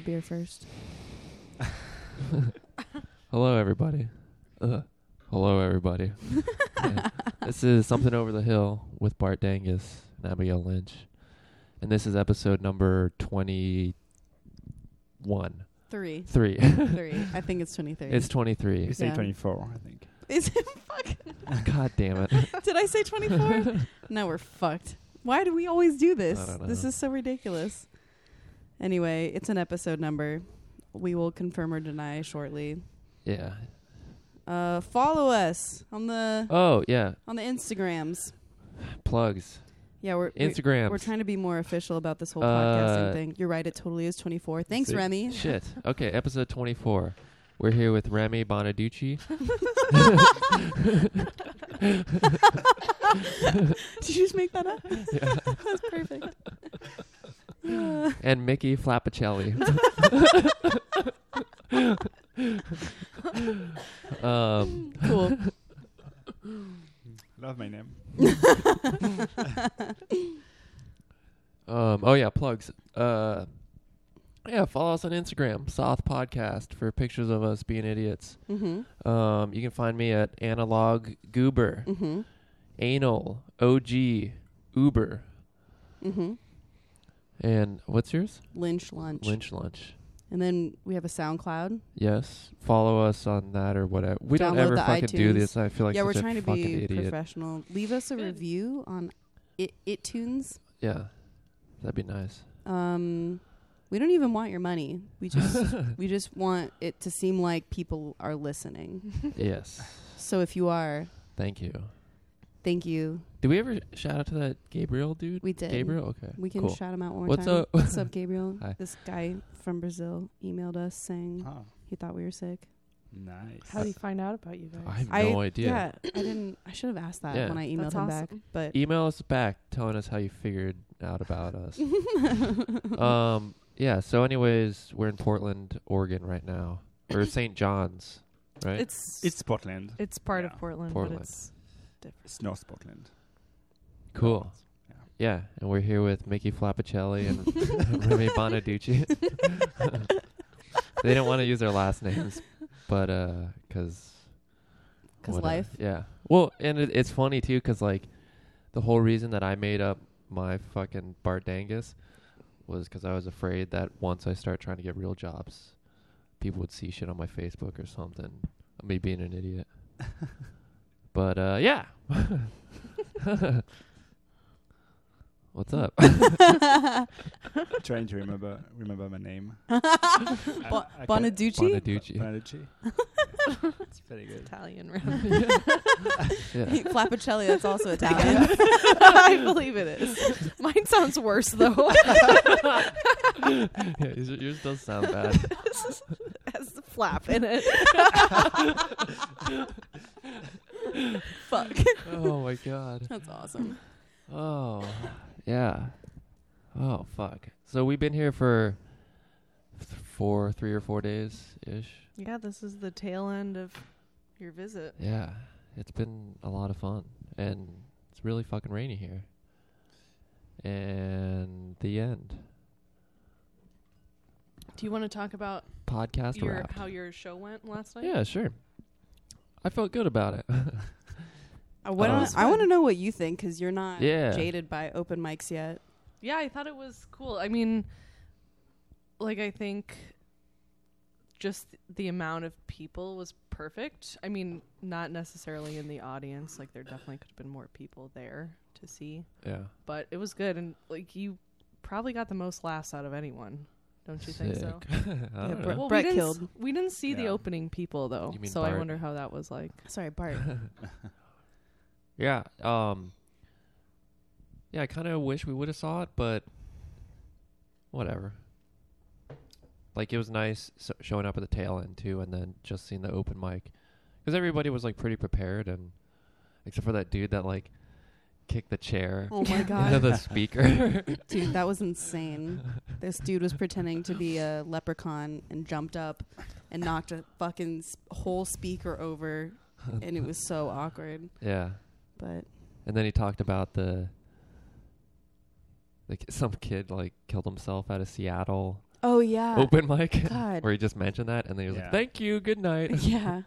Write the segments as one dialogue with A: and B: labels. A: beer first.
B: Hello, everybody. Ugh.
A: Uh-huh.
B: Hello, everybody. Yeah. This is Something Over the Hill with Bart Dangus and Abigail Lynch. And this is episode number 21.
A: Three.
B: Three.
A: Three. I think it's 23.
B: it's 23.
C: You say
A: Yeah.
C: 24, I think.
A: Is it fuck?
B: God damn it.
A: Did I say 24? no, we're fucked. Why do we always do this?
B: I don't
A: This
B: know.
A: is so ridiculous. Anyway, it's an episode number. We will confirm or deny shortly.
B: Yeah.
A: Uh, follow us on the
B: Oh, yeah.
A: on the Instagrams.
B: Plugs.
A: Yeah, we're we-
B: Instagram.
A: We're trying to be more official about this whole
B: Uh,
A: podcasting thing. You're right; it totally is 24. Thanks,
C: See?
A: Remy.
B: Shit. Okay, episode 24. We're here with Remy Bonaducci.
A: Did you just make that up? That's perfect. Yeah.
B: and Mickey Flappicelli. um,
A: cool.
C: Love my name.
B: um, oh yeah, plugs. Uh, yeah, follow us on Instagram, South Podcast, for pictures of us being idiots.
A: Mm-hmm.
B: Um, you can find me at Analog Goober,
A: Mm-hmm.
B: Anal OG Uber,
A: Mm-hmm.
B: and what's yours?
A: Lynch lunch.
B: Lynch Lunch.
A: And then we have a SoundCloud.
B: Yes, follow us on that or whatever. We don't
A: Download
B: ever
A: the
B: fucking do
A: iTunes.
B: this. I feel like
A: yeah, we're
B: such a
A: trying to
B: fucking
A: be
B: idiot.
A: professional. Leave us a review on it, iTunes.
B: Yeah, that'd be nice.
A: Um, we don't even want your money. We just we just want it to seem like people are listening.
B: yes,
A: So if you are,
B: thank you.
A: thank you.
B: Did we ever shout out to that Gabriel dude?
A: We did.
B: Gabriel, okay.
A: We can
B: cool.
A: shout him out one more
B: What's
A: time.
B: up?
A: What's up, Gabriel?
B: Hi.
A: This guy from Brazil emailed us saying
C: Oh,
A: he thought we were sick.
C: nice.
D: How do you find out about you guys?
B: I have no
A: I,
B: idea.
A: Yeah, I didn't. I should have asked that
B: Yeah. E-
A: when I emailed
D: That's
A: him
D: awesome.
A: back.
B: Email us back telling us how you figured out about us.
A: But
B: um, yeah. So, anyways, we're in Portland, Oregon, right now, or St. John's, right?
D: It's
C: It's Portland.
D: it's part
C: Yeah.
D: of Portland,
B: Portland.
D: but it's different.
C: It's North Portland.
B: cool.
C: Yeah.
B: Yeah, and we're here with Mickey Flappicelli and Remy Bonaducci. they didn't want to use their last names, but uh, cause
A: 'Cause
B: whatever.
A: life.
B: Yeah. Well, and it, it's funny too, cause like the whole reason that I made up my fucking Bart Dangus was because I was afraid that once I start trying to get real jobs, people would see shit on my Facebook or something. Me being an idiot. but uh, yeah. What's up?
C: Trying to remember remember my name. I-
A: Bo-
C: I can't-
A: Bonaducci.
B: Bonaducci.
C: Bonaducci. it's pretty good.
D: Italian, right?
B: Yeah.
A: Flappicelli, that's also Italian.
D: I believe it is. Mine sounds worse though.
B: yeah, yours, yours does sound bad.
D: Has the flap in it.
A: Fuck.
B: oh my god.
A: That's awesome.
B: Oh, yeah. Oh fuck. So we've been here for th- four, three or four days ish.
D: Yeah, this is the tail end of your visit.
B: Yeah, it's been a lot of fun, and it's really fucking rainy here. And the end.
D: Do you want to talk about
B: Podcast
D: your
B: wrap.
D: how your show went last night?
B: Yeah, sure. I felt good about it.
A: I
D: Uh,
A: want
B: was
A: to. I want to know what you think because you're not
B: Uh, Yeah.
A: jaded by open mics yet.
D: Yeah, I thought it was cool. I mean, like I think just the amount of people was perfect. I mean, not necessarily in the audience. Like there definitely could have been more people there to see,
B: yeah.
D: but it was good. And like you probably got the most laughs out of anyone, don't you think so?
B: Sick.
A: Yeah,
B: I don't know.
A: bro.
D: Well,
A: Brett
D: we didn't s-
A: killed.
D: we didn't see the
C: Yeah.
D: opening people though,
B: You mean
D: so I
B: Bart?
D: wonder how that was like.
A: Sorry, Bart.
B: Yeah. Um Yeah, I kinda wish we would have saw it, but whatever. Like it was nice s showing up at the tail end too and then just seeing the open mic. Cuz everybody was like pretty prepared and except for that dude that like kicked the chair
A: Oh my
B: into
A: god,
B: the speaker.
A: dude, that was insane. This dude was pretending to be a leprechaun and jumped up and knocked a fucking s- whole speaker over, and it was so awkward.
B: yeah.
A: But
B: And then he talked about the like some kid like killed himself out of Seattle
A: Oh yeah.
B: open mic
A: God.
B: where he just mentioned that and then he was
C: Yeah.
B: like, "Thank you, good night."
A: yeah.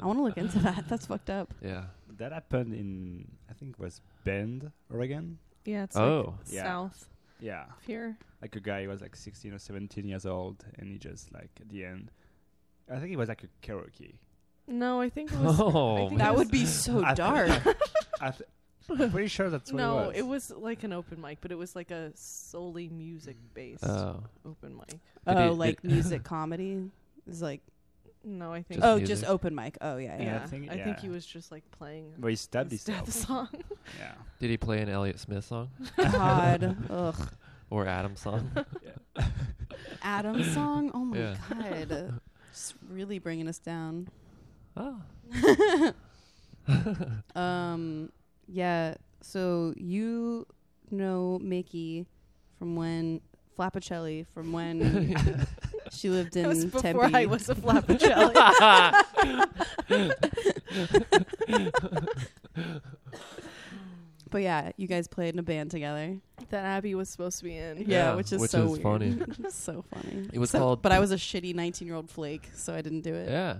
A: I want to look into that. That's fucked up.
B: yeah.
C: That happened in I think it was Bend, Oregon.
E: Yeah, it's
B: Oh.
E: like
C: Yeah.
E: south
C: Yeah,
E: of here.
C: like a guy who was like 16 or 17 years old, and he just like at the end, I think it was like a karaoke.
E: No, I think it was.
B: Oh,
E: I think
A: That
E: it
A: would
E: was,
A: be so
C: I th-
A: dark.
C: I th- I'm pretty sure that's what
E: No,
C: it was.
E: like an open mic, but it was like a solely music based
B: Oh.
E: open mic.
B: Did he-
A: oh,
B: did-
A: like music comedy is like
E: No, I think.
B: Just
A: oh,
B: music.
A: just open mic. Oh yeah,
E: yeah.
A: yeah.
C: Yeah, I think-
E: I
C: yeah.
E: think he was just like playing.
C: But he stabbed
E: his death
C: himself.
E: song.
C: yeah.
B: Did he play an Elliott Smith song
A: God, ugh.
B: or Adam song?
A: Adam song. Oh my
B: Yeah.
A: god, just really bringing us down.
B: oh.
A: Um, yeah. So you know Mickey from when Flappicelli from when she lived in
E: That was before
A: Tempe.
E: I was a flappagelli.
A: But yeah, you guys played in a band together.
E: that Abby was supposed to be in.
A: Yeah,
B: Yeah,
A: which is
B: which
A: so
B: is
A: weird.
B: funny.
A: so funny.
B: It was
A: So-
B: called-
A: But I was a shitty 19-year-old flake, so I didn't do it.
B: yeah.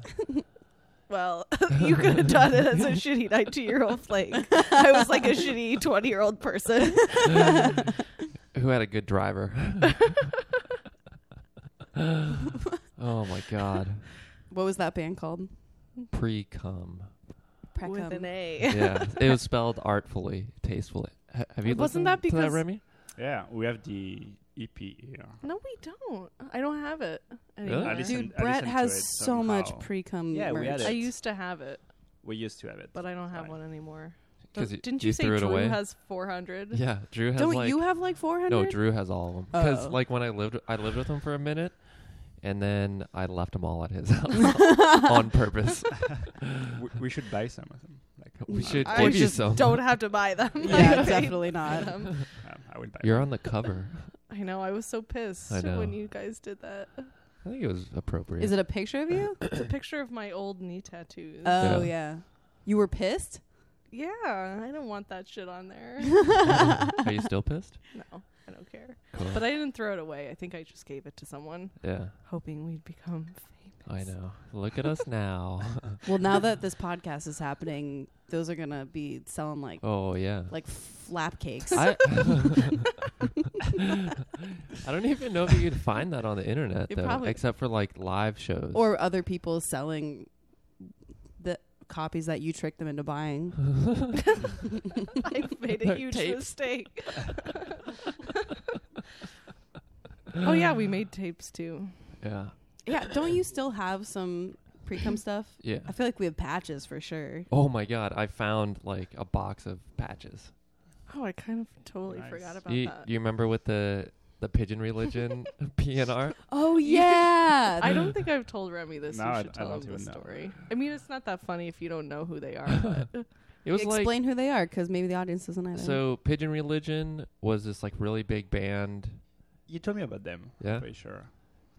E: Well, you could have done it as a shitty 19 year old flake. I was like a shitty 20 year old person.
B: Who had a good driver? oh my god.
A: What was that band called?
B: Pre cum.
E: With an A.
B: Yeah. It was spelled artfully, tastefully. Ha- have you
E: Wasn't
B: listened
E: that
B: to that
E: because-
B: Remy?
C: Yeah, we have the EP here.
E: No, we don't. I don't have it.
B: Really?
E: anymore.
B: I
C: listen-
A: Dude,
C: I
A: Brett
C: listened to
A: has
C: it
A: so much
C: somehow.
A: pre-cum
C: Yeah, we
A: merch.
C: had
E: I
C: it.
E: used to have it,
C: We used to have it.
E: but I don't have
C: Sorry.
E: one anymore.
B: 'Cause
E: Don't-
B: you-
E: Didn't
B: you
E: you say
B: threw it
E: Drew
B: away?
E: has 400?
B: Yeah. Drew has
A: Don't
B: like
A: you have like 400?
B: No, Drew has all of them. Because
A: Oh.
B: like when I lived, I lived with him for a minute, and then I left them all at his house on purpose.
C: we, we should buy some of them. Like
B: We should
E: I
B: give you
E: just
B: some.
E: don't have to buy them.
A: yeah,
E: Like,
A: definitely
E: I-
A: not.
E: um,
C: Um, I would buy.
B: You're
C: one.
B: on the cover.
E: I know. I was so pissed
B: I know.
E: when you guys did that.
B: I think it was appropriate.
A: Is it a picture of you?
E: It's a picture of my old knee tattoos.
A: Oh yeah.
B: Yeah.
A: You were pissed?
E: yeah, I don't want that shit on there.
B: Are you still pissed?
E: no, I don't care.
B: Cool.
E: But I didn't throw it away. I think I just gave it to someone,
B: yeah,
E: hoping we'd become
B: I
E: famous.
B: know. Look at us now.
A: Well, now that this podcast is happening, those are going to be selling like
B: oh yeah.
A: like flap cakes.
B: I, I don't even know if you could find that on the internet
A: You
B: though,
A: probably-
B: except for like live shows.
A: or other people selling the copies that you tricked them into buying.
E: I've made a
B: Their
E: huge
B: tapes.
E: mistake. oh yeah, we made tapes too.
B: yeah,
A: Yeah, don't you still have some pre-cum stuff?
B: yeah.
A: I feel like we have patches for sure.
B: Oh my god, I found like a box of patches.
E: Oh, I kind of totally
C: Nice.
E: forgot about
B: You,
E: that.
B: you remember with the the pigeon religion PNR?
A: Oh
E: You-
A: yeah.
E: I don't think I've told Remy this.
C: No,
E: you
C: I-
E: should
C: I
E: tell
C: don't
E: him the
C: even know.
E: story. I mean, it's not that funny if you don't know who they are. But
B: It was like
A: explain who they are cuz maybe the audience doesn't either.
B: So Pigeon Religion was this like really big band.
C: You told me about them.
B: Yeah.
C: pretty sure.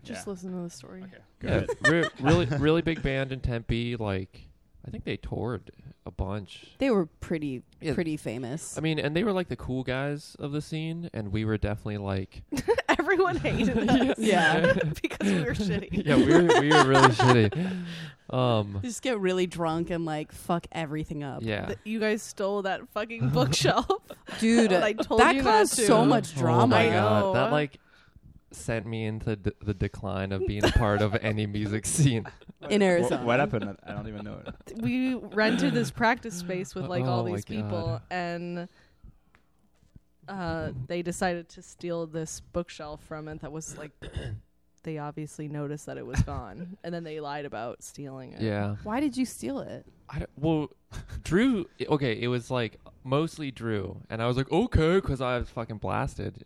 E: just
C: yeah.
E: listen to the story.
C: Okay.
B: Yeah,
C: Good.
B: re- really really big band in Tempe. Like I think they toured a bunch.
A: they were pretty
B: Yeah.
A: pretty famous.
B: I mean, and they were like the cool guys of the scene, and we were definitely like,
E: Everyone hated us.
A: Yeah.
E: because we were shitty.
B: yeah, we were we were really shitty. Um,
A: just get really drunk and like fuck everything up.
B: yeah,
E: That you guys stole that fucking bookshelf.
A: Dude,
E: I told
A: that
E: you not
A: caused
E: to.
A: so much drama.
B: Oh my
E: I know.
B: god, that like sent me into d- the decline of being a part of any music scene.
A: In
C: Wha-
A: Arizona.
C: what happened? I don't even know.
E: we rented this practice space with like all
B: Oh my
E: these people
B: God.
E: and uh, they decided to steal this bookshelf from it that was like they obviously noticed that it was gone and then they lied about stealing it
B: Yeah.
A: Why did you steal it?
B: I don't- well, Drew. Okay, it was like mostly Drew, and I was like, okay, because I was fucking blasted,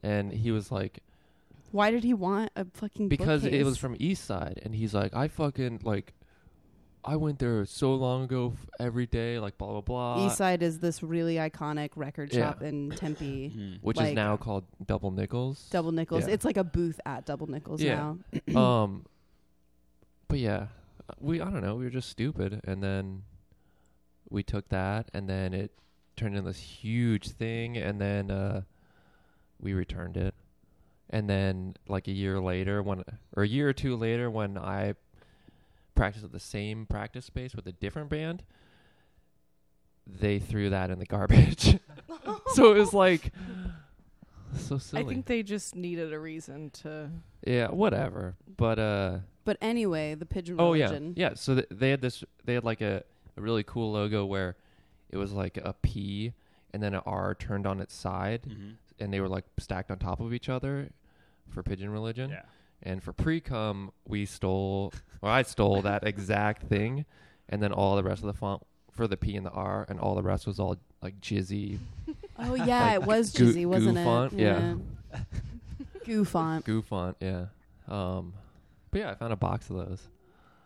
B: and he was like,
A: Why did he want a fucking
B: because it was
A: bookcase?
B: from East Side, and he's like, I fucking like, I went there so long ago, f- every day, like blah blah blah,
A: Eastside is this really iconic record
B: Yeah.
A: shop in Tempe.
C: Mm-hmm.
B: which
A: like-
B: is now called Double Nickels.
A: Double Nickels.
B: Yeah.
A: It's like a booth at Double Nickels
B: Yeah.
A: now.
B: um, but yeah, we I don't know, we were just stupid, and then we took that, and then it turned into this huge thing, and then uh, we returned it, and then like a year later when or a year or two later when i practiced at the same practice space with a different band they threw that in the garbage so it was like so silly
D: I think they just needed a reason to.
B: yeah whatever but uh
A: But anyway, the pigeon
B: oh yeah
A: religion.
B: yeah so th- they had this they had like a, a really cool logo where it was like a p and then an r turned on its side
C: Mhm.
B: and they were like stacked on top of each other for pigeon religion
C: Yeah.
B: And for pre cum, we stole, or I stole that exact thing, and then all the rest of the font for the P and the R, and all the rest was all like jizzy
A: Oh yeah,
B: Like
A: it was
B: goo-
A: Jizzy, wasn't
B: goo
A: it?
B: font, yeah.
A: goo font.
B: goo font, yeah. Um, but yeah, I found a box of those.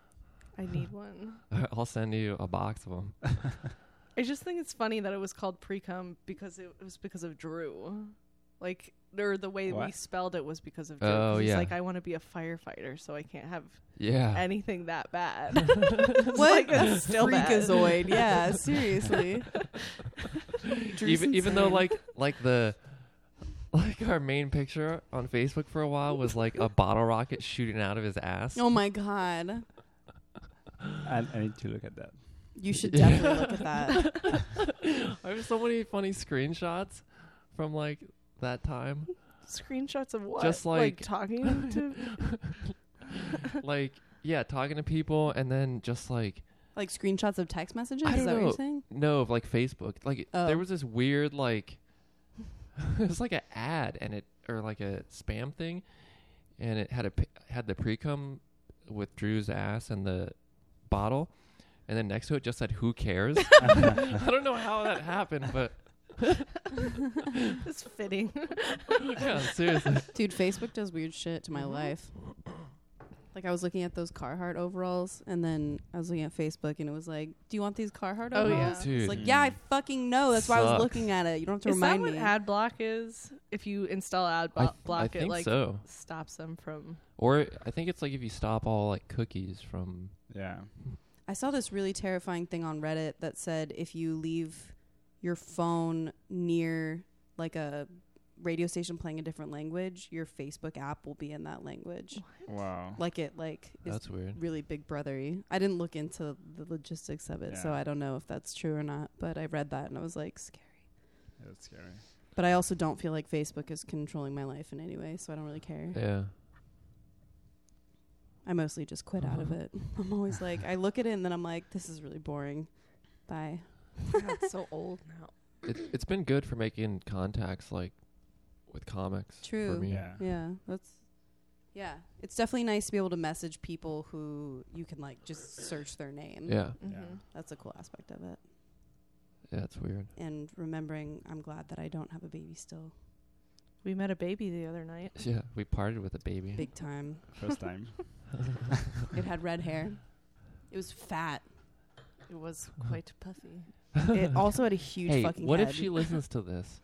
D: I need one.
B: I'll send you a box of them.
D: I just think it's funny that it was called precum because it was because of Drew, like or the way we
C: What?
D: spelled it was because of Drew.
B: Oh,
D: 'cause he's
B: yeah. Ah.
D: Like I want to be a firefighter, so I can't have
B: Yeah,
D: anything that bad. It's like, that's still bad.
A: freakazoid? yeah, seriously. Drew's
B: even even though
A: insane.
B: like like the like our main picture on Facebook for a while was like a bottle rocket shooting out of his ass.
A: Oh my god,
C: I, I need to look at that.
A: you should
B: Yeah.
A: definitely look at that.
B: I have so many funny screenshots from like that time.
D: Screenshots of what?
B: Just
D: like
B: like-
D: talking to
B: like yeah, talking to people and then just like
A: Like screenshots of text messages.
B: I
A: Is
B: don't
A: that what you're
B: know.
A: saying?
B: no of like Facebook. Like
A: Oh.
B: there was this weird like it was like an ad and it or like a spam thing, and it had a pi- had the pre cum with Drew's ass and the bottle, and then next to it just said "Who cares." I don't know how that happened, but
D: It's fitting.
B: yeah, seriously.
A: Dude, Facebook does weird shit to my life. Like I was looking at those Carhartt overalls, and then I was looking at Facebook, and it was like, "Do you want these Carhartt
D: Oh,
A: overalls?"
D: yeah.
A: It's
B: Dude.
A: like, yeah, I fucking know. That's why I was
B: Sucks.
A: looking at it. You don't have to
D: is that
A: remind
D: what
A: me.
D: ad block is? If you install ad
B: I,
D: blo-
B: th-
D: block,
B: I
D: it
B: think
D: like
B: so.
D: stops them from.
B: Or I think it's like if you stop all like cookies from
C: Yeah.
A: I saw this really terrifying thing on Reddit that said if you leave your phone near like a radio station playing a different language, your Facebook app will be in that language.
C: Wow.
A: Like it like is
B: that's weird.
A: really big brothery. I didn't look into the logistics of it, so
C: Yeah.
A: I don't know if that's true or not, but I read that and I was like scary.
C: That's scary.
A: But I also don't feel like Facebook is controlling my life in any way, so I don't really care.
D: Mm-hmm.
B: Yeah.
A: I mostly just quit out of it. I'm always like I look at it and then I'm like this is really boring. Bye.
D: God, it's so old now.
B: it, it's been good for making contacts like with comics
A: True.
B: for me.
C: Yeah.
A: Yeah, that's yeah. It's definitely nice to be able to message people who you can like just search their name.
B: yeah
C: Yeah.
D: Mhm.
A: that's a cool aspect of it.
B: yeah it's weird
A: And remembering, I'm glad that I don't have a baby still.
D: We met a baby the other night.
B: yeah we parted with a baby
A: Big time.
C: First time.
A: It had red hair. It was fat.
D: It was quite puffy.
A: It also had a huge
B: hey
A: fucking.
B: what
A: head.
B: if she listens to this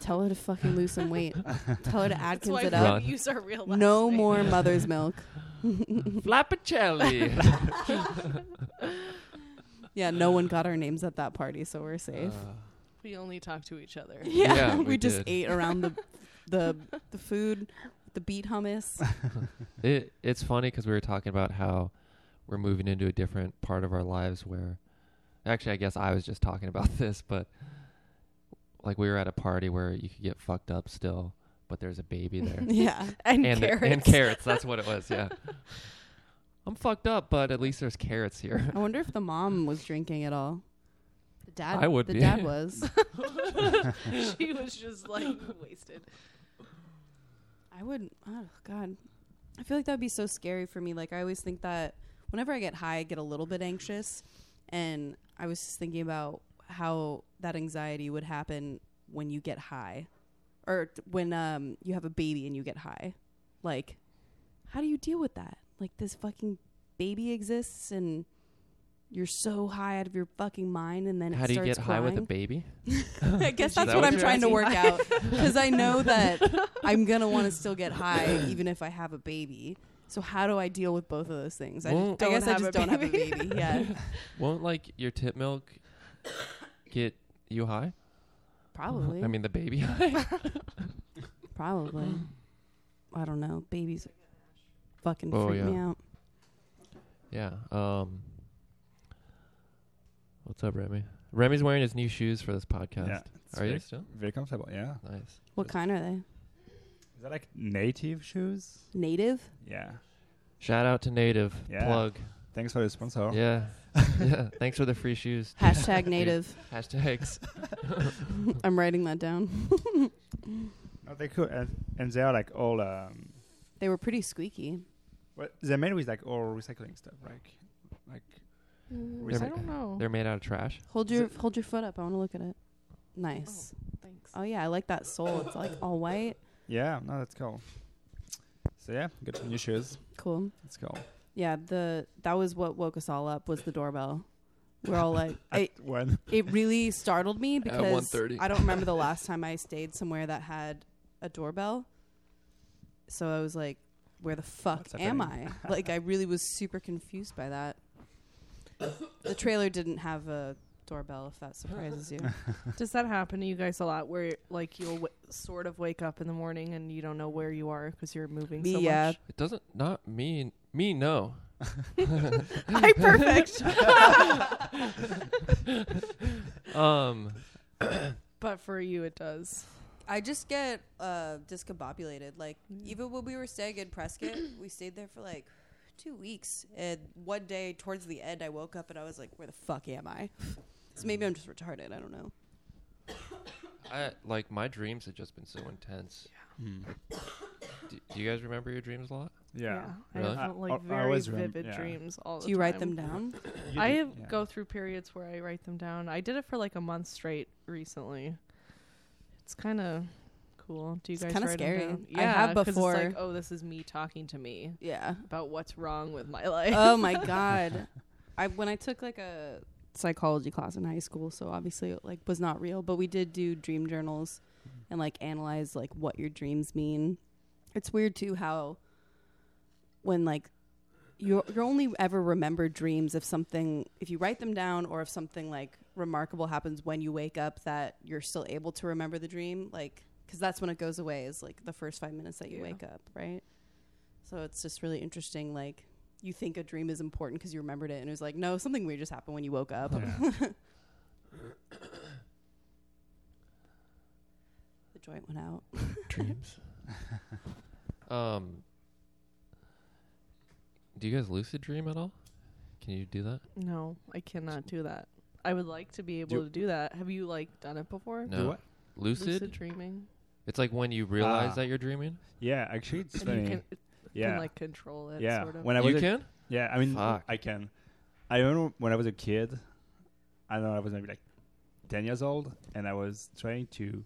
A: tell her to fucking lose some weight? tell her to
D: That's
A: Atkins
D: why
A: it
D: we
A: up.
B: Run.
D: don't use our real last
A: No
D: name.
A: more mother's milk.
B: flappicelli
A: Yeah, no one got our names at that party, so we're safe.
D: We only talk to each other.
A: Yeah,
B: Uh, Yeah,
A: we,
B: we
A: just
B: did.
A: ate around the the the food, the beet hummus.
B: it it's funny because we were talking about how we're moving into a different part of our lives where actually i guess i was just talking about this but like we were at a party where you could get fucked up still but there's a baby there
A: yeah,
D: And,
B: and
D: carrots.
B: and carrots that's what it was yeah i'm fucked up but at least there's carrots here
A: I wonder if the mom was drinking at all. The dad,
B: I would
A: The
B: be.
A: dad was.
D: she was just like wasted.
A: I would. Oh God, I feel like that'd be so scary for me. Like I always think that whenever I get high, I get a little bit anxious, and I was just thinking about how that anxiety would happen when you get high, or t- when um you have a baby and you get high. Like, how do you deal with that? Like this fucking baby exists and. You're so high out of your fucking mind, and then it
B: How do you
A: starts
B: get high with a
A: crying.
B: baby?
A: I guess
D: Is
A: that's
B: that
A: what
B: what
A: I'm
B: you're
A: trying to
D: asking?
A: work out because I know that I'm gonna want to still get high even if I have a baby. So how do I deal with both of those things? I,
B: Well-
A: just, I
D: Don't
A: guess I
D: have
A: just
D: a
A: don't have a
D: baby.
A: baby. Yeah,
B: Won't like your tip milk get you high?
A: probably.
B: I mean, the baby high.
A: probably. I don't know. Babies fucking
B: Oh,
A: freak me
B: yeah.
A: out.
B: Yeah. Um, what's up, Remy? Remy's wearing his new shoes for this podcast.
C: Yeah, it's
B: Are you
C: very-
B: still?
C: Very comfortable. Yeah.
B: Nice.
A: What kind are they?
C: Is that like native shoes?
A: Native?
C: Yeah.
B: Shout out to Native
C: Yeah. Oh.
B: plug.
C: Thanks for the sponsor.
B: Yeah. yeah. Thanks for the free shoes.
A: Hashtag native.
B: Hashtags.
A: I'm writing that down.
C: No, they Oh, cool. And, and they are like all. Um,
A: They were pretty squeaky.
C: well, they're made with like all recycling stuff, like like
D: I don't know.
B: They're made out of trash.
A: Hold
C: Is
A: your hold your foot up. I want to look at it. Nice.
D: Thanks.
A: Oh yeah, I like that sole. It's like all white.
C: Yeah, no, that's cool. So yeah, got some new shoes.
A: Cool.
C: That's cool.
A: Yeah, the that was what woke us all up was the doorbell. We're all like, I,
C: When
A: it really startled me because
B: 1:30.
A: I don't remember the last time I stayed somewhere that had a doorbell. So I was like, where the fuck
C: What's
A: am I?
C: happening?
A: Like I really was super confused by that. the trailer didn't have a doorbell if that surprises you.
D: Does that happen to you guys a lot? Where like you'll w- sort of wake up in the morning and you don't know where you are because you're moving
A: Me,
D: so
A: yeah.
B: It doesn't not mean me no.
D: much. I perfect.
B: Um
D: but for you, it does.
A: I just get uh, discombobulated. Like
D: Mm.
A: even when we were staying in Prescott, we stayed there for like two weeks, and one day towards the end, I woke up and I was like, "Where the fuck am I?" so maybe I'm just retarded. I don't know.
B: I like my dreams have just been so intense. Do, do you guys remember your dreams a lot?
C: yeah,
D: I
B: Really?
D: have
C: I-
D: like
C: I
D: very
C: always rem-
D: vivid
C: yeah.
D: dreams all the
A: Do you write
D: time.
A: them down?
C: You
D: I
C: did-
D: have
C: yeah.
D: go through periods where I write them down. I did it for like a month straight recently. It's kind of cool. Do you
A: It's
D: guys
A: kinda
D: write
A: scary.
D: them down?
A: I have
D: 'cause it's
A: before.
D: like, oh, this is me talking to me
A: Yeah.
D: about what's wrong with my life.
A: oh my god. I when I took like a psychology class in high school, so obviously it like was not real, but we did do dream journals and like analyze like what your dreams mean. It's weird too how when like you you only ever remember dreams if something if you write them down or if something like remarkable happens when you wake up that you're still able to remember the dream like because that's when it goes away is like the first five minutes that you
D: Yeah.
A: wake up right so it's just really interesting like you think a dream is important because you remembered it and it was like no something weird just happened when you woke up
C: Yeah.
A: the joint went out
B: dreams. um, do you guys lucid dream at all? Can you do that?
D: no, I cannot do that. I would like to be able
C: Do-
D: to do that. Have you like done it before?
B: No.
C: Do what?
B: Lucid?
D: Lucid, dreaming.
B: It's like when you realize
C: Ah.
B: that you're dreaming.
C: Yeah, actually, it's
D: And you
C: funny.
D: can, it
C: yeah,
D: can like control it.
C: yeah.
D: Sort of.
C: When I was
B: you
C: a-
B: can?
C: yeah, I mean,
B: Fuck.
C: I can. I remember when I was a kid. I don't know I was maybe like ten years old, and I was trying to,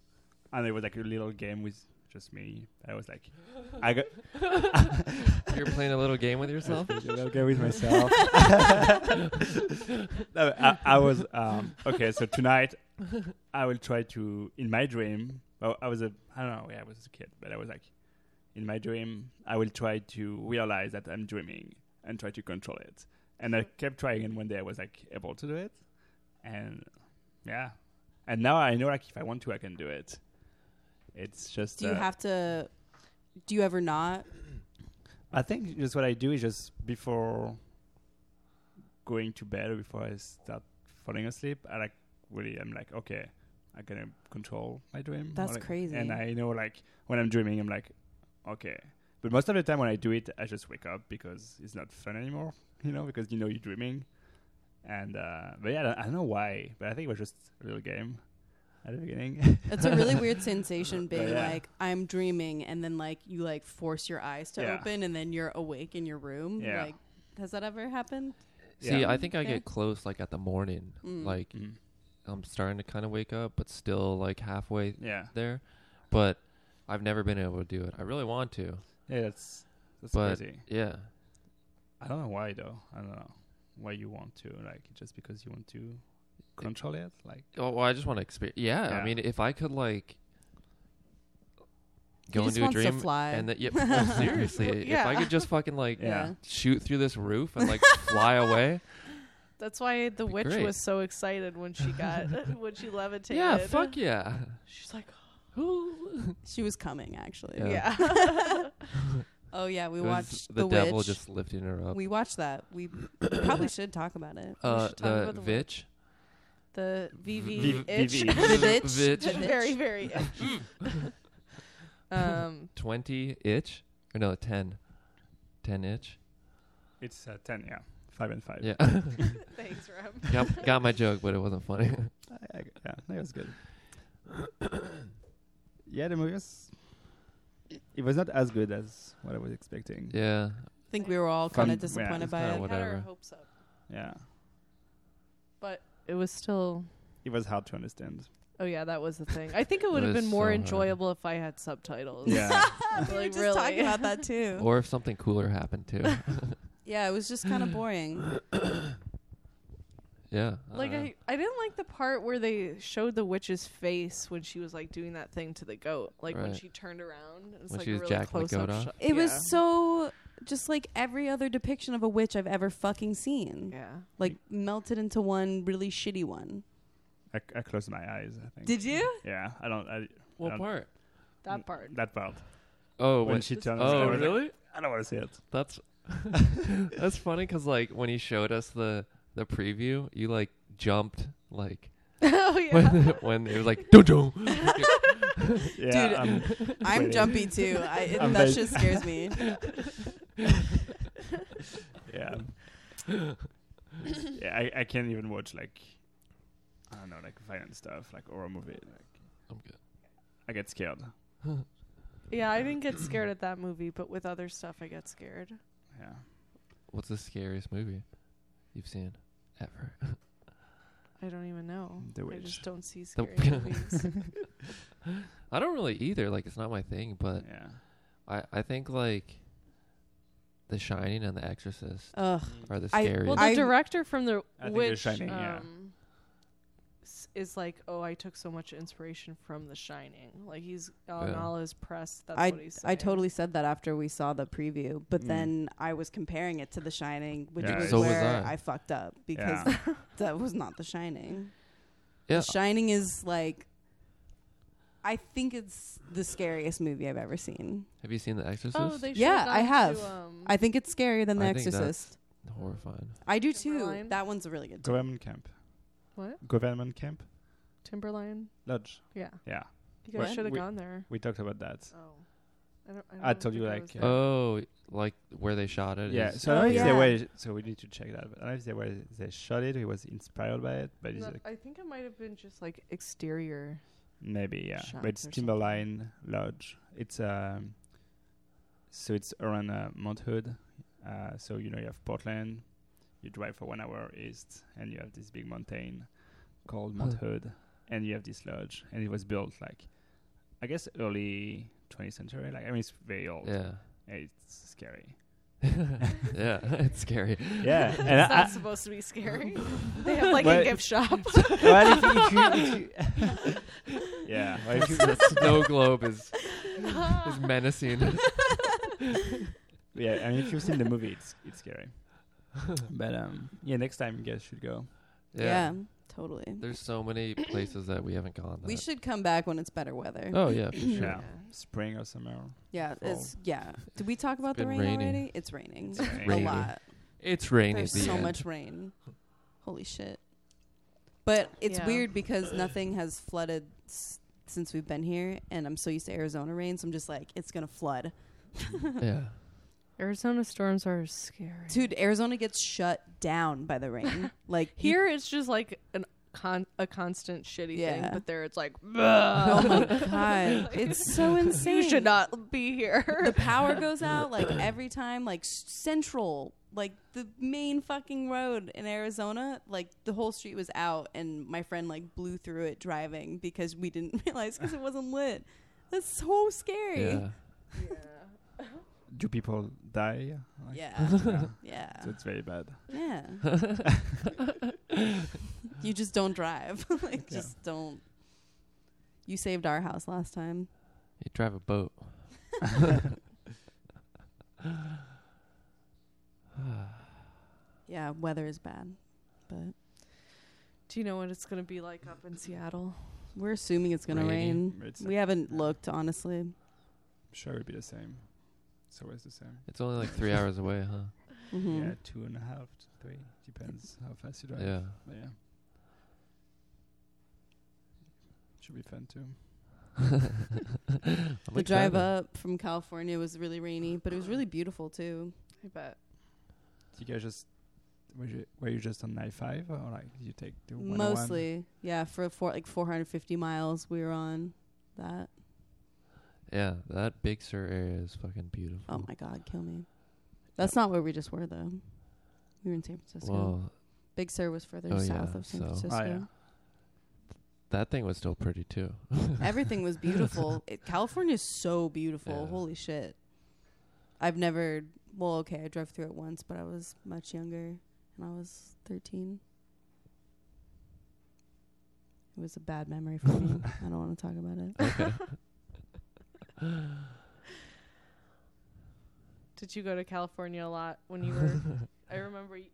C: and it was like a little game with just me. I was like, I got
B: You're playing a little game with yourself.
C: okay with myself. No, I, I was um, okay. So tonight, I will try to in my dream. Well, I was a I don't know. Yeah, I was a kid, but I was like, in my dream, I will try to realize that I'm dreaming and try to control it. And I kept trying, and one day I was like able to do it, and yeah, and now I know like if I want to, I can do it. It's just
A: do you
C: uh,
A: have to do you ever not
C: I think just what I do is just before going to bed or before I start falling asleep, I like really I'm like, okay, I can control my dream. or
A: That's
C: like-
A: crazy.
C: And I know like when I'm dreaming I'm like, okay. But most of the time when I do it I just wake up because it's not fun anymore, you know, because you know you're dreaming. And uh but yeah, I don't, I don't know why, but I think it was just a little game at the beginning.
A: It's a really weird sensation being
C: Yeah.
A: like I'm dreaming and then like you like force your eyes to
C: Yeah.
A: open and then you're awake in your room.
C: Yeah.
A: Like has that ever happened?
B: See,
C: Yeah.
B: I think I
A: Yeah.
B: get close like at the morning.
A: Mm.
B: Like
C: Mm.
B: I'm starting to kind of wake up, but still like halfway
C: Yeah.
B: there. But I've never been able to do it. I really want to.
C: Yeah, that's that's
B: But-
C: crazy.
B: Yeah.
C: I don't know why though. I don't know why you want to. Like just because you want to control it. Like
B: Oh, well, I just want to experience. Yeah, I
C: Yeah.
B: mean, if I could like go
A: just
B: into a
A: wants to
B: dream
A: fly.
B: and that, yep, Oh, no, seriously, if
D: Yeah.
B: I could just fucking like
C: Yeah.
B: shoot through this roof and like fly away,
D: That's why the
B: Be
D: witch
B: great.
D: was so excited when she got when she levitated.
B: yeah, fuck yeah,
D: She's like,
B: Who?
A: She was coming actually.
B: Yeah.
E: Yeah.
A: Oh yeah, we
B: It was
A: watched
B: the, devil
A: Witch.
B: just lifting her up.
A: We watched that. We probably should talk about it.
B: uh,
E: should talk
B: the,
E: about the
B: Vitch.
E: the VV
C: V-
E: itch.
C: VV.
A: The bitch.
B: Vitch.
A: The bitch.
E: very, very itch.
B: Mm.
E: um,
B: Twenty itch or no ten. Ten itch.
C: It's uh, ten, yeah, five and five.
B: Yeah,
E: thanks, Rob.
B: got, got my joke, but it wasn't funny.
C: I, I, yeah, that was good. yeah, the movie was. It was not as good as what I was expecting.
B: yeah,
A: I think we were all kind
C: Fun- yeah,
A: of disappointed
C: it's
A: by
B: kinda
A: it.
B: what-
E: Had our
B: Whatever.
E: hopes up,
C: Yeah.
E: but it was still.
C: it was hard to understand.
E: Oh yeah, that was the thing. I think it would have
B: was
E: been more
B: so hard.
E: enjoyable if I had subtitles.
C: Yeah,
A: we were
E: Like,
A: just
E: really.
A: talking about that too.
B: or if something cooler happened too.
A: yeah, it was just kind of
C: Mm.
A: boring.
B: yeah, Uh-huh. I
E: Like
B: dunno.
E: I, I didn't like the part where they showed the witch's face when she was like doing that thing to the goat, like when
B: Right.
E: she turned around. It was
B: When
E: like
B: she
E: a
B: was
E: really
B: jacking the
E: close up
B: goat off?
E: shot.
A: It
E: Yeah.
A: was so just like every other depiction of a witch I've ever fucking seen.
E: yeah.
A: Like melted into one really shitty one.
C: I, I closed my eyes. I think.
A: Did you?
C: yeah, I don't. I,
B: what
C: don't-
B: part?
E: That part.
C: That part
B: Oh,
C: when
B: when
C: she turned. around, I
B: Oh,
C: was like,
B: really?
C: I don't want to see it.
B: That's that's funny because like when he showed us the the preview, you like jumped like
E: oh yeah.
B: when when it was like dun dun.
C: Yeah,
A: Dude,
C: um,
A: I'm
C: Wait.
A: jumpy too. I, it,
C: I'm
A: that
C: bas-
A: shit scares me.
C: yeah. yeah, I, I can't even watch like I don't know, like violent stuff, like horror movie. Like
B: I'm good.
C: I get scared.
E: Yeah, I didn't get scared at that movie, but with other stuff, I got scared.
C: Yeah,
B: What's the scariest movie you've seen ever?
E: I don't even know.
C: The
E: Mm. I
C: Witch.
E: just don't see
B: The-
E: scary movies.
B: I don't really either. Like it's not my thing, but
C: yeah.
B: I I think like The Shining and The Exorcist
A: Ugh.
B: are the
A: I-
B: scariest.
E: Well, the
A: I-
E: director from the
C: I think The
E: Witch
C: Shining, yeah.
E: um, s- is like, oh, I took so much inspiration from The Shining. Like he's on
B: Yeah.
E: all his press. That's
A: I
E: what he's. Saying.
A: I totally said that after we saw the preview, but
C: Mm.
A: then I was comparing it to The Shining, which
C: Yeah,
A: was
C: So was
A: where
B: I.
A: I. fucked up because
C: Yeah.
A: that was not The Shining.
B: yeah,
A: The Shining is like, I think it's the scariest movie I've ever seen.
B: have you seen The Exorcist?
E: Oh, they should've
A: Yeah, I
E: gone
A: have.
E: To, um,
A: I think it's scarier than The
B: I think that's-
A: Exorcist.
B: Horrifying.
A: I do too.
E: Timberline.
A: That one's a really good. Too.
C: Government camp.
E: what
C: Government camp
E: Timberline?
C: lodge.
E: Yeah,
C: Yeah,
E: you
A: What?
E: guys should have
C: We-
E: gone there.
C: we talked about that.
E: Oh, I don't. I, don't
C: I told you,
E: think I
C: like,
E: was
C: uh,
E: there.
B: Oh, like where they shot it?
C: Yeah,
B: is-
C: so I don't know
A: Oh,
C: if they
A: yeah.
C: were. So we need to check that. But I don't know if they were. They shot it. He was inspired by it, but it's
E: No,
C: like,
E: I think it might have been just like exterior.
C: maybe yeah.
E: Shots
C: But it's
E: or something.
C: Timberline Lodge. It's um. So it's around uh, Mount Hood. Uh, so you know you have Portland. You drive for one hour east, and you have this big mountain called Mount
B: Huh.
C: Hood, and you have this lodge, and it was built like, I guess early 20th century. Like I mean, it's very old.
B: yeah.
C: And It's scary.
B: yeah, it's scary.
C: Yeah, and
E: It's
C: I,
E: not supposed to be scary. they have like
C: Well-
E: a gift shop.
C: well, if you, if you, if you- yeah. well, if you-
B: the snow globe is is menacing.
C: yeah, I mean, if you've seen the movie, it's it's scary. But um, yeah, next time you guys should go.
A: Yeah, totally.
B: There's so many places that we haven't gone. That.
A: We should come back when it's better weather.
B: Oh yeah, for sure.
C: Yeah. Spring or summer.
A: yeah,
C: Fall.
A: it's yeah. Did we talk about the rain
B: been raining.
A: already? It's raining a
C: Rainy.
A: lot.
B: It's raining.
A: There's
B: at the
A: so
B: end.
A: much rain. Holy shit. But it's
E: Yeah.
A: weird because nothing has flooded s- since we've been here, and I'm so used to Arizona rain, so I'm just like, it's gonna flood.
B: Yeah.
E: Arizona storms are scary.
A: Dude, Arizona gets shut down by the rain. like you-
E: Here it's just like an con- a constant shitty thing,
A: Yeah.
E: but there it's like
A: oh
E: "Bleh."
A: my god, it's so insane.
E: um, you should not be here.
A: The power goes out like every time, like s- central, like the main fucking road in Arizona, like the whole street was out, and my friend like blew through it driving because we didn't realize because it wasn't lit. That's so scary.
B: Yeah.
C: Do people die? Like,
A: Yeah.
C: yeah.
A: Yeah.
C: So it's very bad.
A: Yeah. you just don't drive. like
C: Yeah.
A: just don't You saved our house last time.
B: You drive a boat.
A: Yeah, weather is bad. But
E: Do you know what it's gonna be like up in Seattle?
A: We're assuming it's gonna
B: Raining.
A: rain.
C: It's,
A: Mm, We haven't looked honestly.
C: sure, it'd be the same. It's always the same.
B: It's only like three hours away, huh?
A: hmm
B: Mm-hmm.
C: Yeah, two and a half, to three. Depends how fast you drive.
B: Yeah.
C: But yeah. Should be fun too.
B: I'm
A: The drive
B: excited.
A: up from California was really rainy, but it was really beautiful too.
E: I bet.
C: Do you guys just were you, were you just on I five or like did you take the 101?
A: Mostly, yeah, for four, like 450 miles, we were on that.
B: Yeah, that Big Sur area is fucking beautiful.
A: Oh my God, kill me. That's not where we just were though. We were in San Francisco.
B: Well,
A: Big Sur was further
B: Oh,
A: south
B: yeah,
A: of San
B: so- Oh,
A: Francisco.
B: that thing was still pretty too.
A: Everything was beautiful. It, California is so beautiful.
B: Yeah.
A: Holy shit. I've never, well, okay, I drove through it once, but I was much younger and I was 13. It was a bad memory for me. I don't want to talk about
C: Oh,
A: it.
B: Okay.
E: Did you go to California a lot when you were? I remember. Y-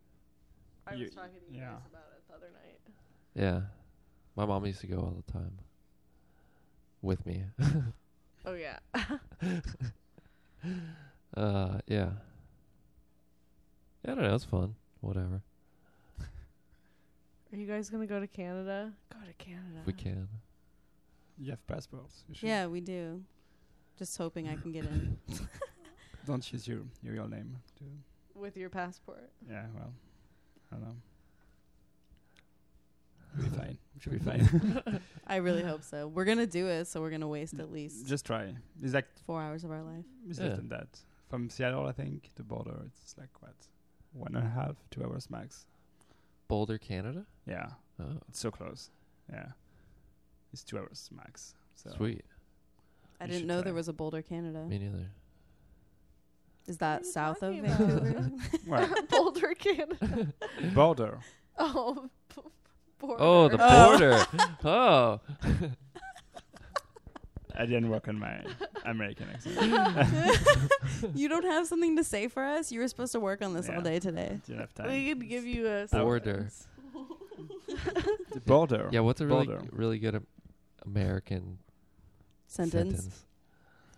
E: I
C: You-
E: was talking to you
C: yeah.
E: guys about it the other night.
B: yeah, my mom used to go all the time with me.
E: Oh yeah.
B: Uh, yeah. I don't know. It's fun. Whatever.
E: Are you guys gonna go to Canada? Go to Canada.
B: If we can.
C: You have passports. You should
A: Yeah, we do. Just hoping I can get in.
C: Don't use your your real name. Too.
E: with your passport.
C: Yeah. Well, I don't know. Should be fine. Should be fine.
A: I really hope so. We're going to do it, so we're going to waste at least
C: just try. It's like
A: four hours of our life.
C: it's
B: Yeah.
C: less than that. From Seattle, I think the border. It's like what, one and a half, two hours max.
B: Boulder, Canada.
C: Yeah.
B: Oh,
C: It's so close. Yeah. It's two hours max. So
B: sweet.
A: I
C: You
A: didn't
C: should
A: know
C: try.
A: there was a Boulder, Canada.
B: Me neither.
A: Is
E: are
A: that
E: you
A: south of
E: talking about?
A: Vancouver?
C: Well,
E: Boulder, Canada.
C: border.
E: Oh, b- border.
B: Oh, the border. oh,
C: I didn't work on my American accent.
A: you don't have something to say for us? You were supposed to work on this all
C: Yeah.
A: day today.
C: Didn't have
E: We
C: time.
E: could give you a
B: border.
E: sentence.
C: The border.
B: Yeah, what's a really,
C: Border.
B: really good am- American
A: Sentence.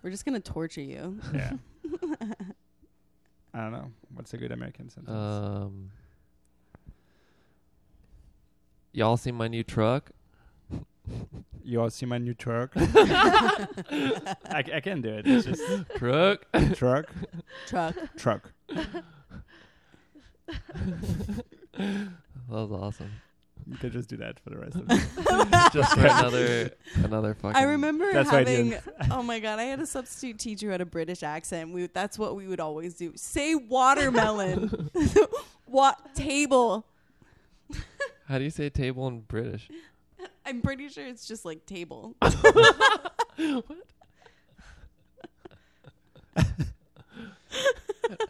A: We're just gonna torture you.
C: Yeah. I don't know. What's a good American sentence?
B: Um, y'all see my new truck?
C: you all see my new truck? I, c- I can do it. It's just
B: truck.
C: truck,
A: Truck.
C: truck.
B: That was awesome.
C: You can just do that for the rest of it.
B: Just for another another fucking.
A: I remember
C: That's what I
A: having.
C: did.
A: oh my god, I had a substitute teacher who had a British accent. We that's what we would always do. Say watermelon. what table?
B: How do you say table in British?
A: I'm pretty sure it's just like table.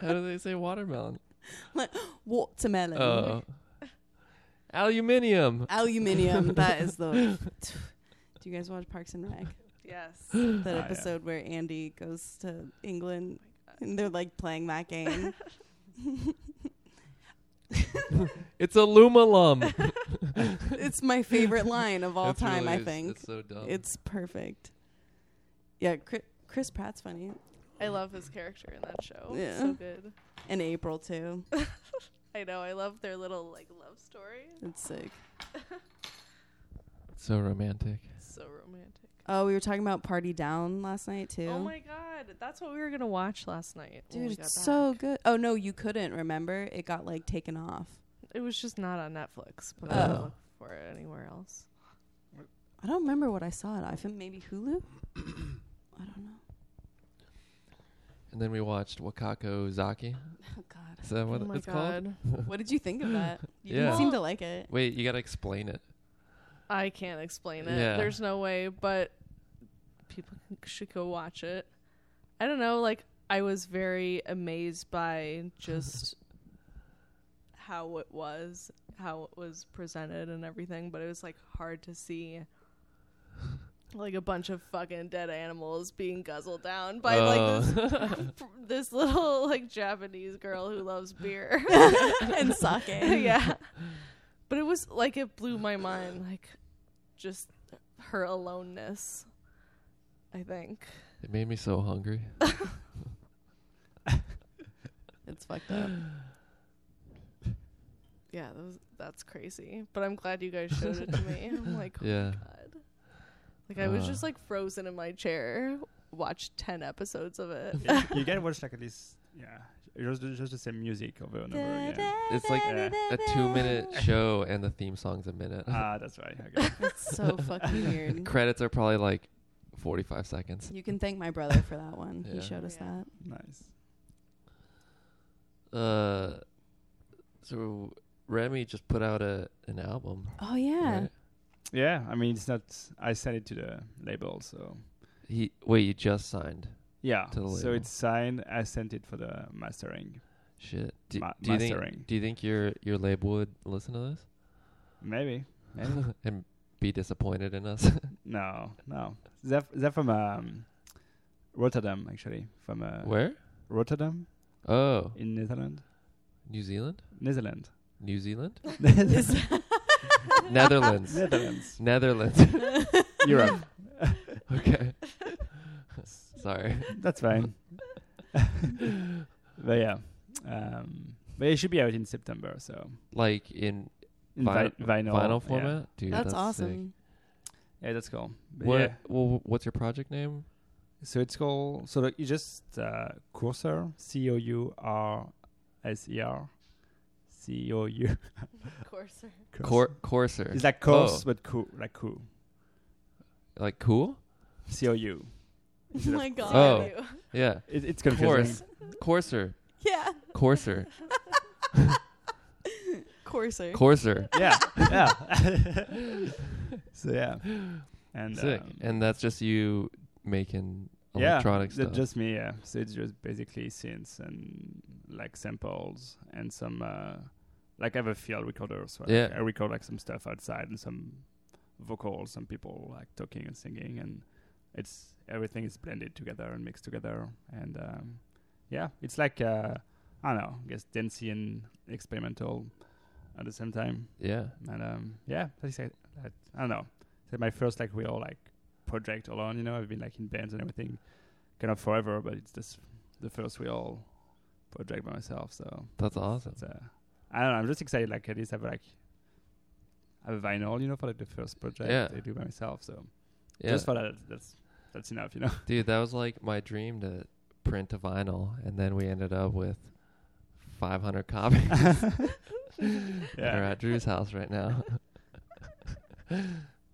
B: How do they say watermelon?
A: Watermelon.
B: Oh, aluminium.
A: Aluminium. that is the. Do you guys watch Parks and Rec?
E: Yes.
A: that
C: Oh, yeah.
A: episode where Andy goes to England and they're like playing that game.
B: It's alumalum.
A: it's my favorite line of all
B: It's
A: time,
B: really-
A: I think.
B: It's um, so dumb.
A: It's, perfect. Yeah, Chris, Chris Pratt's funny.
E: I love his character in that show. It's
A: Yeah.
E: So good.
A: And April, too.
E: I know. I love their little like love story.
A: It's sick.
B: It's so romantic.
E: It's so romantic.
A: Oh, we were talking about Party Down last night, too.
E: Oh my god, that's what we were gonna watch last night. when
A: Dude,
E: we got
A: it's so
E: back.
A: good. Oh, no, you couldn't, remember? It got like taken off.
E: It was just not on Netflix, but I
A: Oh.
E: don't look for it anywhere else.
A: I don't remember what I saw it. I think maybe Hulu? I don't know.
B: And then we watched Wakako Zaki.
A: Oh, God.
B: Is that what
E: oh my
B: it's called?
E: god,
A: What did you think of that? You
B: Yeah.
A: didn't seem to like it.
B: Wait, you gotta explain it.
E: I can't explain it.
B: Yeah.
E: There's no way, but people can- should go watch it. I don't know. Like I was very amazed by just how it was, how it was presented, and everything. But it was like hard to see. Like a bunch of fucking dead animals being guzzled down by like this this little like Japanese girl who loves beer.
A: and sake.
E: yeah. But it was like it blew my mind like just
D: her aloneness. I think.
B: It made me so hungry.
A: It's fucked up.
D: Yeah, that was, that's crazy. But I'm glad you guys showed it to me. I'm like, oh my
B: Yeah.
D: god. Like I was
B: Uh.
D: just like frozen in my chair, watched ten episodes of it.
C: you, you gotta watch like at least yeah, just just the same music over and over again.
B: It's like
C: Yeah.
B: a two minute show and the theme song's a minute.
C: Ah, that's right. Okay.
A: That's so fucking weird.
B: Credits are probably like 45 seconds.
A: You can thank my brother for that one. He
B: Yeah.
A: showed us
D: Yeah.
A: that.
C: nice.
B: Uh, so Remy just put out a an album.
A: Oh yeah.
B: right?
C: Yeah, I mean it's not. I sent it to the label, so
B: He wait, you just signed.
C: yeah.
B: To the
C: So
B: label.
C: it's signed. I sent it for the mastering.
B: Shit. Do,
C: Ma-
B: do you
C: mastering.
B: think do you think your your label would listen to this
C: Maybe. Maybe.
B: and be disappointed in us?
C: no, no. They're, they're from um, Rotterdam, actually. From uh,
B: Where?
C: Rotterdam
B: Oh,
C: in Netherlands.
B: New Zealand.
C: Netherlands.
B: New Zealand.
C: Netherlands.
B: Netherlands. Netherlands.
C: Europe.
B: okay. Sorry.
C: That's fine. but yeah. Um, but it should be out in September, so.
B: Like in
C: In
B: vi-
C: vi- vinyl. yeah.
B: format, dude.
A: that's,
B: sick.
A: awesome.
C: Yeah, that's cool. But
B: What?
C: yeah.
B: Well, what's your project name?
C: So it's called. So like you just uh, cursor C O U R S E R C O U.
D: Courser.
C: Cursor.
B: Cor- Courser.
C: It's like course,
B: Oh,
C: but cool, like cool.
B: like cool?
C: C O U.
D: Oh my god.
B: Oh.
D: you.
B: Yeah.
C: It, it's
B: Course.
C: confusing.
B: Courser.
A: Yeah.
B: Courser. Oh.
A: Corsair.
B: Courser.
C: Yeah, yeah. so yeah, and
B: Sick.
C: um,
B: and that's just you making
C: yeah,
B: electronic
C: that's
B: stuff.
C: just me. Yeah, so it's just basically synths and like samples and some uh, like I have a field recorder, so I-
B: Yeah.
C: I record like some stuff outside and some vocals, some people like talking and singing, and it's everything is blended together and mixed together, and um, yeah, it's like uh, I don't know, I guess dancey and experimental at the same time.
B: yeah.
C: And um, yeah, that's it. That, I don't know. It's my first like real like project alone. You know, I've been like in bands and everything, kind of forever, but it's just the first real project by myself. So
B: That's awesome.
C: it's, uh, I don't know. I'm just excited. Like at least I have like I have a vinyl, you know, for like the first project
B: Yeah.
C: I do by myself. So
B: Yeah.
C: just for that, that's that's enough. You know.
B: Dude, that was like my dream to print a vinyl and then we ended up with 500 copies.
C: Yeah.
B: They're at Drew's house right now.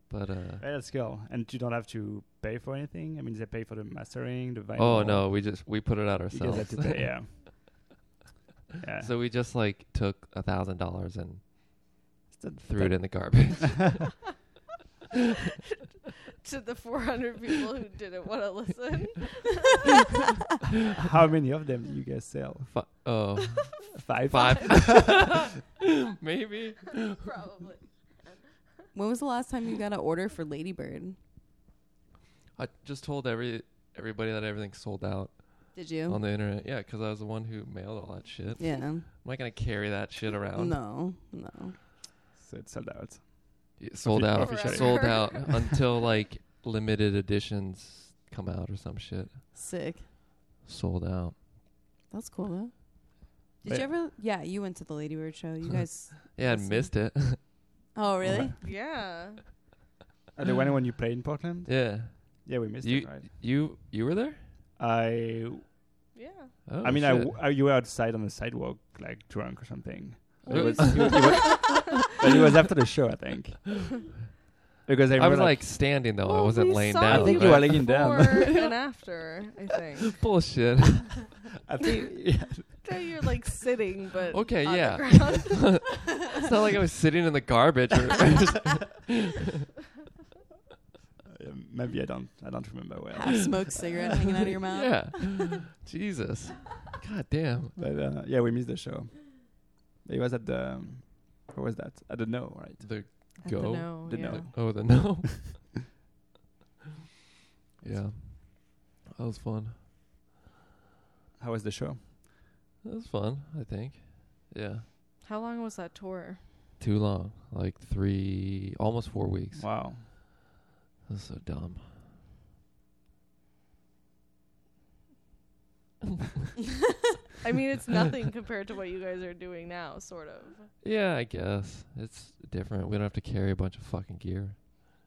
B: but uh
C: Yeah, that's cool. And you don't have to pay for anything. I mean, they pay for the mastering, the vinyl.
B: Oh no, we just we put it out
C: you guys have
B: ourselves.
C: to pay. Yeah. yeah.
B: so we just like took a thousand dollars and
C: It's not
B: threw it in the garbage.
D: to the 400 people who didn't want to listen.
C: How many of them do you guys sell?
B: Fi- oh,
C: Five.
B: five, maybe.
D: Probably.
A: When was the last time you got an order for Ladybird?
B: I just told every everybody that everything sold out
A: Did you?
B: on the internet. Yeah, because I was the one who mailed all that shit.
A: Oh. yeah.
B: I'm not gonna carry that shit around.
A: No. No.
C: So it's sold out.
B: It sold
C: Offi-
B: out,
D: officially.
B: sold
D: Forever.
B: out until like limited editions come out or some shit.
A: Sick.
B: Sold out.
A: That's cool though. Did
C: Wait.
A: you ever? Yeah, you went to the Ladybird show. You guys.
B: Yeah, I
A: Awesome.
B: missed it.
A: Oh really?
C: Right.
D: Yeah.
C: Uh, the one when you play in Portland?
B: yeah,
C: Yeah, we missed
B: You-
C: it, right?
B: you you were there.
C: I,
D: Yeah.
B: Oh,
C: I mean, I,
B: shit.
C: w- I, you were outside on the sidewalk, like drunk or something. It
B: Really?
C: was, it, was- it was, but it was after the show, I think. Because I,
B: I
C: remember,
B: was like standing though. I Oh, wasn't laying down.
C: I think you
B: but-
C: were laying down.
D: Before and after, I think.
B: bullshit.
C: I think, yeah,
D: Okay, you're like sitting, but
B: Okay,
D: on the
B: yeah.
D: ground.
B: it's not like I was sitting in the garbage. Or
C: uh, maybe I don't, I don't remember well.
A: Half smoked cigarette hanging out of your mouth.
B: yeah, Jesus, god damn.
C: But uh, yeah, we missed the show. It was at the, um, what was that? At the No, right?
B: The
D: At
B: go.
D: The no,
C: The
D: yeah.
C: no.
B: Oh, the no. yeah, that was fun.
C: How was the show?
B: That was fun. I think. Yeah,
D: How long was that tour?
B: too long. Like three, almost four weeks.
C: Wow.
B: This is so dumb.
E: I mean, it's nothing compared to what you guys are doing now, sort of.
B: Yeah, I guess it's different. We don't have to carry a bunch of fucking gear,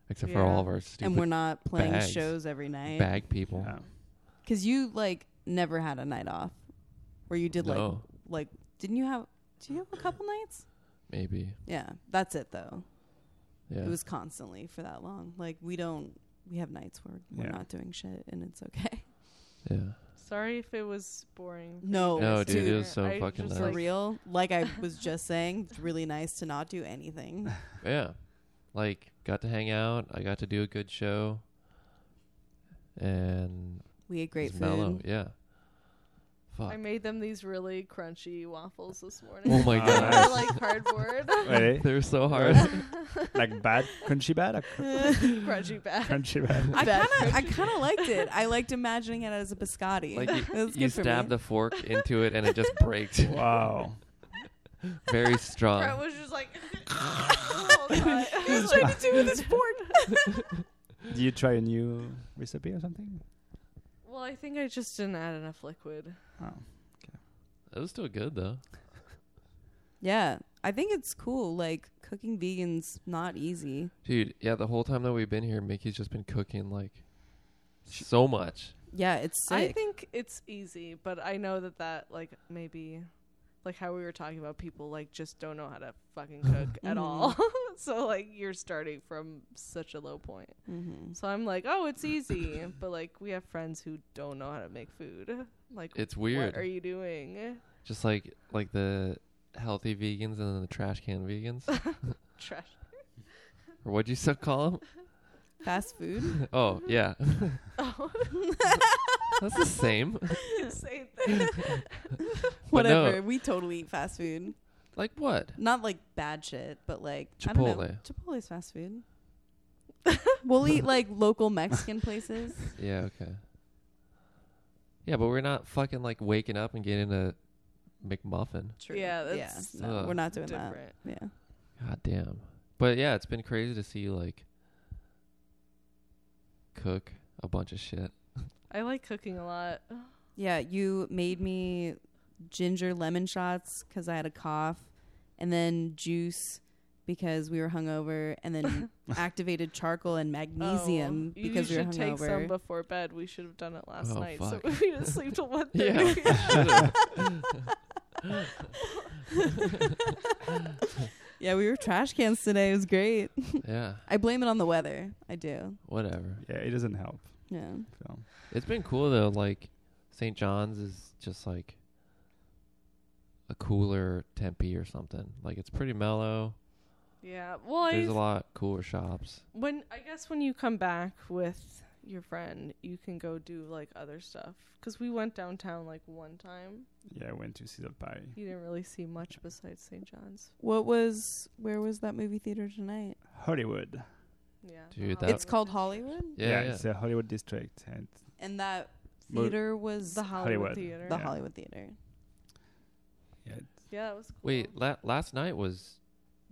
B: except for
E: Yeah.
B: all of our
A: and we're
B: stupid
A: not playing
B: bags.
A: shows every night
B: bag people.
C: Yeah.
A: because you like never had a night off, where you did like
B: no,
A: like didn't you have? Do you have a couple nights?
B: maybe.
A: Yeah, that's it though.
B: Yeah.
A: It was constantly for that long. Like we don't. We have nights where we're
C: Yeah.
A: not doing shit, and it's okay.
B: yeah.
E: Sorry if it was boring. for you
A: No,
E: guys
A: No,
E: to
A: dude, it
E: hear.
B: was so
E: I
B: fucking
E: just,
A: For
B: nice.
E: like,
A: real, like I was just saying, it's really nice to not do anything.
B: Yeah. Like got to hang out. I got to do a good show. And
A: We ate
B: it was
A: great
B: mellow.
A: food.
B: Yeah. Fuck.
E: I made them these really crunchy waffles this morning.
B: oh my
C: Uh,
B: god.
E: They're like cardboard,
C: Really?
B: They're so hard.
C: like bad, crunchy bad, or cr-
E: crunchy bag.
C: crunchy bad.
A: I kind of, I kind of liked it. I liked imagining it as a biscotti.
B: like
A: It
B: you,
A: was
B: you
A: good for
B: stab
A: me.
B: the fork into it and it just breaks.
C: Wow.
B: Very
E: Brett
B: strong.
E: was just like, oh, God.
A: He's trying to do with his fork.
C: Do you try a new recipe or something?
E: well, I think I just didn't add enough liquid.
C: Oh.
B: It was still good though.
A: Yeah, I think it's cool. Like cooking vegans, not easy.
B: Dude, yeah, the whole time that we've been here, Mickey's just been cooking like so much.
A: Yeah, it's sick.
E: I think it's easy, but I know that that like maybe like how we were talking about people like just don't know how to fucking cook
A: Mm-hmm.
E: at all. so like you're starting from such a low point.
A: Mhm.
E: So I'm like, "Oh, it's easy." but like we have friends who don't know how to make food. Like
B: It's
E: What are
B: weird.
E: you doing?
B: Just like like the healthy vegans and then the trash can vegans.
E: Trash.
B: or what'd you still call them?
A: fast food.
B: Oh, yeah.
E: Oh,
B: That's the same.
E: same thing.
B: But no.
A: Whatever. We totally eat fast food.
B: Like what?
A: Not like bad shit, but like I don't know.
B: Chipotle.
A: Chipotle's fast food. we'll eat like local Mexican places.
B: Yeah, okay. Yeah, but we're not fucking like waking up and getting a McMuffin.
A: True.
E: Yeah, that's
A: yeah. No,
B: Ugh.
A: we're not doing that.
E: Different.
A: Yeah.
B: God damn. But yeah, it's been crazy to see like cook a bunch of shit.
E: I like cooking a lot.
A: Yeah, you made me ginger lemon shots because I had a cough, and then juice because we were hungover, and then activated charcoal and magnesium
E: Oh, you
A: because we were
E: should take some
A: hungover.
E: before bed. We should have done it last
B: Oh,
E: night,
B: fuck.
E: so we didn't sleep till one
B: Yeah.
E: thirty.
A: Yeah, we were trash cans today. It was great.
B: yeah,
A: I blame it on the weather. I do.
B: whatever.
C: Yeah, it doesn't help.
A: Yeah.
C: So.
B: It's been cool though. Like St. John's is just like a cooler Tempe or something. Like it's pretty mellow.
E: Yeah. Well, I
B: There's a lot cooler shops.
E: when I guess when you come back with your friend, you can go do like other stuff. 'Cause we went downtown like one time.
C: Yeah, I went to Caesar Pie.
E: You didn't really see much besides St. John's.
A: What was? Where was that movie theater tonight?
C: Hollywood.
E: Yeah. the
B: Dude, that-
A: It's
E: Hollywood.
A: called Hollywood,
B: Yeah, yeah.
C: it's a Hollywood district. And
A: and that
C: Mo-
A: theater was
E: the
A: the,
E: Hollywood,
C: Hollywood.
E: Theater.
C: The- yeah.
A: Hollywood Theater.
C: yeah, it-
E: yeah, that was cool.
B: Wait, la- last night was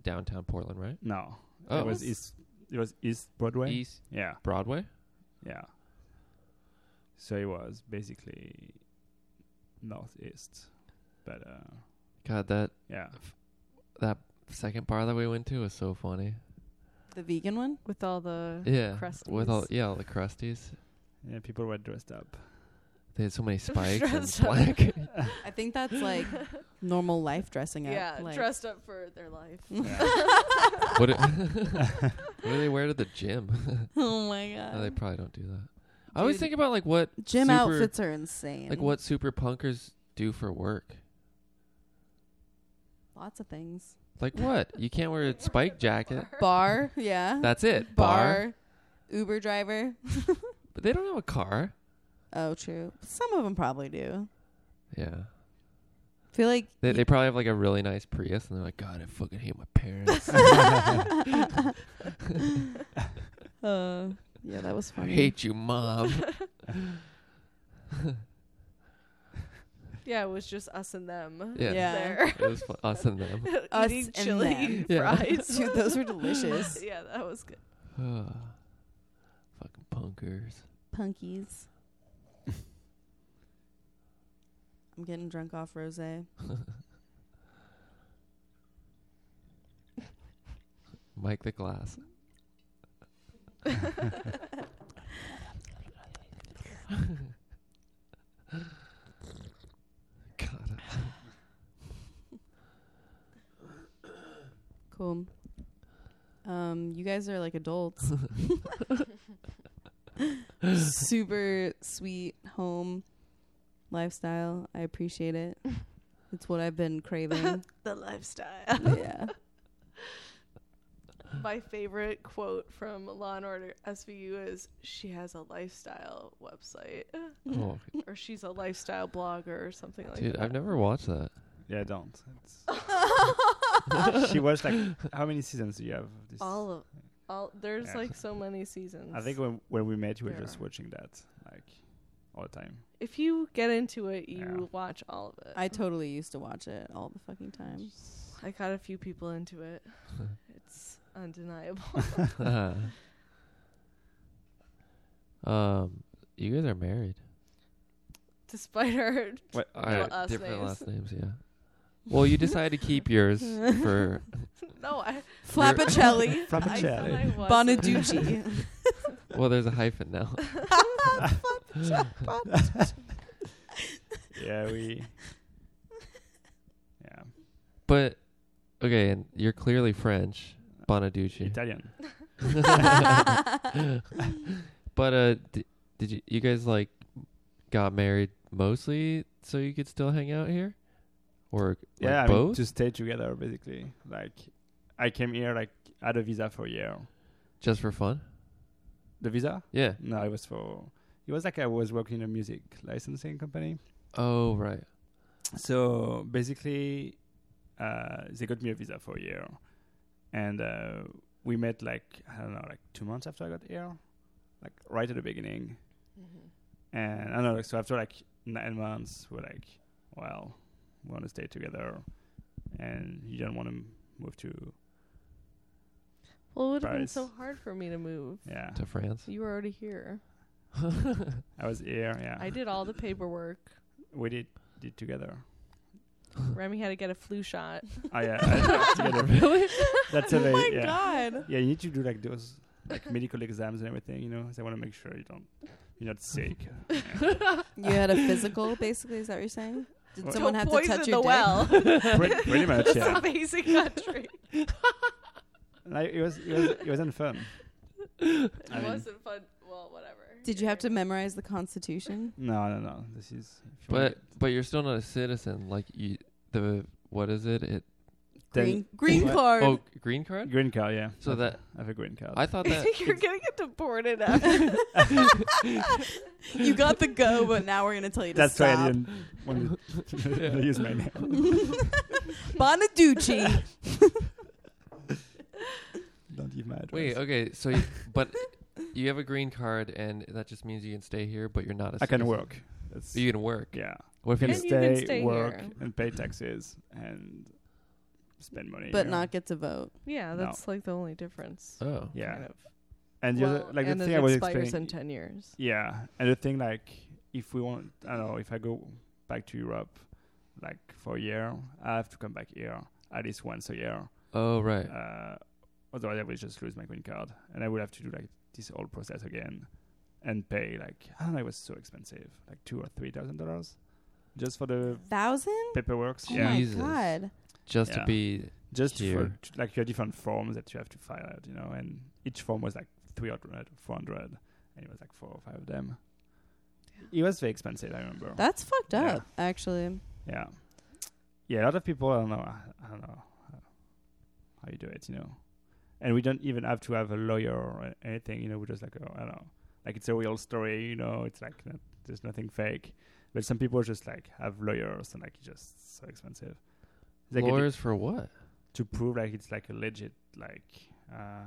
B: downtown Portland, right?
C: no,
B: Oh.
C: it was East. It was East Broadway.
B: East
C: Yeah,
B: Broadway.
C: yeah. So it was basically northeast, but uh,
B: God, that
C: yeah,
B: that second bar that we went to was so funny.
A: The vegan one.
E: with all the
B: Yeah,
E: crusties.
B: with all yeah all the crusties.
C: yeah. People were dressed up.
B: They had so many spikes and
E: Dressed up.
B: black.
A: I think that's like normal life dressing up.
E: yeah,
A: like,
E: dressed up for their life.
C: Yeah.
B: what, do, what do they wear to the gym?
A: Oh my god.
E: Um,
B: no, they probably don't do that. I always
A: Dude.
B: think about like what
A: Gym
B: super,
A: outfits are insane.
B: like what super punkers do for work.
A: Lots of things.
B: Like what? You can't wear a spike jacket.
A: Bar, yeah.
B: That's it.
A: Uber driver.
B: But they don't have a car.
A: Oh, true. Some of them probably do.
B: Yeah.
A: Feel like
B: They, they probably have like a really nice Prius and they're like, God, I fucking hate my parents.
A: uh, yeah, that was
B: I
A: funny.
B: hate you, mom.
E: yeah, it was just us and them.
B: Yeah.
A: Yeah.
E: There.
B: It was fu- us and them.
A: Us
E: Eating
A: and
E: chili
A: them.
B: Yeah.
E: fries.
A: Dude, those were delicious.
E: yeah, that was good.
B: Uh, Punkers.
A: punkies. I'm getting drunk off rosé.
B: Mike the Glass. God.
A: Cool. Um, you guys are like adults. Super sweet home lifestyle. I appreciate it. It's what I've been craving.
D: the lifestyle.
A: yeah.
E: My favorite quote from Law and Order SVU is she has a lifestyle website
B: Oh,
E: or she's a lifestyle blogger or something like
B: dude,
E: that.
B: I've never watched that.
C: Yeah, don't. It's she watched like how many seasons do you have? Of this?
D: All of
E: All, there's
C: Yeah.
E: like so many seasons.
C: I think when when we met, you were
E: There
C: just
E: are.
C: watching that like all the time.
E: if you get into it, you
C: Yeah.
E: watch all of it.
A: I totally used to watch it all the fucking time.
E: I got a few people into it. it's undeniable.
B: um, you guys are married.
E: Despite her,
B: Uh,
E: last
B: different
E: names.
B: last names, yeah. Well, you decided to keep yours for
E: no, I,
A: Flappicelli,
C: Flappicelli.
E: I thought I was.
A: Bonaducci.
B: well, there's a hyphen now.
C: yeah, we. Yeah,
B: But okay, and you're clearly French, Bonaducci.
C: Italian.
B: But uh, d- did you you guys like got married mostly so you could still hang out here, or like,
C: yeah, I mean,
B: both?
C: to stay together basically. Like, I came here like had a visa for a year.
B: just for fun?
C: The visa?
B: Yeah.
C: No, it was for. It was like I was working in a music licensing company.
B: Oh right.
C: So basically, uh, they got me a visa for a year, and uh, we met like I don't know, like two months after I got here, like right at the beginning. And I don't know, like, so after like nine months, we're like, well, we want to stay together, and you don't want to move to
E: Well, it would have been
C: Paris.
E: so hard for me to move.
C: yeah.
B: To France.
E: You were already here.
C: I was here, yeah.
E: I did all the paperwork.
C: we did did together.
E: Remy had to get a flu shot. Oh
C: oh yeah, I, together.
B: really?
C: That's a very
A: my
C: yeah.
A: God.
C: Yeah, you need to do like those like medical exams and everything. You know, they want to make sure you don't you're not sick.
A: You had a physical, basically. Is that what you're saying? Did
C: Well-
A: someone
E: Don't
A: have to
E: poison
A: touch
E: the
A: your
E: well.
C: pretty, pretty much,
E: this
C: yeah.
E: amazing country.
C: Like, it was it was it wasn't fun.
E: It
C: I mean-
E: wasn't fun. Well, whatever.
A: dick? Did you have to memorize the Constitution?
C: No, no, no. This is if you
B: But
C: want-
B: but you're still not a citizen. Like you, the what is it? It
C: Then-
A: Green, green
C: What?
A: card.
B: oh green card.
C: green card, yeah.
B: So
C: I've-
B: that-
C: I have a green card.
B: I thought that
E: You're gonna get deported after.
A: you got the go, but now we're gonna tell you to
C: That's why I
A: stop.
C: didn't want to use my name.
A: Bonaducci.
C: Don't give my address.
B: Wait,
E: oh,
B: okay, so you, but you have a green card, and that just means you can stay here, but you're not. A
C: I can
B: citizen.
C: work. That's,
B: You can work.
C: yeah,
B: What if you?
C: I can
E: And
C: stay,
E: you can stay
C: work,
E: here.
C: and pay taxes and spend money.
A: but
C: you know?
A: not get to vote.
E: yeah,
C: No.
E: that's like the only difference.
B: Oh,
C: Yeah,
E: Kind of.
C: and the
E: well,
C: other- like
E: and
C: the
E: it
C: thing I was
E: expires
C: explaining.
E: in ten years.
C: Yeah, and the thing like if we want, I don't know, if I go back to Europe, like for a year, I have to come back here at least once a year.
B: oh, right.
C: Uh, otherwise, I will just lose my green card, and I would have to do like this whole process again, and pay like I don't know, it was so expensive, like two or three thousand dollars, just for the
A: Thousand?
C: paperwork.
A: Oh
C: yeah,
A: my
B: Jesus.
A: god.
B: Just to
C: yeah.
B: be
C: just
B: Here.
C: for like you have different forms that you have to fill out, you know, and each form was like 300, 400, and it was like four or five of them. It was very expensive, I remember.
A: That's fucked
C: Yeah.
A: up, actually.
C: Yeah. Yeah, a lot of people, I don't know, I, I don't know how- how you do it, you know. And we don't even have to have a lawyer or anything, you know, we're just like, oh, I don't know. Like, it's a real story, you know, it's like, not, there's nothing fake. But some people just like have lawyers and like it's just so expensive. They get
B: lawyers for what?
C: to prove like it's like a legit, like, uh,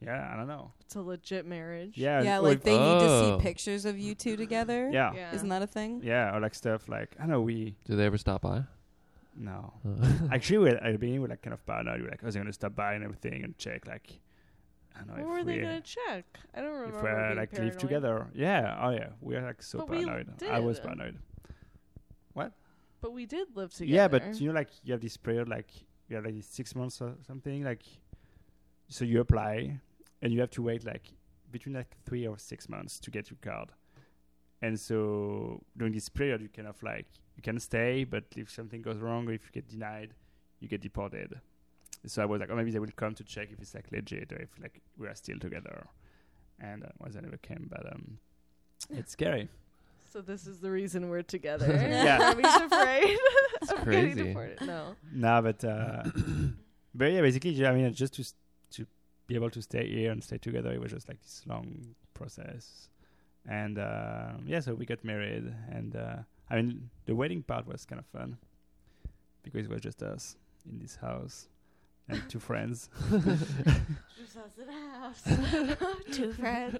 C: yeah, I don't know.
E: It's a legit marriage.
C: Yeah,
A: yeah,
C: or
A: like
C: if-
A: they need to
B: Oh.
A: see pictures of you two together.
C: yeah, yeah,
E: Yeah.
A: Isn't that a thing?
C: or like stuff like, I don't know, we,
B: Do they ever stop by?
C: no.
B: Uh,
C: Actually, we're, at the beginning, we're like kind of paranoid. We're like, oh, they're gonna stop by and everything and check like I don't know
E: What
C: if
E: were
C: we
E: they gonna check? I don't
C: if
E: remember.
C: we're
E: being
C: like
E: paranoid.
C: live together. Yeah. Oh yeah. We are like so
E: But we
C: paranoid. I was
E: did.
C: paranoid.
E: but we did live together.
C: Yeah, but you know, like you have this period, like you have like this six months or something, like so you apply and you have to wait like between like three or six months to get your card. And so during this period, you kind of like you can stay, but if something goes wrong or if you get denied, you get deported. So I was like, oh, maybe they will come to check if it's like legit or if like we are still together. And that was I never came, but um, it's scary.
E: so this is the reason we're together.
C: Yeah.
E: He's afraid. It's
B: crazy.
E: No.
C: No, but uh, but yeah, basically, ju- I mean, just to s- to be able to stay here and stay together, it was just like this long process, and uh, yeah, so we got married, and uh, I mean, the wedding part was kind of fun because it was just us in this house and two friends.
F: Just us in a house. Two friends.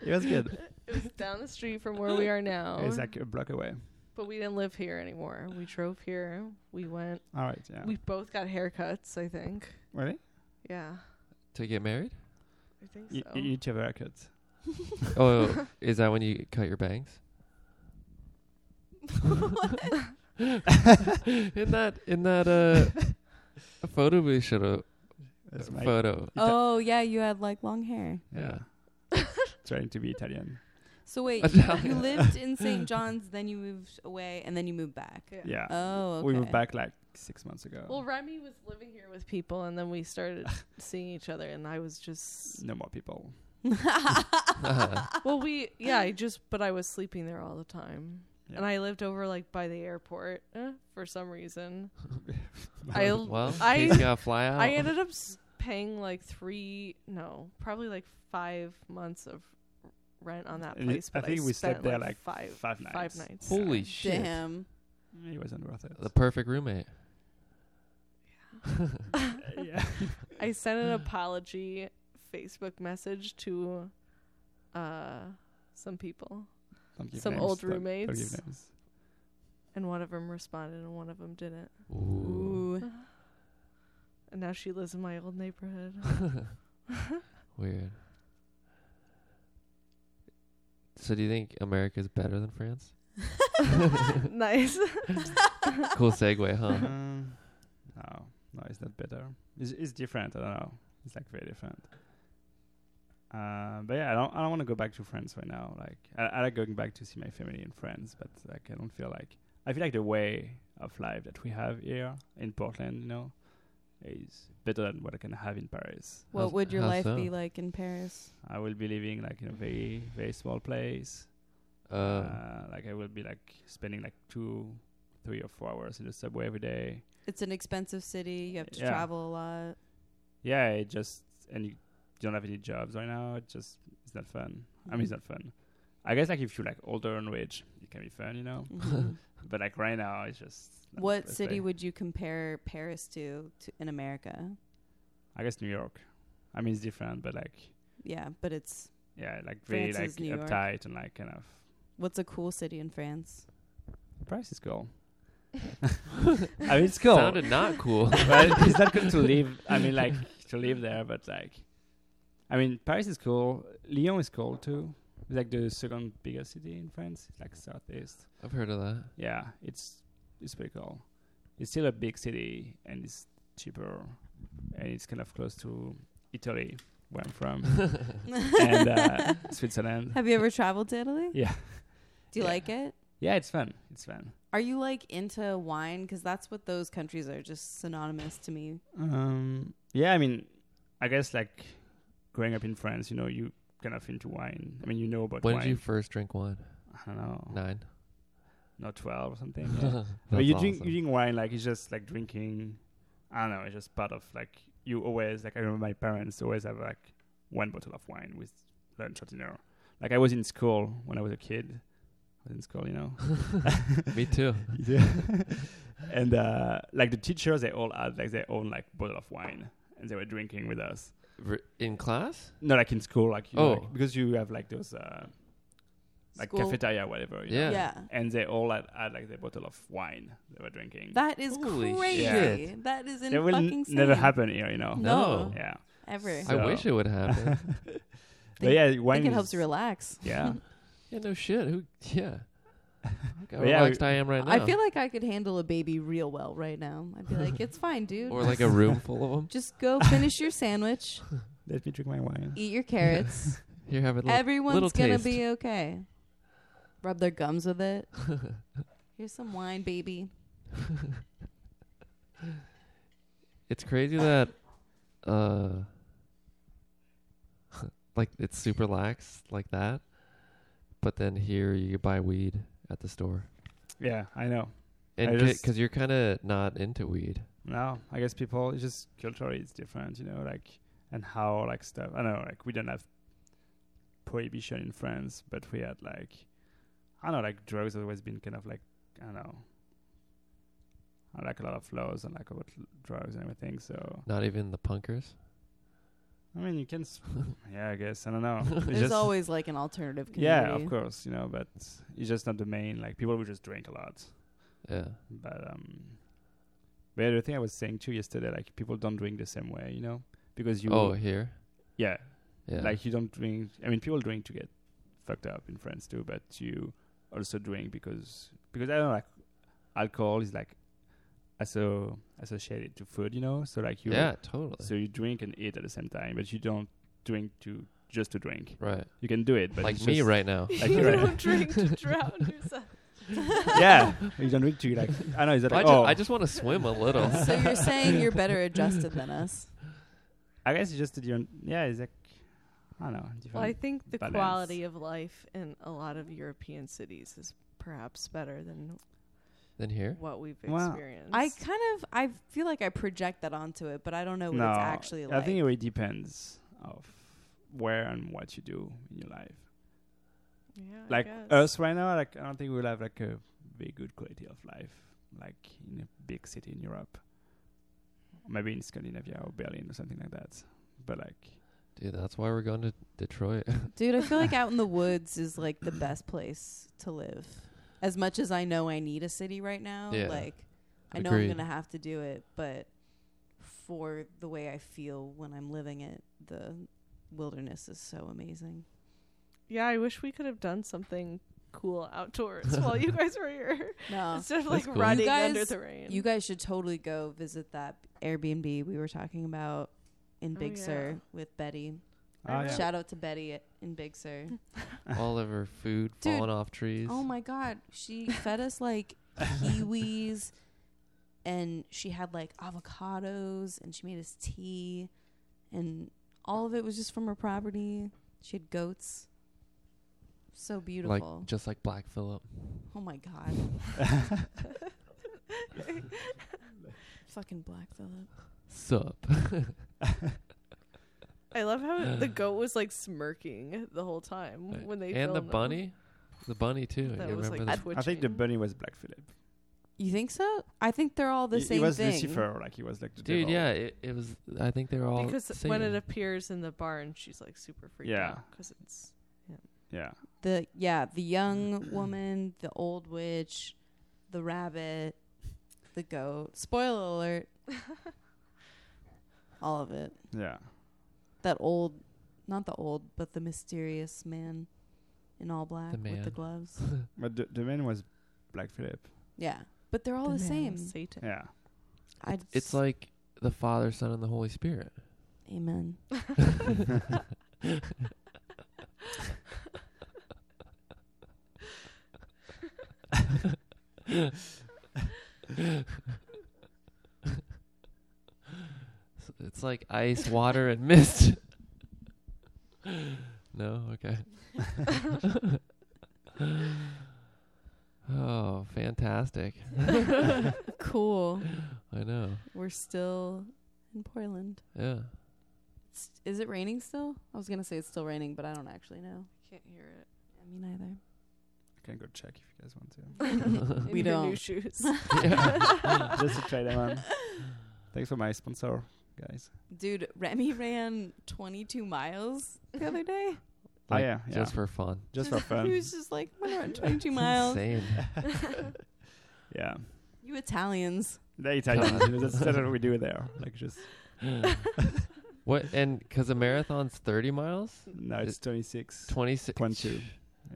C: It was good.
E: It was down the street from where we are now.
C: It's like a block away.
E: But we didn't live here anymore. We drove here. We went.
C: All right, yeah.
E: We both got haircuts, I think.
C: really?
E: Yeah.
B: to get married?
E: I think
C: You,
E: so.
C: you each have a haircut.
B: Oh, is that when you cut your bangs? in that in that uh a photo we should have
C: That's my
B: photo.
A: Oh yeah, you had like long hair.
C: yeah. Trying to be Italian.
A: So wait, you, you lived in St. John's, then you moved away, and then you moved back.
E: Yeah.
C: Yeah.
A: Oh, okay.
C: We moved back like six months ago.
E: Well, Remy was living here with people, and then we started seeing each other, and I was just.
C: no more people.
B: Oh,
E: Well, we. Yeah, I just. But I was sleeping there all the time.
C: Yeah.
E: And I lived over, like, by the airport eh, for some reason. I
C: Well,
E: l-
B: Well,
E: I-
B: he's gonna fly
C: Oh.
B: out.
E: I ended up s- paying, like, three. No, probably, like, five months of rent on that
C: And it-
E: place.
C: I
E: But
C: think
E: I
C: we
E: spent,
C: slept there like
E: like, five,
C: five nights.
E: five nights.
B: Holy shit!
A: Damn.
C: It wasn't worth it.
B: The perfect roommate.
C: yeah.
E: I sent an apology Facebook message to uh, some people,
C: Don't give
E: Some
C: names.
E: old
C: Don't- don't give
E: roommates.
C: names.
E: and one of them responded and one of them didn't.
B: Ooh,
C: Uh-huh.
A: Ooh.
E: And now she lives in my old neighborhood.
B: weird. So, do you think America's better than France?
E: nice.
B: Cool segue, huh?
C: Um, no, no, it's not better. It's, it's different. I don't know. It's like very different. Uh, but yeah, I don't. I don't want to go back to France right now. Like I, I like going back to see my family and friends, but like I don't feel like I feel like the way of life that we have here in Portland, you know, is better than what I can have in Paris.
A: What
B: How's-
A: would your
B: how
A: life
B: so?
A: be like in Paris?
C: I will be living like in a very very small place.
B: Uh,
C: uh, like I will be like spending like two, three or four hours in the subway every day.
A: It's an expensive city. You have to
C: Yeah.
A: travel a lot.
C: Yeah, it just and you don't have any jobs right now. It just it's not fun. I mean, it's not fun. I guess like if you're like older and rich, it can be fun, you know.
A: Mhm.
C: But like right now, it's just not the
A: what
C: best
A: city
C: way.
A: would you compare Paris to, to in America?
C: I guess New York. I mean, it's different, but like
A: Yeah, but it's
C: yeah, like very
A: France is
C: like
A: New York.
C: uptight and like kind of.
A: what's a cool city in France?
C: Price is cool. I mean, it's cool.
B: Sounded not cool.
C: well, it's not good to live. I mean, like to live there, but like, I mean, Paris is cool. Lyon is cool too. It's like the second biggest city in France, It's like southeast.
B: I've heard of that.
C: Yeah, it's it's pretty cool. It's still a big city and it's cheaper, and it's kind of close to Italy, where I'm from, and uh, Switzerland.
A: Have you ever traveled to Italy?
C: Yeah,
A: Do you
C: Yeah.
A: like it?
C: yeah, it's fun. It's fun.
A: Are you like into wine? Because that's what those countries are just synonymous to me.
C: Um, yeah, I mean, I guess like growing up in France, you know, you kind of into wine. I mean, you know about
B: When
C: wine.
B: did you first drink wine?
C: I don't know,
B: Nine.
C: not twelve or something. yeah.
B: That's
C: but you drink
B: awesome.
C: you drink wine like it's just like drinking. I don't know. It's just part of like you always like. I remember my parents always have like one bottle of wine with lunch or dinner. Like I was in school when I was a kid. I was in school, you know.
B: Me too.
C: yeah. and uh, like the teachers, they all had like their own like bottle of wine, and they were drinking with us.
B: R- In class?
C: No, like in school, like you know,
B: Oh.
C: like- because you have like those uh, like
A: School.
C: cafeteria, whatever. you know?
B: Yeah.
A: Yeah.
C: And they all had, had like their bottle of wine they were drinking.
A: That is
B: Holy
A: crazy.
B: shit.
A: That is in
C: that will
A: fucking
C: n- never
A: sane.
C: happen here, you know.
A: No.
B: No.
C: Yeah.
A: Ever.
B: I wish
C: Oh. So-
B: it would happen.
C: But yeah,
A: I
C: wine
A: think it
C: is-
A: helps relax.
C: Yeah.
B: yeah, no shit. Who? Yeah. Look how
C: But yeah,
B: relaxed I am right now.
A: I feel like I could handle a baby real well right now. I'd be like, it's fine, dude.
B: or like a room full of them.
A: Just go finish your sandwich,
C: Let me drink my wine.
A: eat your carrots.
B: You're having little,
A: Everyone's
B: little
A: gonna
B: taste.
A: be okay. Rub their gums with it. Here's some wine, baby.
B: It's crazy that, uh, like it's super lax like that, but then here you buy weed at the store,
C: Yeah, I know. I
B: and
C: just-
B: because you're kind of not into weed.
C: No, I guess people it's just culturally it's different, you know, like and how like stuff. I don't know, like we don't have prohibition in France, but we had like I don't know, like drugs always been kind of like I don't know, I like a lot of laws and like about l- drugs and everything. So
B: Not even the punkers.
C: I mean, you can, s yeah, I guess I don't know. It's
A: There's
C: just-
A: always like an alternative community.
C: yeah, of course, you know, but it's just not the main. Like people would just drink a lot,
B: Yeah.
C: But um, but the thing I was saying too yesterday, like people don't drink the same way, you know, because you
B: oh, here.
C: yeah,
B: Yeah.
C: like you don't drink. I mean, people drink to get fucked up in France too, but you also drink because because I don't know, like alcohol is like asso associated to food, you know. So like you
B: yeah, totally.
C: so you drink and eat at the same time, but you don't drink to just to drink.
B: right.
C: You can do it, but
B: Like
C: it's
B: me
C: just-
B: right now.
C: Like
E: you
C: right.
E: don't drink to drown yourself.
C: yeah, you don't drink to like. I know. Is that
B: I,
C: like,
B: ju-
C: oh,
B: I just want to swim a little.
A: so you're saying you're better adjusted than us.
C: I guess it's just a different. Yeah, it's like I don't know. Different.
D: Well, I think the
C: balance.
D: quality of life in a lot of European cities is perhaps better than
B: then here.
D: what we've
C: Well,
D: experienced.
A: I kind of I feel like I project that onto it, but I don't know what
C: no,
A: it's actually
C: I
A: like.
C: think it really depends of where and what you do in your life.
E: Yeah,
C: like us right now, like I don't think we'll have like a very good quality of life, like in a big city in Europe, maybe in Scandinavia or Berlin or something like that. But like,
B: Dude, that's why we're going to Detroit.
A: Dude, I feel like out in the woods is like the best place to live. As much as I know I need a city right now,
B: Yeah.
A: like I know
B: Agreed.
A: I'm gonna have to do it, but for the way I feel when I'm living it, the wilderness is so amazing.
D: yeah, I wish we could have done something cool outdoors while you guys were here
A: No.
D: instead of like
B: cool. You
D: running under
A: guys-
D: the rain.
A: You guys should totally go visit that Airbnb we were talking about in
E: Oh,
A: Big
E: yeah.
A: Sur with Betty.
C: ah, yeah.
A: Shout out to Betty at, in Big Sur.
B: All of her food
A: Dude,
B: falling off trees.
A: Oh my god, she fed us like kiwis, and she had like avocados, and she made us tea, and all of it was just from her property. She had goats, so beautiful.
B: Like just like Black Phillip.
A: oh my god, fucking Black Phillip.
B: Sup.
D: I love how the goat was like smirking the whole time when they
B: and the
D: filmed them.
B: bunny, the bunny too.
D: That
B: you
D: was like
B: remember that?
D: twitching.
C: I think the bunny was Black Philip.
A: You think so? I think they're all the
C: he,
A: same
C: he was
A: thing.
C: Lucifer, like he was like the
B: Dude,
C: devil.
B: yeah, it, it was. I think they were all
D: because
B: singing.
D: when it appears in the barn, she's like super freaked
C: Yeah.
D: out because it's
C: yeah.
A: The yeah, the young woman, the old witch, the rabbit, the goat. Spoiler alert. all of it.
C: Yeah.
A: that old not the old but the mysterious man in all black
B: The
A: with the
B: man.
A: gloves
C: But the, the man was Black Philip.
A: yeah but they're all the,
D: man
A: Oh, same
D: was Satan.
C: Yeah.
A: I
B: it's like the Father, Son, and the Holy Spirit.
A: amen
B: So It's like ice, water, and mist. no, okay. oh, fantastic!
A: cool
B: I know.
A: we're still in portland
B: Yeah.
C: Oh,
A: it's, is it raining still i was gonna say it's still raining but i don't actually know
E: can't hear it.
A: i mean either
C: You can go check if you guys want to.
A: We
D: In her
A: don't.
D: new shoes.
C: just to try them on. Thanks for my sponsor, guys.
A: dude remy ran 22 miles the other day
C: Oh,
B: Like,
C: yeah, yeah.
B: just for fun.
C: Just for
A: he
C: fun.
A: was just like, we're not 22
B: It's
A: miles.
B: insane.
C: yeah.
A: You Italians.
C: The Italians. you know, that's, that's what we do there. Like just
B: what? And because the marathon's thirty miles,
C: no, it's twenty six.
B: twenty six.
C: 22.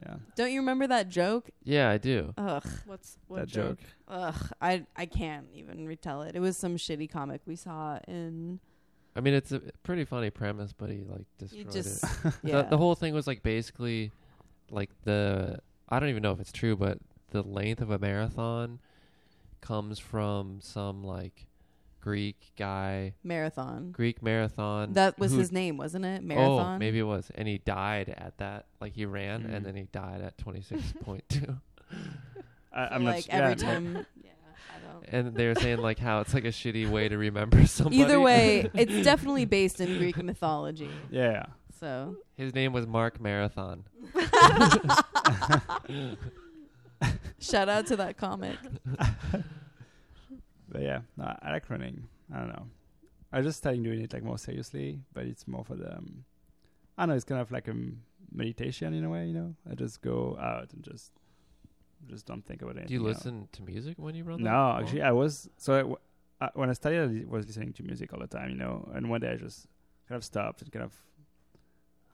C: Yeah.
A: Don't you remember that joke?
B: Yeah, I do.
A: Ugh,
D: What's what
C: That joke.
A: ugh. I I can't even retell it. It was some shitty comic we saw in.
B: I mean, it's a pretty funny premise, but he like
A: You
B: destroyed
A: just
B: it.
A: yeah.
B: The, the whole thing was like basically, like the I don't even know if it's true, but the length of a marathon comes from some like Greek guy,
A: marathon.
B: Greek marathon.
A: That was
B: who-
A: his name, wasn't it? Marathon. Hmm.
B: Oh, maybe it was, and he died at that. Like he ran,
C: Mm.
B: and then he died at twenty six point two.
C: I,
A: So,
C: I'm not.
A: like
C: s- yeah,
A: every
C: I'm not-
A: time. yeah, I don't.
B: And they were saying like how it's like a shitty way to remember somebody.
A: Either way, it's definitely based in Greek mythology.
C: Yeah.
A: So
B: his name was Mark Marathon.
A: shout out to that comic.
C: But yeah, no, I like running. I don't know. I just started doing it like more seriously, but it's more for the. Um, I don't know. It's kind of like a m- meditation in a way. You know, I just go out and just, just don't think about anything.
B: Do you
C: else.
B: listen to music when you run? that?
C: No, actually, I was so I w- I- when I studied, I was listening to music all the time, you know. And one day, I just kind of stopped and kind of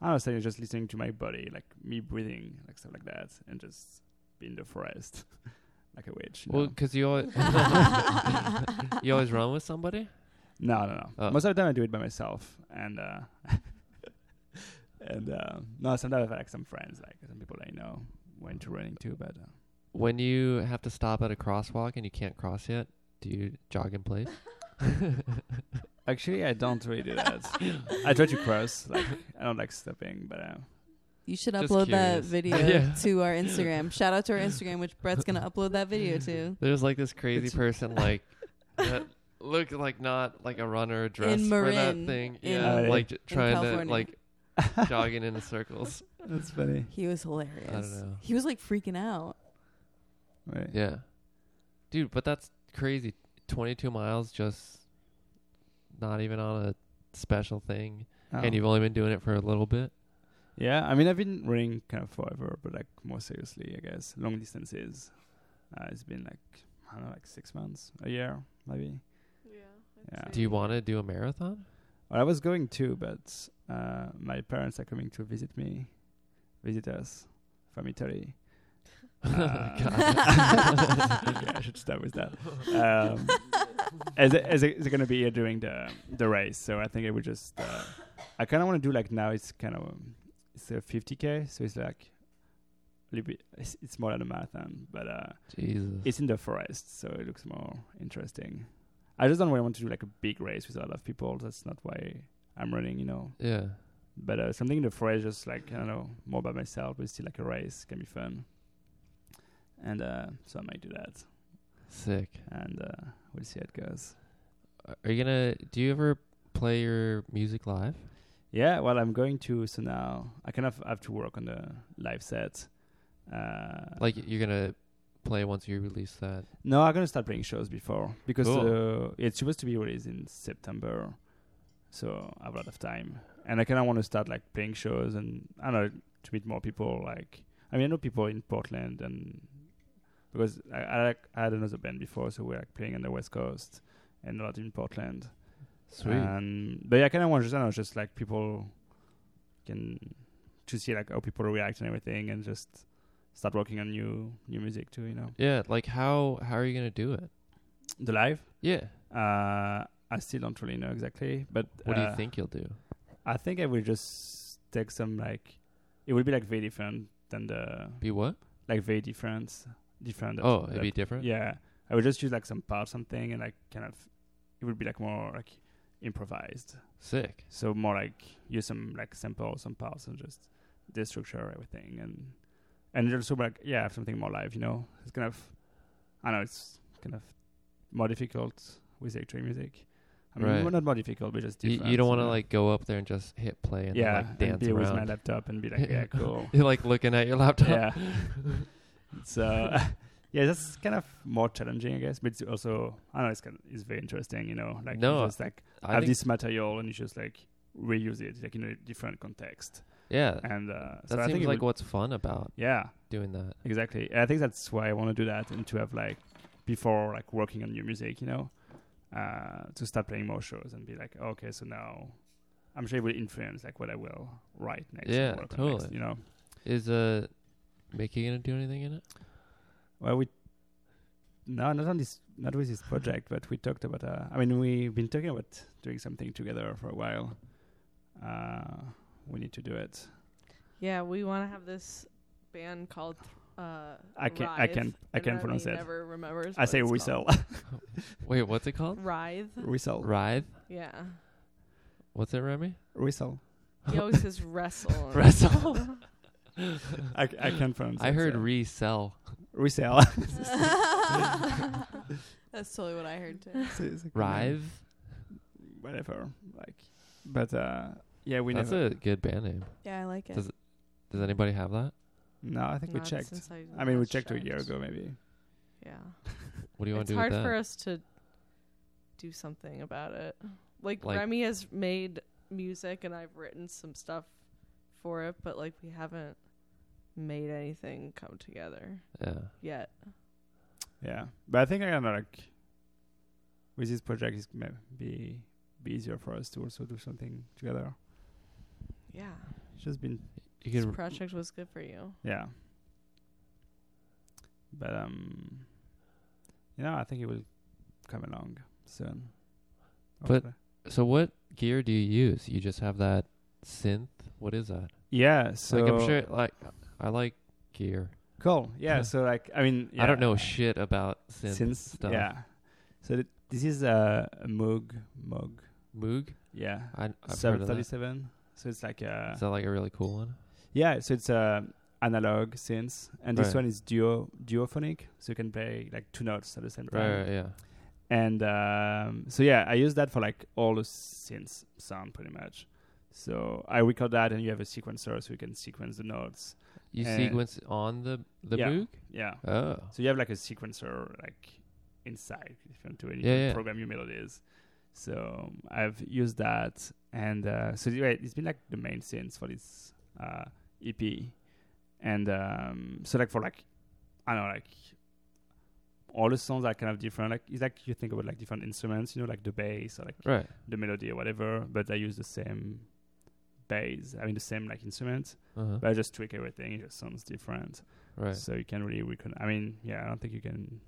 C: I don't know, started just listening to my body, like me breathing, like stuff like that, and just be in the forest like a witch. you
B: Well,
C: know?
B: because you always you always run with somebody.
C: No, no, no.
B: Oh.
C: Most of the time, I do it by myself, and uh, and uh, no, sometimes I have like some friends, like some people I know, went to running too, but. Uh,
B: When you have to stop at a crosswalk and you can't cross yet, do you jog in place?
C: Actually, I don't really do that. I try to cross. Like I don't like stepping, but uh,
A: You should
B: Just
A: upload that
B: curious.
A: video
B: Yeah.
A: to our Instagram. Shout out to our Instagram, which Brett's gonna upload that video to.
B: There's like this crazy
C: It's-
B: person like that look like not like a runner dressed for that
A: Marin,
B: thing.
A: in-
B: yeah,
C: Oh, yeah.
B: like j- trying to
A: California.
B: like jogging in circles.
C: uh, that's funny.
A: He was hilarious.
B: know.
A: He was like freaking out.
C: Right.
B: Yeah, dude, but that's crazy. Twenty-two miles, just not even on a special thing,
C: Oh.
B: and you've only been doing it for a little bit.
C: Yeah, I mean, I've been running kind of forever, but like more seriously, I guess, long distances. Uh, it's been like I don't know, like six months, a year, maybe.
E: yeah.
C: Yeah.
B: Do you want to do a marathon?
C: Well, I was going to, but uh, my parents are coming to visit me, visit us from Italy. Uh, yeah, I should start with that. Um, as it- as it- it's going to be here during the the race, so I think I would just. Uh, I kind of want to do like now. It's kind of um, it's a 50k, so it's like a little bit. It's, it's more than a marathon, but uh,
B: Jesus.
C: it's in the forest, so it looks more interesting. I just don't really want to do like a big race with a lot of people. That's not why I'm running, you know.
B: yeah.
C: But uh, something in the forest, just like I don't know, more by myself, but still like a race can be fun. And uh, so I might do that,
B: Sick.
C: and uh, we'll see how it goes.
B: Are you gonna? Do you ever play your music live?
C: Yeah, well, I'm going to. So now I kind of have to work on the live set. Uh,
B: Like you're gonna play once you release that?
C: no, I'm gonna start playing shows before because
B: Cool.
C: uh, it's supposed to be released in September, so I have a lot of time, and I kind of want to start like playing shows and I don't know to meet more people. Like I mean, I know people in Portland and because I I, like, I had another band before, so we're like playing on the West Coast and a lot in Portland.
B: Sweet.
C: Um, but yeah, I kind of want just I don't know, just like people can to see like how people react and everything, and just start working on new new music too. You know,
B: yeah. Like how? How are you gonna do it?
C: the live.
B: Yeah.
C: Uh, I still don't really know exactly, but
B: What do
C: uh,
B: you think you'll do?
C: I think I will just take some like it would be like very different than the
B: Be what?
C: like very different different.
B: oh, it'd
C: that-
B: be different.
C: yeah. I would just use like some part something and like kind of it would be like more like improvised.
B: Sick.
C: So more like use some like samples, some parts, and just destructure everything, and and also like yeah, have something more live. You know, it's kind of I know it's kind of more difficult with electronic music. I mean,
B: Right.
C: well, not more difficult, but just
B: You,
C: different.
B: you don't want to
C: know?
B: like go up there and just hit play and then,
C: yeah,
B: like dance
C: and be with my
B: around.
C: laptop and be like yeah, cool.
B: You're like looking at your laptop.
C: yeah. So yeah, that's kind of more challenging, I guess, but it's also I don't know it's kind of, it's very interesting. You know, like
B: No,
C: it's like
B: I
C: have
B: think
C: this material and you just like reuse it like in a different context
B: Yeah.
C: and uh, so
B: that
C: I think
B: seems
C: it
B: like
C: would-
B: what's fun about
C: yeah,
B: doing that.
C: exactly. And I think that's why I want to do that and to have like before like working on new music, you know, uh, to start playing more shows and be like, okay, so now I'm sure it will influence like what I will write next. and
B: Yeah,
C: work on next,
B: totally.
C: you know,
B: Is uh Mickey gonna do anything in it?
C: well we. No, not on this, not with this project, but we talked about. Uh, I mean, we've been talking about doing something together for a while. Uh, we need to do it.
E: Yeah, we want to have this band called. Uh,
C: I can't- I
E: Writhe,
C: can't- I
E: and
C: can't
E: Remy
C: pronounce it.
E: Never remembers.
C: I
E: what
C: say
E: it's
C: we
E: called.
C: sell,
B: Wait, what's it called?
E: Writhe.
C: we sell,
B: Writhe?
E: Yeah,
B: What's it, Remy?
C: we sell.
E: he always says wrestle.
B: Wrestle.
C: I, c- I can't pronounce.
B: I
C: it,
B: heard
C: so.
B: resell.
C: resell.
A: That's totally what I heard too.
C: So it's like,
B: Rive.
C: whatever. Like, but uh, yeah, we
B: That's
C: never.
B: a good band name.
A: Yeah, I like it.
B: Does Does anybody have that?
C: No, I think we
E: Not
C: checked.
E: since I,
C: I mean, we
E: last
C: checked a year ago, maybe.
E: Yeah,
B: What do you want
E: it's
B: to do
E: hard
B: with that?
E: for us to do something about it. Like,
B: Like-
E: Remy has made music, and I've written some stuff for it, but like we haven't made anything come together
B: yeah.
E: yet.
C: Yeah, but I think I don't know. Like, with this project, it's maybe be, be easier for us to also do something together.
E: Yeah,
C: It's just been
B: You
E: this
B: could
E: project was good for you.
C: yeah. But um, you know, I think it will come along soon.
B: But- So what gear do you use? You just have that synth? What is that?
C: yeah, so
B: like I'm sure like I like gear.
C: Cool. Yeah. so like, I mean,
B: I don't
C: yeah,
B: know shit about synth
C: Since
B: stuff.
C: yeah, so th- this is a, a Moog Moog.
B: Moog?
C: Yeah,
B: I I've
C: Sub
B: heard of that. Is
C: 37. So it's like a
B: that like a really cool one?
C: yeah. So it's a analog synth, and this
B: Right.
C: one is duo duophonic, so you can play like two notes at the same time.
B: Right, right, yeah.
C: And um, so yeah, I use that for like all the synth sound pretty much. So I record that, and you have a sequencer, so you can sequence the notes.
B: You
C: Uh,
B: sequence on the the
C: yeah.
B: Moog?
C: Yeah.
B: Oh.
C: So you have like a sequencer like inside if you want to, and you
B: Yeah,
C: can
B: yeah.
C: program your melodies. So um, I've used that, and uh, so anyway, it's been like the main synth for this uh, EP, and um, so like for like I don't know like all the songs are kind of different. Like it's like you think about like different instruments, you know, like the bass or like
B: Right.
C: the melody or whatever, but I use the same bass. I mean the same like instrument,
B: Uh-huh.
C: but I just tweak everything. It just sounds different.
B: Right.
C: So you can really recon. I mean, yeah, I don't think you can.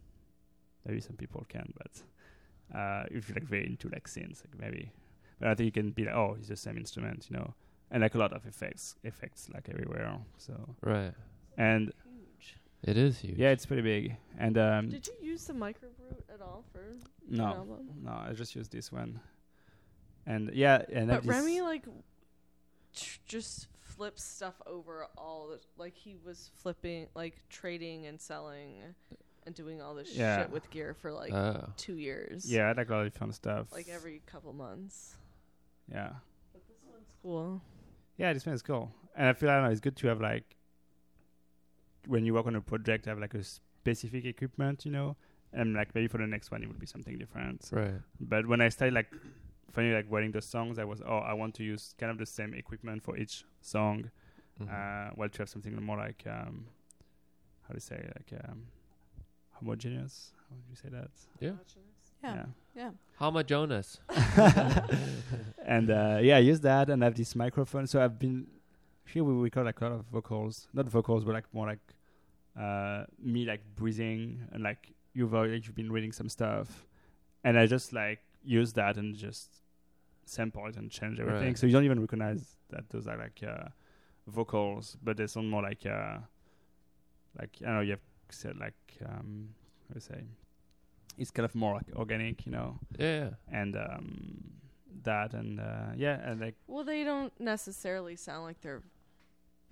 C: Maybe some people can, but uh, if you're like very into like synths, like maybe. But I think you can be like, oh, it's the same instrument, you know, and like a lot of effects, effects like everywhere. So
B: Right.
C: and
E: Huge.
B: It is huge.
C: yeah, it's pretty big. And um,
E: Did you use the microbrute at all for an
C: no,
E: album?
C: no, I just use this one. And yeah, and like
E: But
C: this-
E: Remy like tr- just flips stuff over all the, like he was flipping like trading and selling and doing all this
C: Yeah.
E: shit with gear for like
B: oh.
E: two years.
C: yeah, I like a lot of fun stuff.
E: Like every couple months.
C: yeah.
E: It's cool.
C: Yeah, this one's cool. And I feel I don't know, it's good to have like when you work on a project have like a specific equipment, you know. And like maybe for the next one it would be something different.
B: Right.
C: But when I started like finally like writing the songs, I was oh I want to use kind of the same equipment for each song.
B: Mhm.
C: Uh well to have something more like um how do you say like um homogeneous? How would you say that?
A: Yeah. Yeah.
B: Hama Jonas.
C: and uh, yeah, I use that and I have this microphone. So I've been here. We record like a lot of vocals, not vocals, but like more like uh, me like breathing and like you've al- like, you've been reading some stuff, and I just like use that and just sample it and change everything.
B: Right.
C: So you don't even recognize that those are like uh, vocals, but they sound more like uh, like I don't know you have said like um, how do you say. It's kind of more like organic, you know
B: Yeah. yeah.
C: and um, that and uh, yeah and like
E: Well, they don't necessarily sound like they're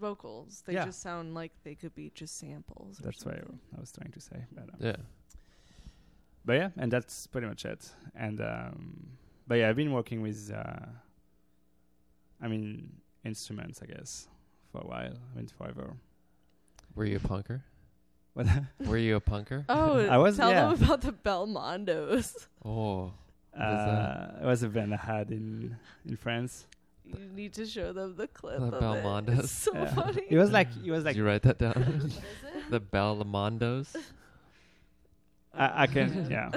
E: vocals. They
C: Yeah.
E: just sound like they could be just samples. or
C: that's what
E: something.
C: I was trying to say but, um,
B: Yeah.
C: but yeah and that's pretty much it and um, but yeah I've been working with uh, I mean instruments I guess for a while I mean forever
B: Were you a punker?
C: What?
B: Were you a punker?
E: Oh,
C: I was-
E: tell
C: yeah.
E: them about the Belmondos.
B: Oh.
C: uh, it was a band I had in in France
E: You need to show them the clip.
B: The
E: of it.
B: Belmondos.
E: It's so
C: Yeah.
E: funny.
B: It
G: It was like it was
B: Did
G: like
B: you write that down? the Belmondos.
C: I, I can, yeah.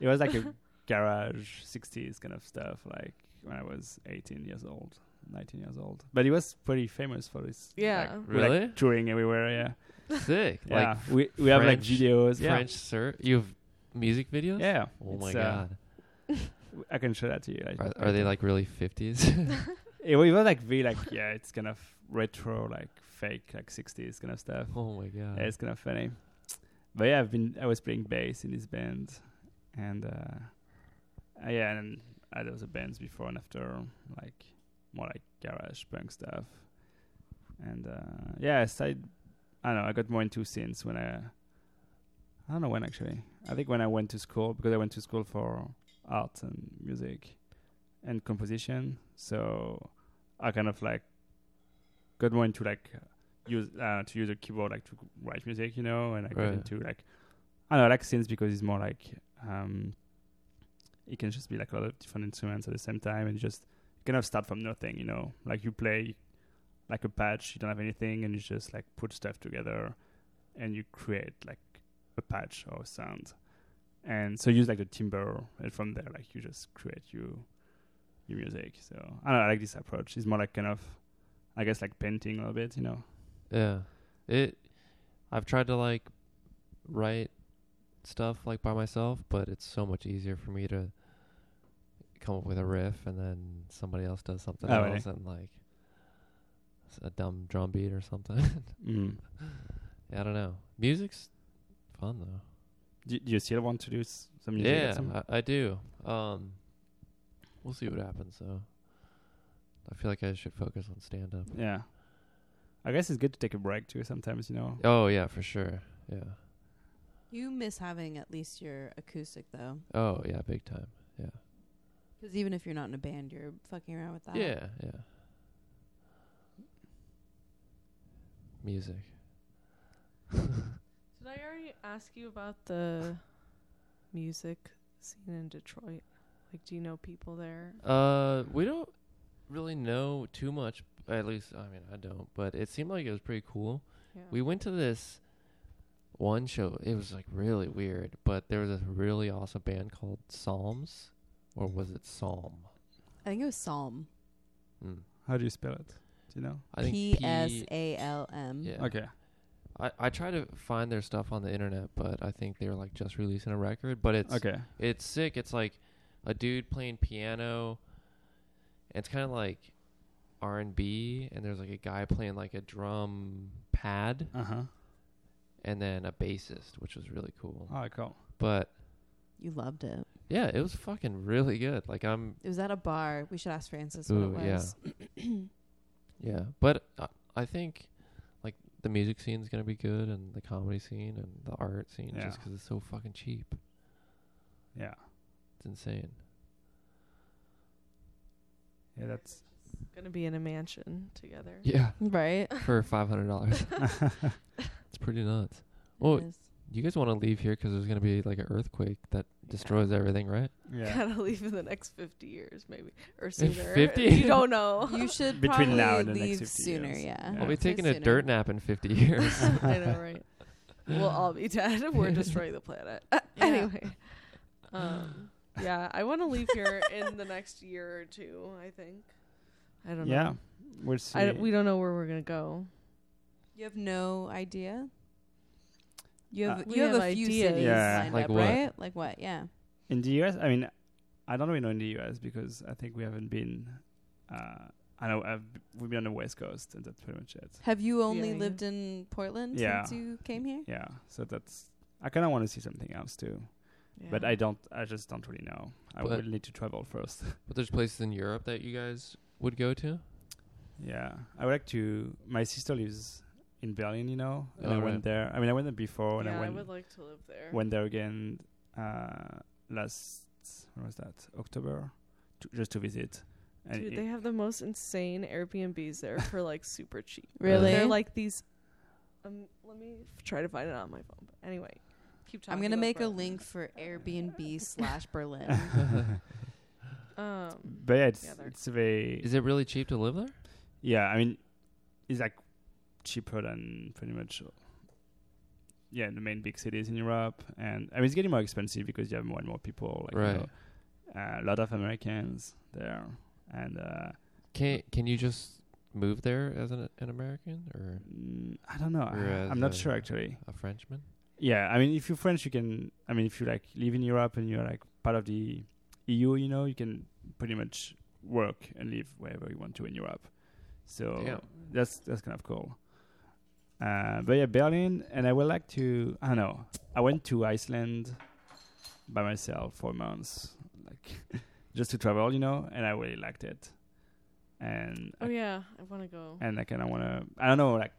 C: It was like a garage 60s kind of stuff, like when I was 18 years old, 19 years old. But he was pretty famous for this.
E: Yeah.
C: Like, we're, like,
B: Really?
C: touring everywhere, yeah.
B: Sick.
C: yeah.
B: Like
C: we we have like
B: French-
C: videos. Yeah.
B: French sir. You have music videos?
C: Yeah.
B: Oh my
C: It's, uh,
B: god.
C: I can show that to you. Like,
B: Are, are they like really 50s?
C: It, wa- it was like really like, yeah, it's kind of retro, like fake, like 60s kind of stuff.
B: oh my god.
C: Yeah, it's kind of funny. But yeah, I've been I was playing bass in this band, and uh, uh, yeah, and uh, there was a bands before and after, like more like garage punk stuff, and uh, yeah, I started. I don't know. I got more into synths when I. I don't know when actually. I think when I went to school because I went to school for art and music, and composition. So I kind of like got more into like use uh, to use a keyboard like to write music, you know, and I got
B: Right.
C: into like I don't know, I like synths because it's more like um it can just be like a lot of different instruments at the same time and just you kind of start from nothing, you know. Like you play like a patch, you don't have anything and you just like put stuff together and you create like a patch or a sound. And so use like the timbre and from there like you just create you your music. So I don't know, I like this approach. It's more like kind of I guess like painting a little bit, you know.
B: Yeah. It I've tried to like write stuff like by myself, but it's so much easier for me to come up with a riff and then somebody else does something
C: Oh, really?
B: else and like s- a dumb drum beat or something.
C: Mm.
B: yeah, I don't know. Music's fun though.
C: Do, do you still want to do s- some music? at
B: yeah,
C: some-
B: I, I do. Um we'll see what happens though. I feel like I should focus on stand up.
C: yeah. I guess it's good to take a break too sometimes, you know.
B: Oh yeah, for sure. Yeah.
A: You miss having at least your acoustic though,
B: Oh yeah, big time.
A: 'cause even if you're not in a band, you're fucking around with that.
B: Yeah, yeah. Music.
D: Did I already ask you about the music scene in Detroit? Like, do you know people there?
B: Uh, we don't really know too much. At least, I mean, I don't. But it seemed like it was pretty cool.
D: Yeah.
B: We went to this one show. It was like really weird, but there was a really awesome band called Psalms, or was it Psalm?
A: I think it was Psalm.
B: Mm.
C: How do you spell it? Do you know?
B: I think
A: P S A L
B: Yeah.
A: M.
C: Okay.
B: I I try to find their stuff on the internet, but I think they were like just releasing a record. But it's
C: Okay.
B: it's sick. It's like a dude playing piano. And it's kind of like R and B, and there's like a guy playing like a drum pad,
C: Uh huh.
B: and then a bassist, which was really cool.
C: Oh, cool.
B: But
A: You loved it.
B: yeah, it was fucking really good. Like I'm,
A: It was at a bar. We should ask Francis
B: Ooh,
A: what it
B: yeah.
A: was.
B: yeah. But I, I think like the music scene's gonna be good, and the comedy scene, and the art scene, just 'cause
C: Yeah.
B: it's so fucking cheap.
C: Yeah.
B: It's insane.
C: Yeah, that's.
D: Gonna be in a mansion together.
B: Yeah,
A: Right.
B: for five hundred dollars, it's pretty nuts. Well,
A: Yes.
B: You guys want to leave here 'cause there's going to be like an earthquake that destroys everything, right?
C: Yeah.
E: Gotta leave in the next 50 years, maybe. Or
B: In
E: sooner.
B: 50?
E: You don't know.
A: you should
C: Between
A: probably
C: now and the next
A: leave
C: 50
A: sooner.
C: years.
A: Yeah.
C: Yeah.
B: I'll be
A: Say
B: taking a
A: sooner.
B: dirt nap in 50 years.
D: I know, right?
E: we'll all be dead. We're destroying the planet. Anyway. Um,
D: Yeah, I want to leave here in the next year or two. I think. I don't
C: Yeah.
D: know.
C: We'll see.
D: I don't- we don't know where we're gonna go.
A: You have no idea. You have
C: Uh,
A: you
D: We
A: have,
D: have
A: a few
D: ideas.
A: cities
C: Yeah.
A: lined
B: Like
A: up,
B: what?
A: right? Like what? Yeah.
C: in the US, I mean, I don't really know in the US because I think we haven't been. Uh, I know I've, we've been on the West Coast, and that's pretty much it.
A: Have you only
D: Yeah, yeah.
A: lived in Portland
C: Yeah.
A: since you came here?
C: Yeah. So that's. I kind of want to see something else too, but I don't. I just don't really know. I
B: But-
C: would need to travel first.
B: but there's places in Europe that you guys would go to?
C: Yeah, I would like to. My sister lives in Berlin, you know, and
B: Oh,
C: I
B: right.
C: went there. I mean, I went there before, and
D: yeah,
C: I
D: I
C: went
D: would like to live there.
C: went there again uh, last. When was that? October, to, just to visit. And
D: Dude,
C: it-
D: they have the most insane Airbnbs there for like super cheap.
A: Really?
D: They're like these. Um, let me f- try to find it on my phone. But anyway, keep talking.
A: I'm gonna
D: about
A: make a
D: Berlin.
A: link for Airbnb slash Berlin.
E: Um,
C: But yeah, it's,
E: Together.
C: it's very
B: Is it really cheap to live there?
C: yeah. I mean, it's like cheaper than pretty much yeah the main big cities in Europe, and I mean it's getting more expensive because you have more and more people, like you
B: Right.
C: know, uh, a lot of Americans there, and uh,
B: Can Can you just move there as an, an American or
C: mm, I don't know. I-
B: Whereas,
C: I'm not
B: uh,
C: sure actually.
B: a Frenchman?
C: Yeah, I mean, if you're French, you can. I mean, if you like live in Europe and you're like part of the EU, you know, you can pretty much work and live wherever you want to in Europe. So
B: Damn.
C: that's that's kind of cool. Uh, but yeah, Berlin, and I would like to. I don't know. I went to Iceland by myself for months, like just to travel, you know, and I really liked it. And I
E: oh yeah, I want to go.
C: and like, and I want to. I don't know, like,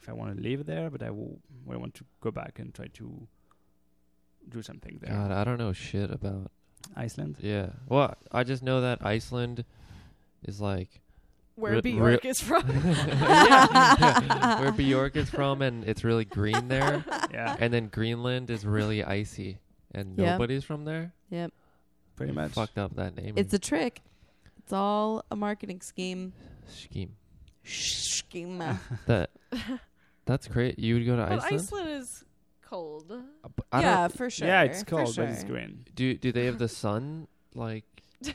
C: if I want to live there, but I will. I want to go back and try to do something there.
B: God, I don't know shit about.
C: Iceland.
B: Yeah. Well, I just know that Iceland is like
E: Where
B: Re-
E: Bjork is from.
B: Yeah. where Bjork is from, and it's really green there.
C: yeah,
B: And then Greenland is really icy, and
A: Yeah.
B: nobody's from there.
A: Yep.
C: pretty much.
B: Fucked up that name.
A: It's a trick. It's all a marketing scheme.
B: scheme.
A: Scheme.
B: That. That's great. You would go to
E: But
B: Iceland.
E: Iceland is cold.
B: Uh, but I
A: Oh, Yeah,
B: don't-
A: for sure.
C: Yeah, it's
A: for
C: cold, but it's
A: sure.
C: green.
B: Do Do they have the sun like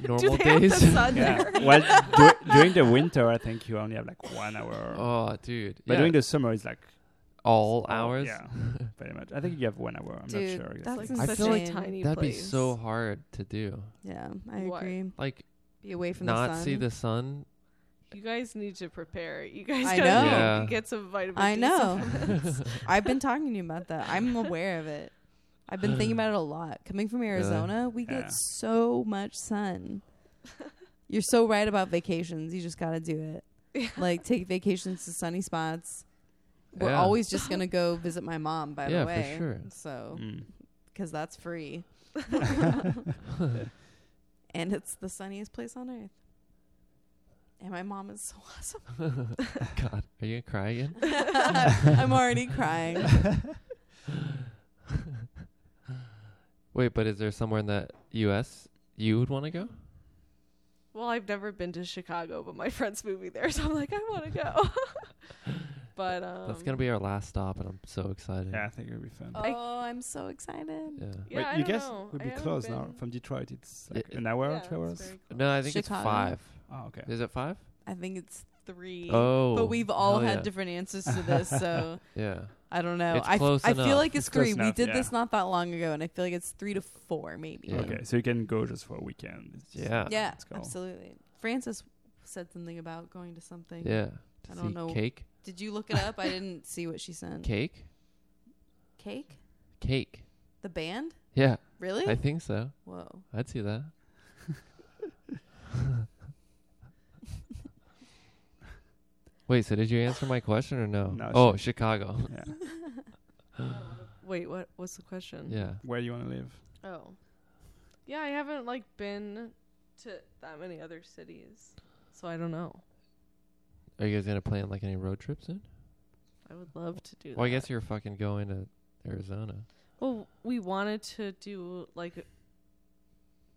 B: normal
E: Do they have the
B: days?
E: sun
C: Yeah.
E: there?
C: well, du- during the winter, I think you only have like one hour.
B: oh, dude.
C: But
B: yeah.
C: during the summer, it's like
B: all
C: oh,
B: hours.
C: Yeah, pretty much. I think you have one hour. I'm
A: Dude,
C: not sure.
A: that's
C: exactly.
H: It's
A: I
H: like such
B: feel
H: a
A: like
H: tiny
B: That'd
H: place.
B: be so hard to do.
A: Yeah, I
E: What?
A: agree.
B: Like
A: Be away from
B: not
A: the sun.
B: see the sun.
E: You guys need to prepare. You guys
A: I
E: gotta
A: know.
B: Yeah.
E: get some vitamin.
A: I
E: D
A: know.
E: supplements.
A: I've been talking to you about that. I'm aware of it. I've been thinking about it a lot. Coming from Arizona, we
C: Yeah.
A: get so much sun. You're so right about vacations. You just got to do it. Like take vacations to sunny spots. We're
B: Yeah.
A: always just going to go visit my mom by the
B: Yeah, for
A: way.
B: sure.
A: So,
C: Mm.
A: cuz that's free. and it's the sunniest place on earth. And my mom is so awesome.
B: God, are you gonna cry again?
A: I'm already crying.
B: Wait, but is there somewhere in the U.S. you would want to go?
E: Well, I've never been to Chicago, but my friend's moving there, so I'm like, I want to go. but um,
B: That's gonna be our last stop, and I'm so excited.
C: Yeah, I think it would be fun.
E: I-
A: Oh, I'm so excited.
B: Yeah.
E: Yeah,
C: Wait,
E: I
C: you
E: don't
C: guess
E: know.
C: we'd
E: I
C: be
E: haven't
C: close now
E: been-
C: from Detroit. It's
B: It-
C: like
B: it-
C: an hour,
E: Yeah,
C: two
E: it's
C: hours.
E: very cool.
B: No, I think
A: Chicago?
B: it's five.
C: Oh, okay.
B: Is it five?
A: I think it's three.
B: Oh,
A: but we've all
B: hell
A: had
B: yeah.
A: different answers to this, so
B: Yeah.
A: I don't know.
B: It's
A: I f-
B: close
A: I feel
B: enough.
A: like it's,
C: It's close
A: three. We
C: enough,
A: did
C: yeah.
A: this not that long ago, and I feel like it's three to four, maybe.
B: Yeah.
C: Okay, so you can go just for a weekend. It's just-
B: Yeah.
A: Yeah,
C: Let's go.
A: absolutely. Francis said something about going to something.
B: Yeah.
A: I
B: To
A: don't
B: see
A: know. Mm.
B: Cake.
A: Did you look it up? I didn't see what she sent.
B: Cake.
A: Cake?
B: Cake.
A: The band?
B: Yeah,
A: Really?
B: I think so.
A: Whoa.
B: I'd see that. Wait, so did you answer my question or no?
C: No,
B: oh,
C: sure.
B: Chicago.
C: Yeah.
E: Wait, what? What's the question?
B: yeah.
C: Where do you want to live?
E: Oh, yeah. I haven't like been to that many other cities, so I don't know.
B: Are you guys gonna plan like any road trips soon?
E: I would love to do.
B: Well, I
E: that.
B: guess you're fucking going to Arizona.
E: Well, we wanted to do like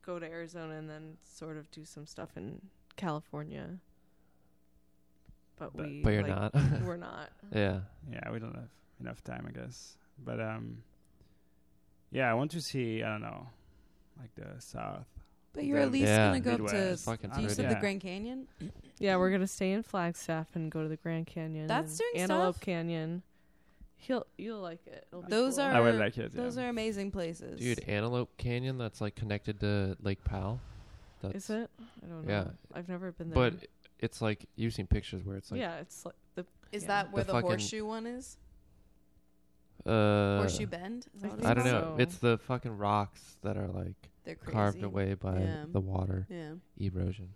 E: go to Arizona and then sort of do some stuff in California, but,
C: But-
E: we
B: but you're
E: like,
B: not.
E: we're not.
B: yeah.
C: Yeah, we don't have enough time, I guess. But um, yeah, I want to see. I don't know, like the south.
A: But you're
C: The
A: at least
B: Yeah.
A: gonna go up to.
C: Midwest.
B: Fucking
A: Do you
B: pretty.
A: said
C: Yeah.
A: the Grand Canyon?
E: Yeah, we're gonna stay in Flagstaff and go to the Grand Canyon.
A: That's
E: and
A: doing
E: Antelope
A: stuff?
E: Canyon. He'll you'll like it. It'll be
A: Those
E: cool.
A: are
C: I would like it.
A: Those
C: yeah.
A: are amazing places.
B: Dude, Antelope Canyon that's like connected to Lake Powell. That's,
E: Is it? I don't know.
B: Yeah.
E: I've never been there.
B: But it's like you've seen pictures where it's like
E: yeah, it's like the
A: Is
E: yeah.
A: that where the,
B: The fucking-
A: horseshoe one is?
B: uh
A: horseshoe Bend? Is that what it's
B: I don't
A: called?
B: know.
E: So-
B: It's the fucking rocks that are like
A: They're crazy.
B: carved away by
A: Yeah.
B: the water
A: Yeah.
B: erosion.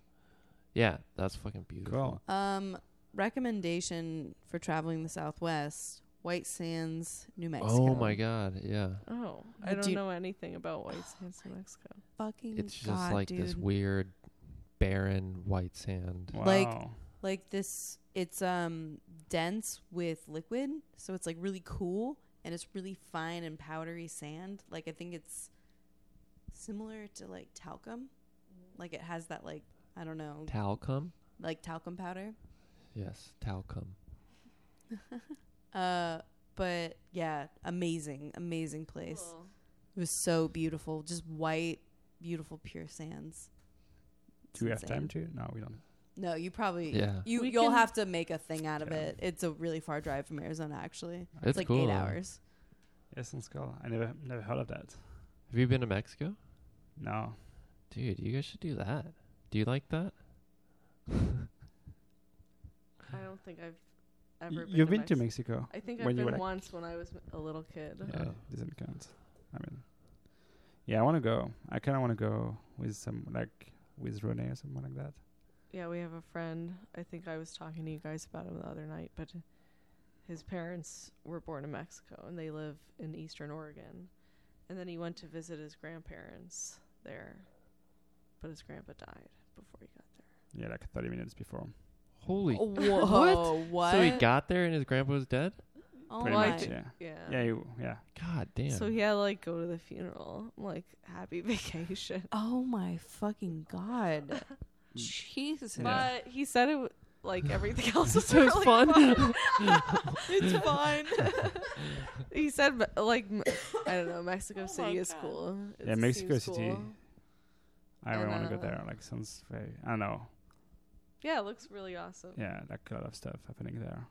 B: Yeah, that's fucking beautiful.
C: Cool.
A: Um, recommendation for traveling the Southwest: White Sands, New Mexico.
B: Oh my god, yeah.
E: oh,
A: Do
E: I don't
A: you-
E: know anything about White Sands, New Mexico.
A: Fucking
B: It's just
A: god,
B: like
A: dude.
B: this weird barren white sand.
A: like-
C: Wow.
A: like this. It's um dense with liquid, so it's like really cool, and it's really fine and powdery sand. Like I think it's similar to like talcum. Like it has that like I don't know,
B: Talcum?
A: like talcum powder.
B: Yes, talcum.
A: Uh, but yeah, amazing, amazing place.
E: Cool.
A: It was so beautiful, just white, beautiful, pure sands. It's
C: Do we have
A: insane.
C: time to? No, we don't.
A: No, you probably
B: Yeah.
A: You
D: We
A: you'll
D: can-
A: have to make a thing out of
C: Yeah.
A: it. It's a really far drive from Arizona, actually.
B: It's
A: It's like
B: cool.
A: eight
B: though.
A: hours.
C: Yes, sounds cool. I never never heard of that.
B: Have you been to Mexico?
C: No.
B: Dude, you guys should do that. Do you like that?
E: I don't think I've
C: Y-
E: ever.
C: You've been
E: been
C: to
E: Mex-
C: Mexico.
E: I think
C: when
E: I've
C: you were like-
E: been once when I was a little kid.
C: Yeah,
B: Oh.
C: it doesn't count. I mean, yeah, I want to go. I kind of want to go with some like with Renee or someone like that.
E: Yeah, we have a friend. I think I was talking to you guys about him the other night, but
D: His parents were born in Mexico and they live in Eastern Oregon. And then he went to visit his grandparents there, but his grandpa died before he got there.
C: Yeah, like 30 minutes before.
B: Holy.
A: Whoa, Oh,
E: Oh,
A: what?
B: So he got there and his grandpa was dead?
A: oh
C: pretty
A: my.
C: much, yeah.
D: Yeah.
C: Yeah, you, yeah.
B: God damn.
D: So he had to like go to the funeral. I'm like, happy vacation.
A: Oh my fucking god. Jesus.
C: Yeah.
D: But he said it w- like everything else was
B: So it's
D: really
B: fun.
D: it's fun. he said me- like m- I don't know, Mexico City is cool. It
C: Yeah, Mexico
D: seems
C: City.
D: cool.
C: I
D: And,
C: want to go
D: uh,
C: there. Like, sounds very. I don't know.
D: Yeah, it looks really awesome.
C: Yeah, like a lot of stuff happening there.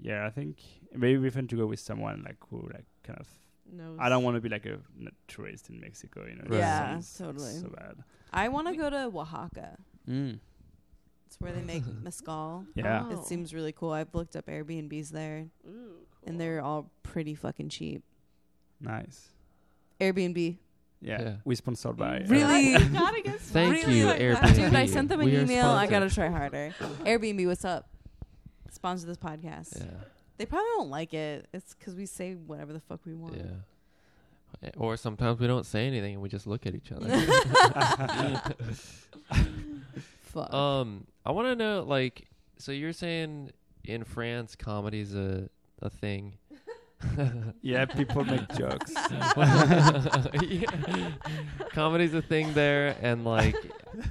C: Yeah, I think maybe we fun to go with someone like who like kind of.
D: No,
C: I don't want to be like a n- tourist in Mexico, you know.
B: Right.
A: Yeah,
C: Sounds
A: totally.
C: So bad.
A: I want to go to Oaxaca.
C: Mm.
A: It's where they make mezcal.
C: Yeah.
D: Oh.
A: It seems really cool. I've looked up Airbnbs there,
D: Ooh,
A: and they're all pretty fucking cheap.
C: Nice.
A: Airbnb.
C: Yeah,
B: Yeah.
C: we're sponsored by. uh,
A: Really?
D: I gotta get some-
B: Thank
A: Really?
B: you,
A: Like,
B: Airbnb.
A: Dude, I sent them an
B: We are
A: email. I gotta
B: sponsored.
A: try harder. Airbnb, what's up? Sponsor this podcast. They probably don't like it. It's because we say whatever the fuck we want.
B: Yeah. Yeah. Or sometimes we don't say anything and we just look at each other.
A: Fuck.
B: Um, I want to know, like, so you're saying in France, comedy's a a thing.
C: yeah, people make jokes. Uh-huh.
B: Yeah. Comedy's a thing there, and like,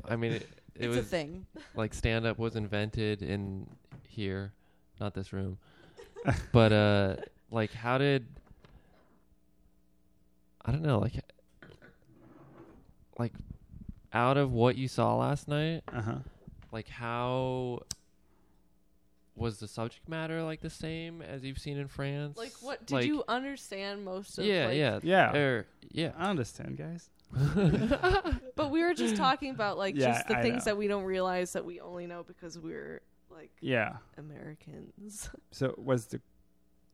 B: I mean, it, it
A: it's a
B: was
A: thing.
B: like stand up was invented in here, not this room, but uh, like, how did I don't know, like, like out of what you saw last night,
C: Uh huh.
B: like how was the subject matter like the same as you've seen in France?
D: Like, what did you understand most of?
B: Yeah,
D: like-
B: yeah,
C: Yeah. Uh,
B: er, yeah.
C: I understand, guys.
D: But we were just talking about like
C: Yeah,
D: just the
C: I
D: things
C: know.
D: that we don't realize that we only know because we're like
C: Yeah.
D: Americans.
C: So, what's the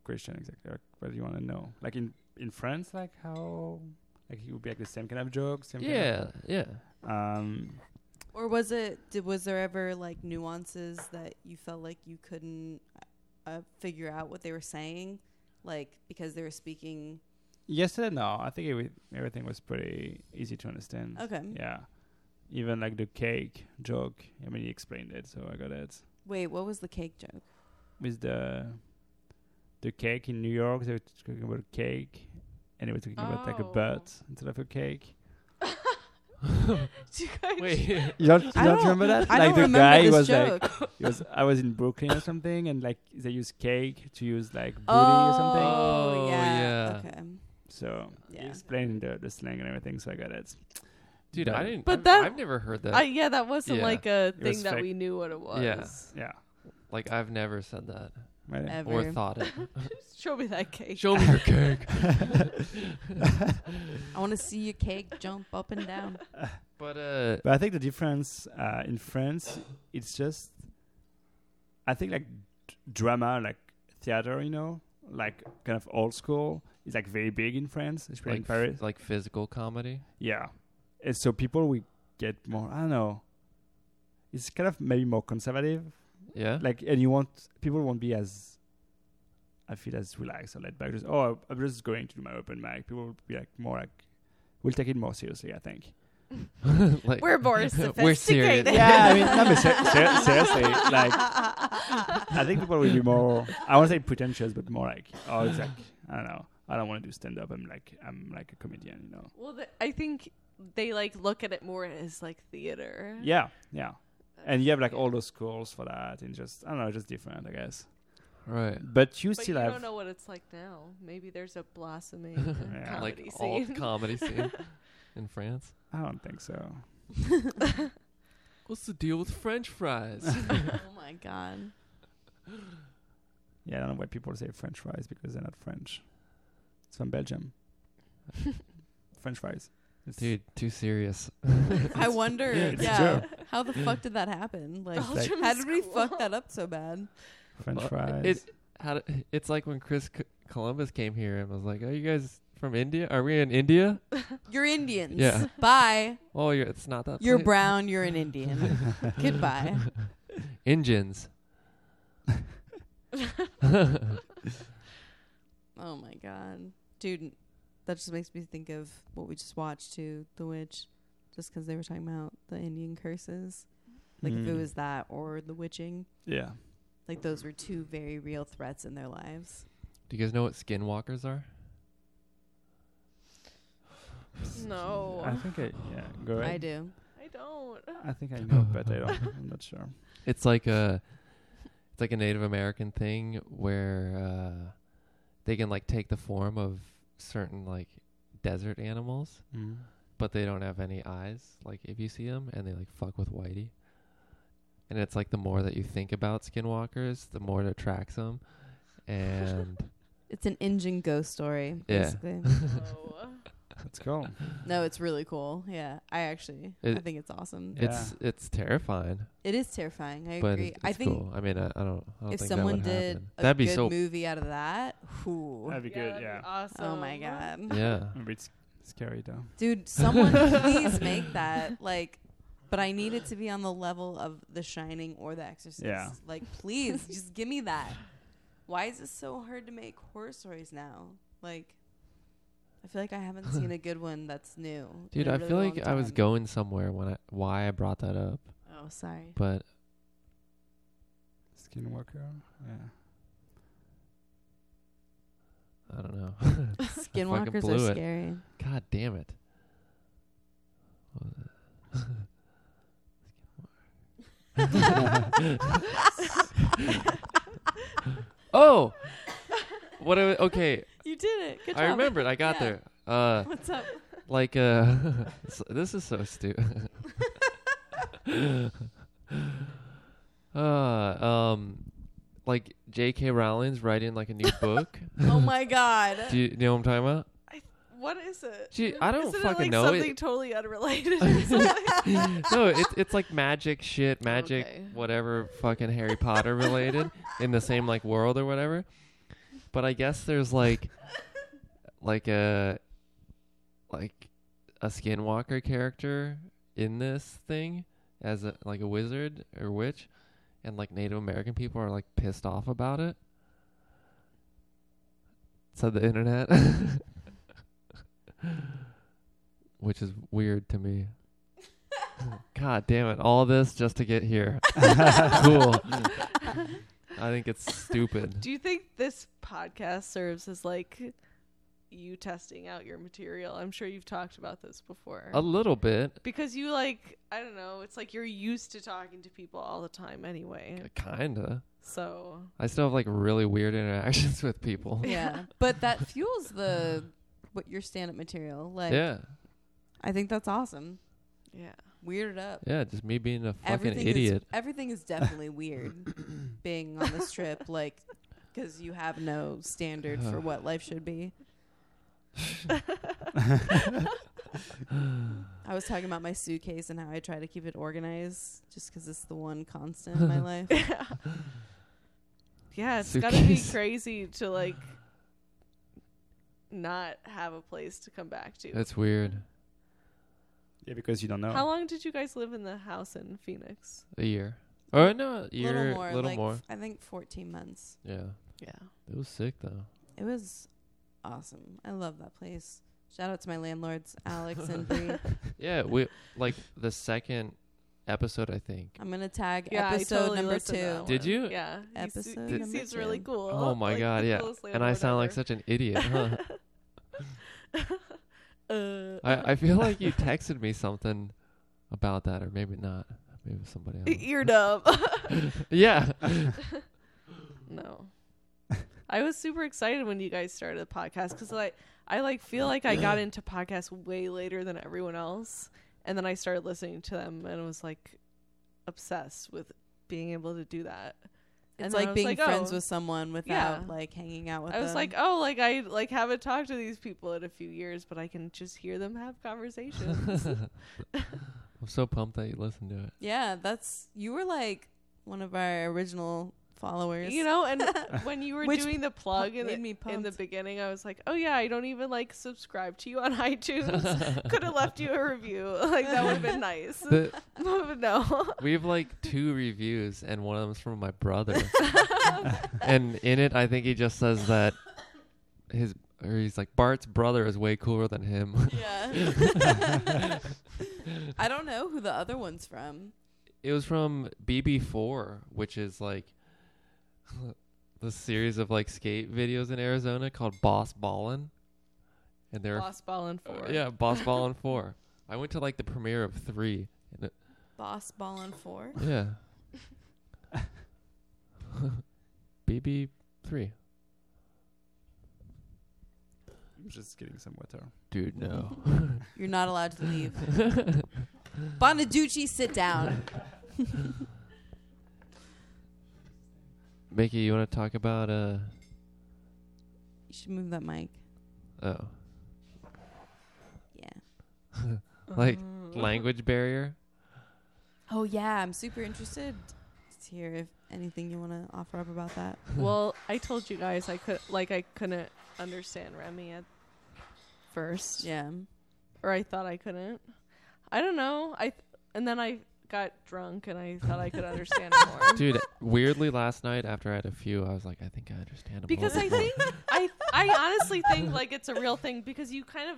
C: question exactly? Like, what do you want to know? Like in in France, like how like it would be like the same kind of jokes. Same
B: yeah, yeah.
C: Kind of, um.
A: Or was it? Did, was there ever like nuances that you felt like you couldn't uh, figure out what they were saying, like because they were speaking?
C: Yesterday, no. I think it, wa- everything was pretty easy to understand.
B: Mm.
A: Okay.
C: Yeah. Even like the cake joke. I mean, he explained it, so I got it.
A: Wait, what was the cake joke?
C: With the the cake in New York, they were talking about cake, and they were talking about like a
D: Oh.
C: butt instead of a cake.
D: Do you guys
B: Wait,
C: You don't, you
A: I
C: don't
A: don't-
C: remember that?
A: I
C: like
A: don't
C: the
A: remember
C: guy
A: this
C: was
A: joke.
C: like, he was, I was in Brooklyn or something, and like they use cake to use like booty or something.
A: Oh,
B: Oh,
A: yeah.
B: yeah.
A: Okay.
C: So
A: Yeah.
C: he explained the, the slang and everything, so I got it.
B: dude, I didn't.
D: But
B: But that
D: that-
B: I've never heard that.
D: I, yeah, that wasn't
B: Yeah.
D: like a
C: was
D: thing that
C: fake.
D: we knew what it was.
B: Yeah.
C: Yeah.
B: like, I've never said that
C: Right.
A: Ever.
B: or thought it.
D: Show me that cake.
B: Show me your cake.
A: I want to see your cake jump up and down.
B: But uh,
C: But I think the difference uh, in France, it's just, I think like d- drama, like theater, you know, like kind of old school, is like very big in France, especially in
B: like,
C: Paris.
B: f- like physical comedy.
C: Yeah. And Eh, so people we get more I don't know. It's kind of maybe more conservative.
B: Yeah.
C: Like and you want people won't be as I feel as relaxed or laid back. Just oh I'm just going to do my open mic. People will be like more like we'll take it more seriously, I think.
B: Like,
D: We're more
B: we're serious.
D: sophisticated.
C: Yeah, I mean no, but ser- ser- seriously. Like I think people will be more I won't say pretentious, but more like oh it's like I don't know. I don't want to do stand up. I'm like I'm like a comedian, you know.
D: Well, th- I think
E: they like look at it more as like theater.
C: Yeah, yeah. And you have like all those scores for that, and just I don't know, just different, I guess.
B: Right.
C: But you
E: But you
C: still have
E: don't know what it's like now. Maybe there's a blossoming
C: Yeah.
E: comedy
B: like
E: scene.
B: alt comedy scene in France.
C: I don't think so.
B: What's the deal with French fries?
E: oh my god.
C: Yeah, I don't know why people say French fries because they're not French. It's from Belgium. French fries. It's-
B: Dude, too serious.
A: I wonder,
C: Yeah, it's a
A: yeah, how the fuck did that happen? Like,
C: It's like
A: how did we fuck that up so bad?
C: French
B: Well,
C: fries.
B: It, how d- it's like when Chris C- Columbus came here and was like, "Are you guys from India? Are we in India?
A: You're Indians.
B: Yeah.
A: Bye.
B: Oh, you're, it's not that.
A: You're
B: place.
A: brown. You're an Indian. Goodbye.
B: Indians.
A: Oh my god, dude, that just makes me think of what we just watched too, The Witch, just 'cause they were talking about the Indian curses, like if it
B: Hmm.
C: Mm.
A: was that or the witching,
C: yeah.
A: like those were two very real threats in their lives.
B: Do you guys know what skinwalkers are?
E: No.
C: I think I yeah. Go ahead.
A: I do.
E: I don't.
C: I think I know, but I don't. I'm not sure.
B: It's like a, it's like a Native American thing where uh, they can like take the form of certain like desert animals,
C: Mm.
B: but they don't have any eyes. Like if you see them, and they like fuck with Whitey. And it's like the more that you think about skinwalkers, the more it attracts them, and
A: It's an Indian ghost story,
B: Yeah.
A: basically.
E: No.
C: Let's go.
A: no, it's really cool. Yeah, I actually, I
B: It-
A: think it's awesome.
C: Yeah.
B: it's it's terrifying.
A: It is terrifying. I
B: but
A: agree.
B: It's,
A: I
B: it's
A: think
B: cool. I mean, I, I don't. I don't
A: if
B: think
A: someone
B: that would
A: did
B: happen.
A: a
B: that'd be
A: good
B: so.
A: movie out of that, whew.
C: That'd be good.
D: that'd be
C: Yeah.
D: Awesome.
A: oh my god.
B: yeah.
C: A bit scary though.
A: Dude, someone please make that. Like, but I need it to be on the level of The Shining or The Exorcist.
C: Yeah.
A: Like, please, just give me that. Why is it so hard to make horror stories now? Like, I feel like I haven't seen a good one that's new. in
B: Dude,
A: a
B: I
A: really
B: feel like
A: long
B: I was
A: time.
B: going somewhere when I why I brought that up,
A: Oh, sorry.
B: but
C: Skinwalker. Yeah.
B: I don't know.
A: Skinwalkers
B: blew
A: are
B: it.
A: scary.
B: God damn it. oh, what? I, okay,
A: You did it. Good job.
B: I remembered. I got
A: Yeah.
B: there. Uh,
A: What's up?
B: like uh s- this is so stupid uh um like jk rowling's writing like a new book
A: Oh my god.
B: do you, know what i'm talking about
E: What is it?
B: Gee, i don't
E: Isn't it
B: fucking
E: like
B: know
E: something
B: it,
E: totally unrelated? or something?
B: no it, it's like magic shit magic
E: Okay.
B: whatever fucking harry potter related in the same like world or whatever but i guess there's like like a like a skinwalker character in this thing as a, like a wizard or witch and like native american people are like pissed off about it said the internet which is weird to me god damn it all this just to get here cool i think it's stupid
E: Do you think this podcast serves as like you testing out your material? I'm sure you've talked about this before.
B: a little bit
E: because you like, I don't know, it's like you're used to talking to people all the time anyway.
B: kinda
E: So
B: I still have like really weird interactions with people.
A: Yeah. But that fuels the what your stand up material. Like
B: Yeah.
A: I think that's awesome.
E: yeah.
A: Weird it up.
B: Yeah, just me being a fucking
A: everything
B: idiot.
A: Is, everything is definitely weird being on this trip, like, because you have no standard for what life should be. I was talking about my suitcase and how I try to keep it organized just because it's the one constant in my life.
E: Yeah, it's gotta be
B: Suitcase.
E: crazy to like not have a place to come back to.
B: That's weird.
C: Yeah, because you don't know.
E: How long did you guys live in the house in Phoenix?
B: A year. Or no, a
A: A
B: year,
A: little more. like,
B: more.
A: f- I think 14 months.
B: Yeah.
E: Yeah.
B: It was sick though.
A: It was awesome. I love that place. Shout out to my landlords, Alex and Bree.
B: Yeah, we like the second episode I think.
A: I'm gonna tag
E: Yeah, I
A: episode
E: totally
A: number
E: listened to that
A: two.
E: one.
B: Did you?
E: Yeah. he's-
A: Episode
E: He
A: number
E: seems really
A: two.
E: cool.
B: Oh my
E: like,
B: god,
E: the
B: yeah.
E: coolest
B: And I
E: landlord
B: sound like
E: ever.
B: such an idiot, huh?
E: uh,
B: I, I feel like you texted me something about that, or maybe not. Maybe it was somebody else.
E: you're dumb.
B: yeah.
E: no, I was super excited when you guys started the podcast because I I like feel like I got into podcasts way later than everyone else, and then I started listening to them and was like obsessed with being able to do that.
A: It's
E: then I
A: like
E: was
A: being friends
E: oh.
A: with someone without
E: Yeah.
A: like hanging out with
E: I was
A: them.
E: like, oh, like I like haven't talked to these people in a few years, but I can just hear them have conversations.
B: I'm so pumped that you listened to it.
A: yeah, that's you were like one of our original followers.
E: you know, and when you were
A: Which
E: doing the plug in
A: made
E: the,
A: me
E: in the
A: pumped.
E: beginning, I was like, oh yeah, I don't even like subscribe to you on iTunes. Could have left you a review. Like that would have been nice.
B: The,
E: but no.
B: we have like two reviews, and one of them's from my brother. and in it, I think he just says that his or he's like Bart's brother is way cooler than him.
A: Yeah. I don't know who the other one's from.
B: it was from BB4, which is like the series of like skate videos in Arizona called Boss Ballin. And they're
D: Boss ball and
B: Uh,
D: four.
B: yeah, Boss Ballin 4. I went to like the premiere of 3. And it,
A: Boss Ballin Four.
B: yeah. BB3.
C: I'm just getting some water.
B: Dude, no.
A: You're not allowed to leave. Bonaducci, sit down.
B: Mickey, you want to talk about uh
A: You should move that mic.
B: oh,
A: Yeah.
B: like
E: Mm-hmm. Mm.
B: language barrier?
A: Oh yeah, I'm super interested to hear if anything you want to offer up about that.
E: well, I told you guys I could like I couldn't understand Remy at first,
A: Yeah.
E: or I thought I couldn't. I don't know. I th- and then I got drunk and I thought I could understand more.
B: Dude, weirdly last night after I had a few, I was like I think I understand 'em a
E: because
B: little
E: I
B: bit more.
E: think I I honestly think like it's a real thing because you kind of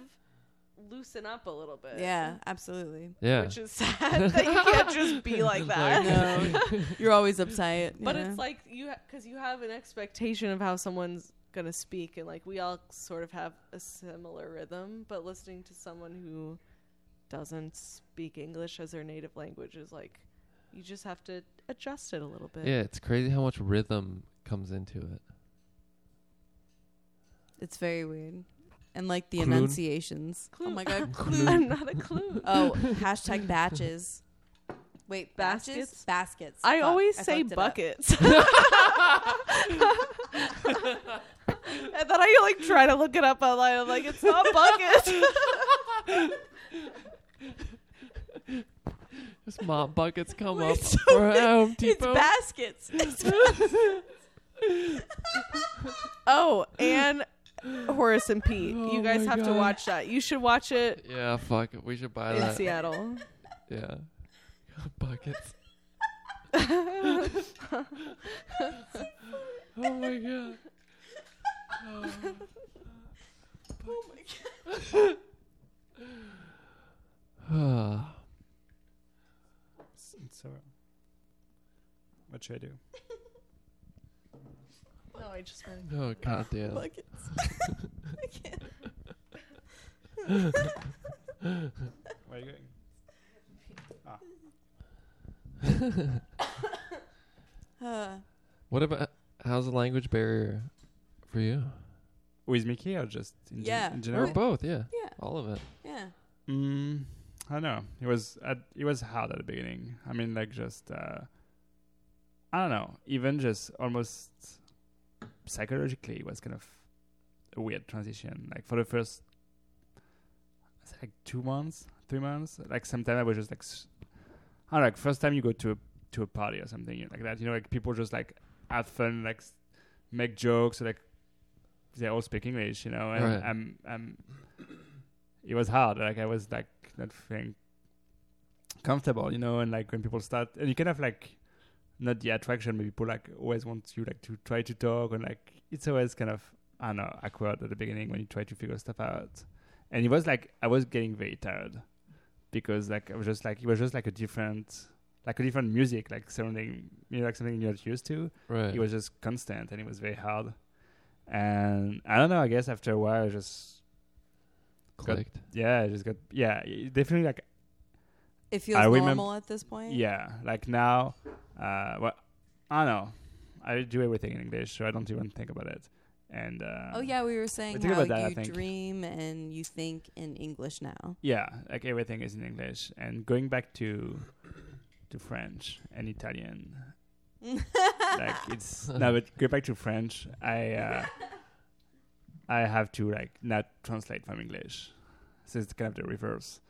E: loosen up a little bit.
A: Yeah, absolutely.
B: Yeah.
E: Which is sad that you can't just be like that.
A: No, you're always uptight.
E: But
A: yeah.
E: it's like you because you have an expectation of how someone's gonna speak, and like we all sort of have a similar rhythm. But listening to someone who doesn't speak English as their native language is like you just have to adjust it a little bit.
B: Yeah, it's crazy how much rhythm comes into it.
A: it's very weird, and like the
B: Clune.
A: enunciations. Oh
E: Clune.
A: my god,
E: I'm
A: clue.
E: not a clue.
A: oh, hashtag batches. Wait,
E: Baskets?
A: baskets. Baskets.
E: I
A: Fuck,
E: always
A: I
E: say
A: fucked it up.
E: buckets. and then I like try to look it up online. I'm like, it's not buckets.
B: Just mop buckets come up for Home
A: It's
B: Depot.
A: baskets.
E: oh, and Horace and Pete.
B: Oh
E: you guys
B: my
E: have to
B: God.
E: watch that. You should watch it
B: yeah, fuck it. We should buy
E: in
B: that.
E: Seattle.
B: Yeah. buckets. oh my god.
E: Oh
B: Oh.
C: S- So, what should I do?
E: No, I just meant.
B: oh god damn.
C: Where are you going?
A: Uh,
B: What about how's the language barrier for you?
C: With Mickey or just in, gen-
A: Yeah.
C: in
B: Or
C: general?
B: both, yeah.
A: yeah,
B: All of it.
A: yeah.
C: Mm, I don't know. It was at, it was hard at the beginning. I mean, like just uh, I don't know. Even just almost psychologically, it was kind of a weird transition. Like for the first, I say like two months, three months. Like sometimes I was just like, s- I don't know, like first time you go to a to a party or something you know, like that. You know, like people just like have fun, like s- make jokes, like they all speak English. You know, and
B: Right.
C: I'm I'm it was hard. Like I was like not feeling comfortable, you know, and like when people start and you kind of like not the attraction, but people like always want you like to try to talk and like it's always kind of I don't know, awkward at the beginning when you try to figure stuff out. And it was like I was getting very tired because like I was just like it was just like a different like a different music, like surrounding you know, like something you're not used to
B: Right.
C: it was just constant and it was very hard and i don't know i guess after a while i just
B: clicked.
C: yeah, I just got yeah, y- definitely like
A: It feels
C: I remem-
A: normal at this point.
C: yeah, like now. Uh, well, I don't know. I do everything in English, so I don't even think about it. And uh,
A: Oh yeah, we were saying
C: think
A: how
C: about that, I
A: you
C: think.
A: dream and you think in English now.
C: yeah, like everything is in English. And going back to to French and Italian, like it's no, but go back to French. I uh, I have to like not translate from English, so it's kind of the reverse,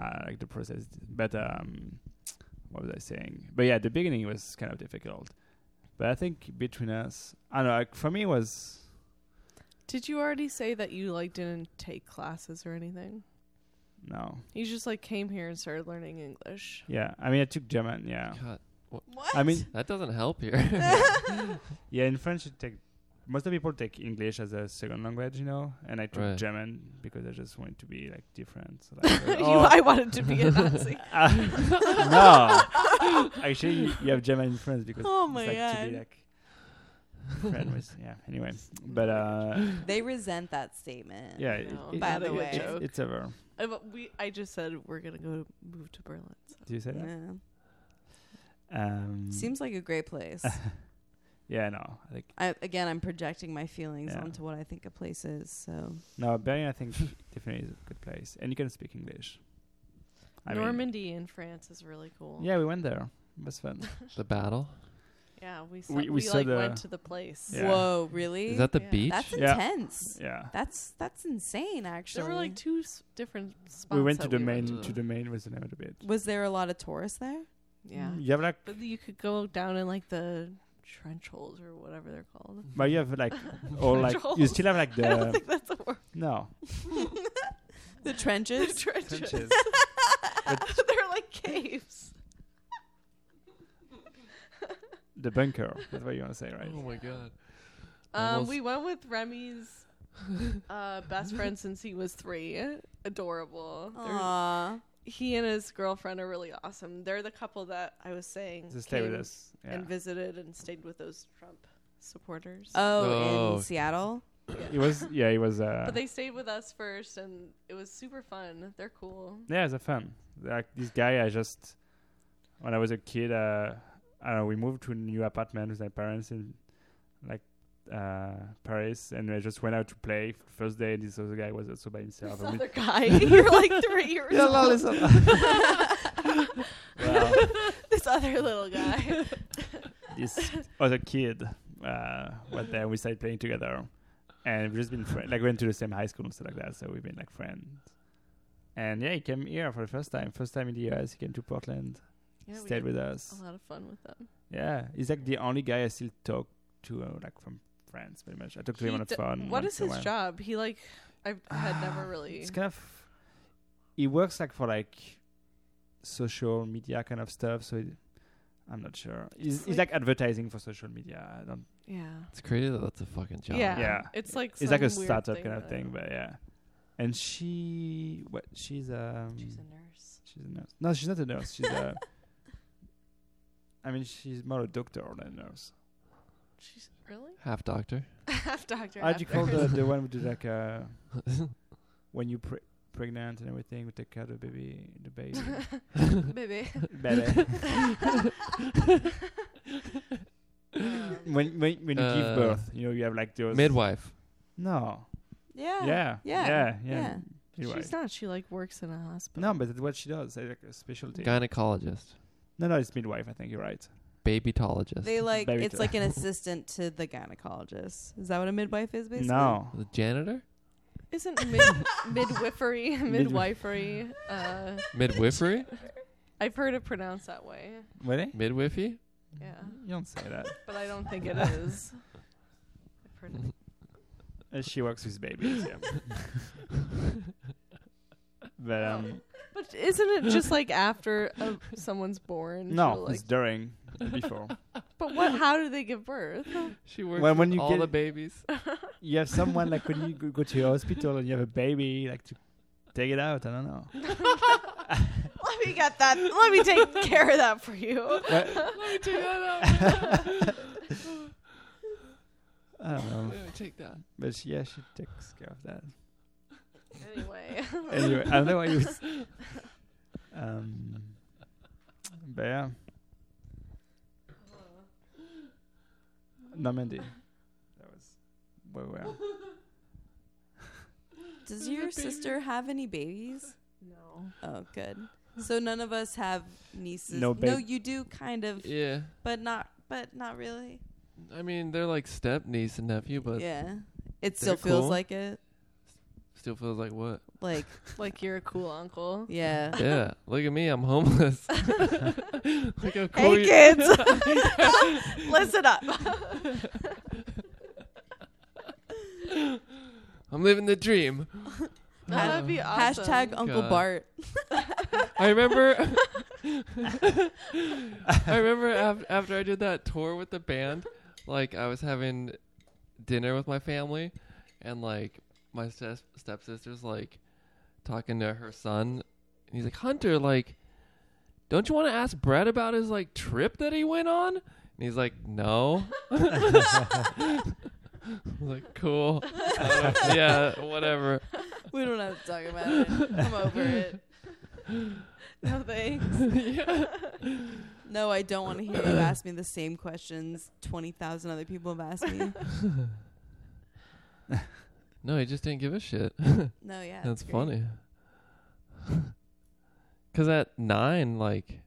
C: uh, like the process. But um, what was I saying? But yeah, the beginning was kind of difficult. But I think between us, I don't know. Like for me, it was
E: Did you already say that you like didn't take classes or anything?
C: no.
E: You just like came here and started learning English.
C: Yeah, I mean, I took German. Yeah,
B: God,
A: what?
C: I mean,
B: that doesn't help here.
C: yeah. In French, you take most of the people take English as a second language, you know. And I took
B: Right.
C: German because I just wanted to be like different. So, like,
E: you,
C: oh,
E: I wanted to be a Nazi.
C: Uh, no. Actually, you- you have German in France because
E: Oh
C: it's
E: my
C: like to
E: God.
C: be like friend with. Yeah. Anyway, but uh,
A: they resent that statement.
C: yeah. it-
E: No,
C: it-
A: by
C: it-
A: the
C: it-
A: way.
C: it's, it's over.
E: I, but we, I just said we're gonna go move to Berlin.
C: Do you say that?
A: Yeah.
C: Um,
A: Seems like a great place.
C: Yeah. No. I think
A: I, again, I'm projecting my feelings
C: Yeah.
A: onto what I think a place is. So
C: no. Berlin, I think definitely is a good place, and you can speak English. I mean-
E: Normandy in France is really cool.
C: yeah, we went there. It was fun.
B: the battle
E: Yeah, we saw,
C: We-
E: we, uh,
C: we saw
E: like
C: the-
E: went to the place.
C: Yeah.
A: whoa, really?
B: is that the
E: Yeah.
B: beach?
A: That's
C: Yeah.
A: intense.
C: yeah.
A: That's that's insane. Actually,
E: There were like two s- different spots.
C: we went to
E: that
C: the
E: we
C: main.
E: went
B: to.
C: to the main was the name of the bit.
A: was there a lot of tourists there?
E: Yeah,
C: You have like,
E: but you could go down in like the trench holes or whatever they're called.
C: but you have like, or like, you still have like
E: I don't
C: the
E: think that's a word.
C: no.
A: The trenches.
E: Trenches.
C: trenches.
E: they're like caves.
C: The bunker. That's what you want to say, right?
B: Oh my god.
E: Um,
B: Almost-
E: we went with Remy's uh, best friend since he was three. Adorable. They're-
A: Aww.
E: He and his girlfriend are really awesome. They're the couple that I was saying
C: Just stay with
E: came
C: us. Yeah.
E: and visited and stayed with those Trump supporters.
A: Oh,
B: Oh.
A: in Seattle.
C: It was yeah, it was uh
E: But they stayed with us first, and it was super fun. They're cool.
C: yeah, it's a fun. Like this guy I just when I was a kid, uh I don't know, we moved to a new apartment with my parents in like uh Paris and I just went out to play first day this other guy was also by himself.
E: This
C: and we-
E: other guy, you're like three years
C: Yeah, no,
E: old.
C: listen. well,
E: this other little guy.
C: this other kid uh was there we started playing together and we've just been friends like we went to the same high school and stuff like that so we've been like friends and yeah he came here for the first time first time in the us he came to portland
E: Yeah, we
C: stayed
E: had
C: with us
E: a lot of fun with them.
C: yeah he's like the only guy i still talk to uh, like from france pretty much i talk to him
E: He
C: on the
E: d-
C: phone
E: What
C: once
E: is
C: in a
E: his
C: while.
E: job? He like I had never
C: Ah,
E: really.
C: it's kind of he works like for like social media kind of stuff so it, i'm not sure he's,
E: It's
C: he's
E: like-
C: like advertising for social media i don't
E: Yeah.
B: It's crazy that that's a fucking job.
E: Yeah.
C: Yeah.
E: It's like
C: it's like a
E: some weird
C: startup
E: thing
C: kind of
E: that I
C: thing,
E: don't-
C: but yeah. And she, what? She's um,
E: She's a nurse.
C: she's a nurse. No, she's not a nurse. She's a. I mean, she's more a doctor than a nurse.
E: She's really
B: Half doctor.
E: half doctor.
C: How do
E: half
C: you call
E: nurse.
C: the the one who do like uh, when you pre- pregnant and everything, we take care of the baby, the baby, uh,
E: baby?
C: baby.
E: Um,
C: when when when you give
B: Uh,
C: birth, you know you have like those
B: Midwife.
C: No.
A: Yeah.
C: Yeah.
A: yeah,
C: Yeah. Yeah.
A: yeah.
C: Midwife.
E: She's not. She like works in a hospital.
C: No, but that's what she does. It's like a specialty.
B: Gynecologist.
C: No, no, it's midwife. I think you're right.
B: Babytologist.
A: They like
C: Baby
A: it's
C: to-
A: like an assistant to the gynecologist. Is that what a midwife is basically?
C: No.
B: the janitor?
E: Isn't mid midwifery midwifery? Uh,
B: Midwifery?
E: I've heard it pronounced that way.
C: Really?
B: Midwifery?
E: Yeah,
C: You don't say that.
E: but I don't think it is. I've heard it.
C: Uh, she works with babies, yeah. but um,
E: But isn't it just like after uh, someone's born?
C: no,
E: she'll, like,
C: it's during, before.
E: but what? How do they give birth?
B: She works
C: Well,
B: with
C: when you
B: all
C: get-
B: the babies.
C: You have someone like when you go- go to your hospital and you have a baby, like to take it out. I don't know.
E: Let me get that. Let me take care of that for you.
C: Well,
B: Let me take that out.
C: I don't know. Um.
B: Let me take that.
C: But she, yeah, she takes care of that.
E: anyway.
C: anyway, I don't know why you. s- Um, but yeah, Normandy. That was where we are.
A: Does your sister have any babies?
E: no.
A: Oh, good. So none of us have nieces.
C: No
A: no
C: babe-
A: you do kind of,
B: Yeah.
A: but not, but not really.
B: I mean, they're like step niece and nephew, but
A: yeah, it
B: they're
A: still feels
B: cool.
A: like it.
B: still feels like what?
A: Like,
E: Like you're a cool uncle.
A: yeah.
B: Yeah. Look at me. I'm homeless. Look how cool
A: Hey,
B: you-
A: kids.
E: Listen up.
B: I'm living the dream.
E: That would be awesome.
A: Hashtag Uncle
B: God.
A: Bart.
B: I remember. I remember af- after I did that tour with the band, like I was having dinner with my family, and like my step stepsister's like talking to her son, and he's like, "Hunter, like, don't you want to ask Brett about his like trip that he went on?" And he's like, "No." I'm like, "Cool, Uh, yeah, whatever."
A: We don't have to talk about it. I'm over it. No thanks. No, I don't want to hear you ask me the same questions 20,000 other people have asked me.
B: No, he just didn't give a shit.
A: No, yeah.
B: That's
A: it's great.
B: funny. Cause at nine, like,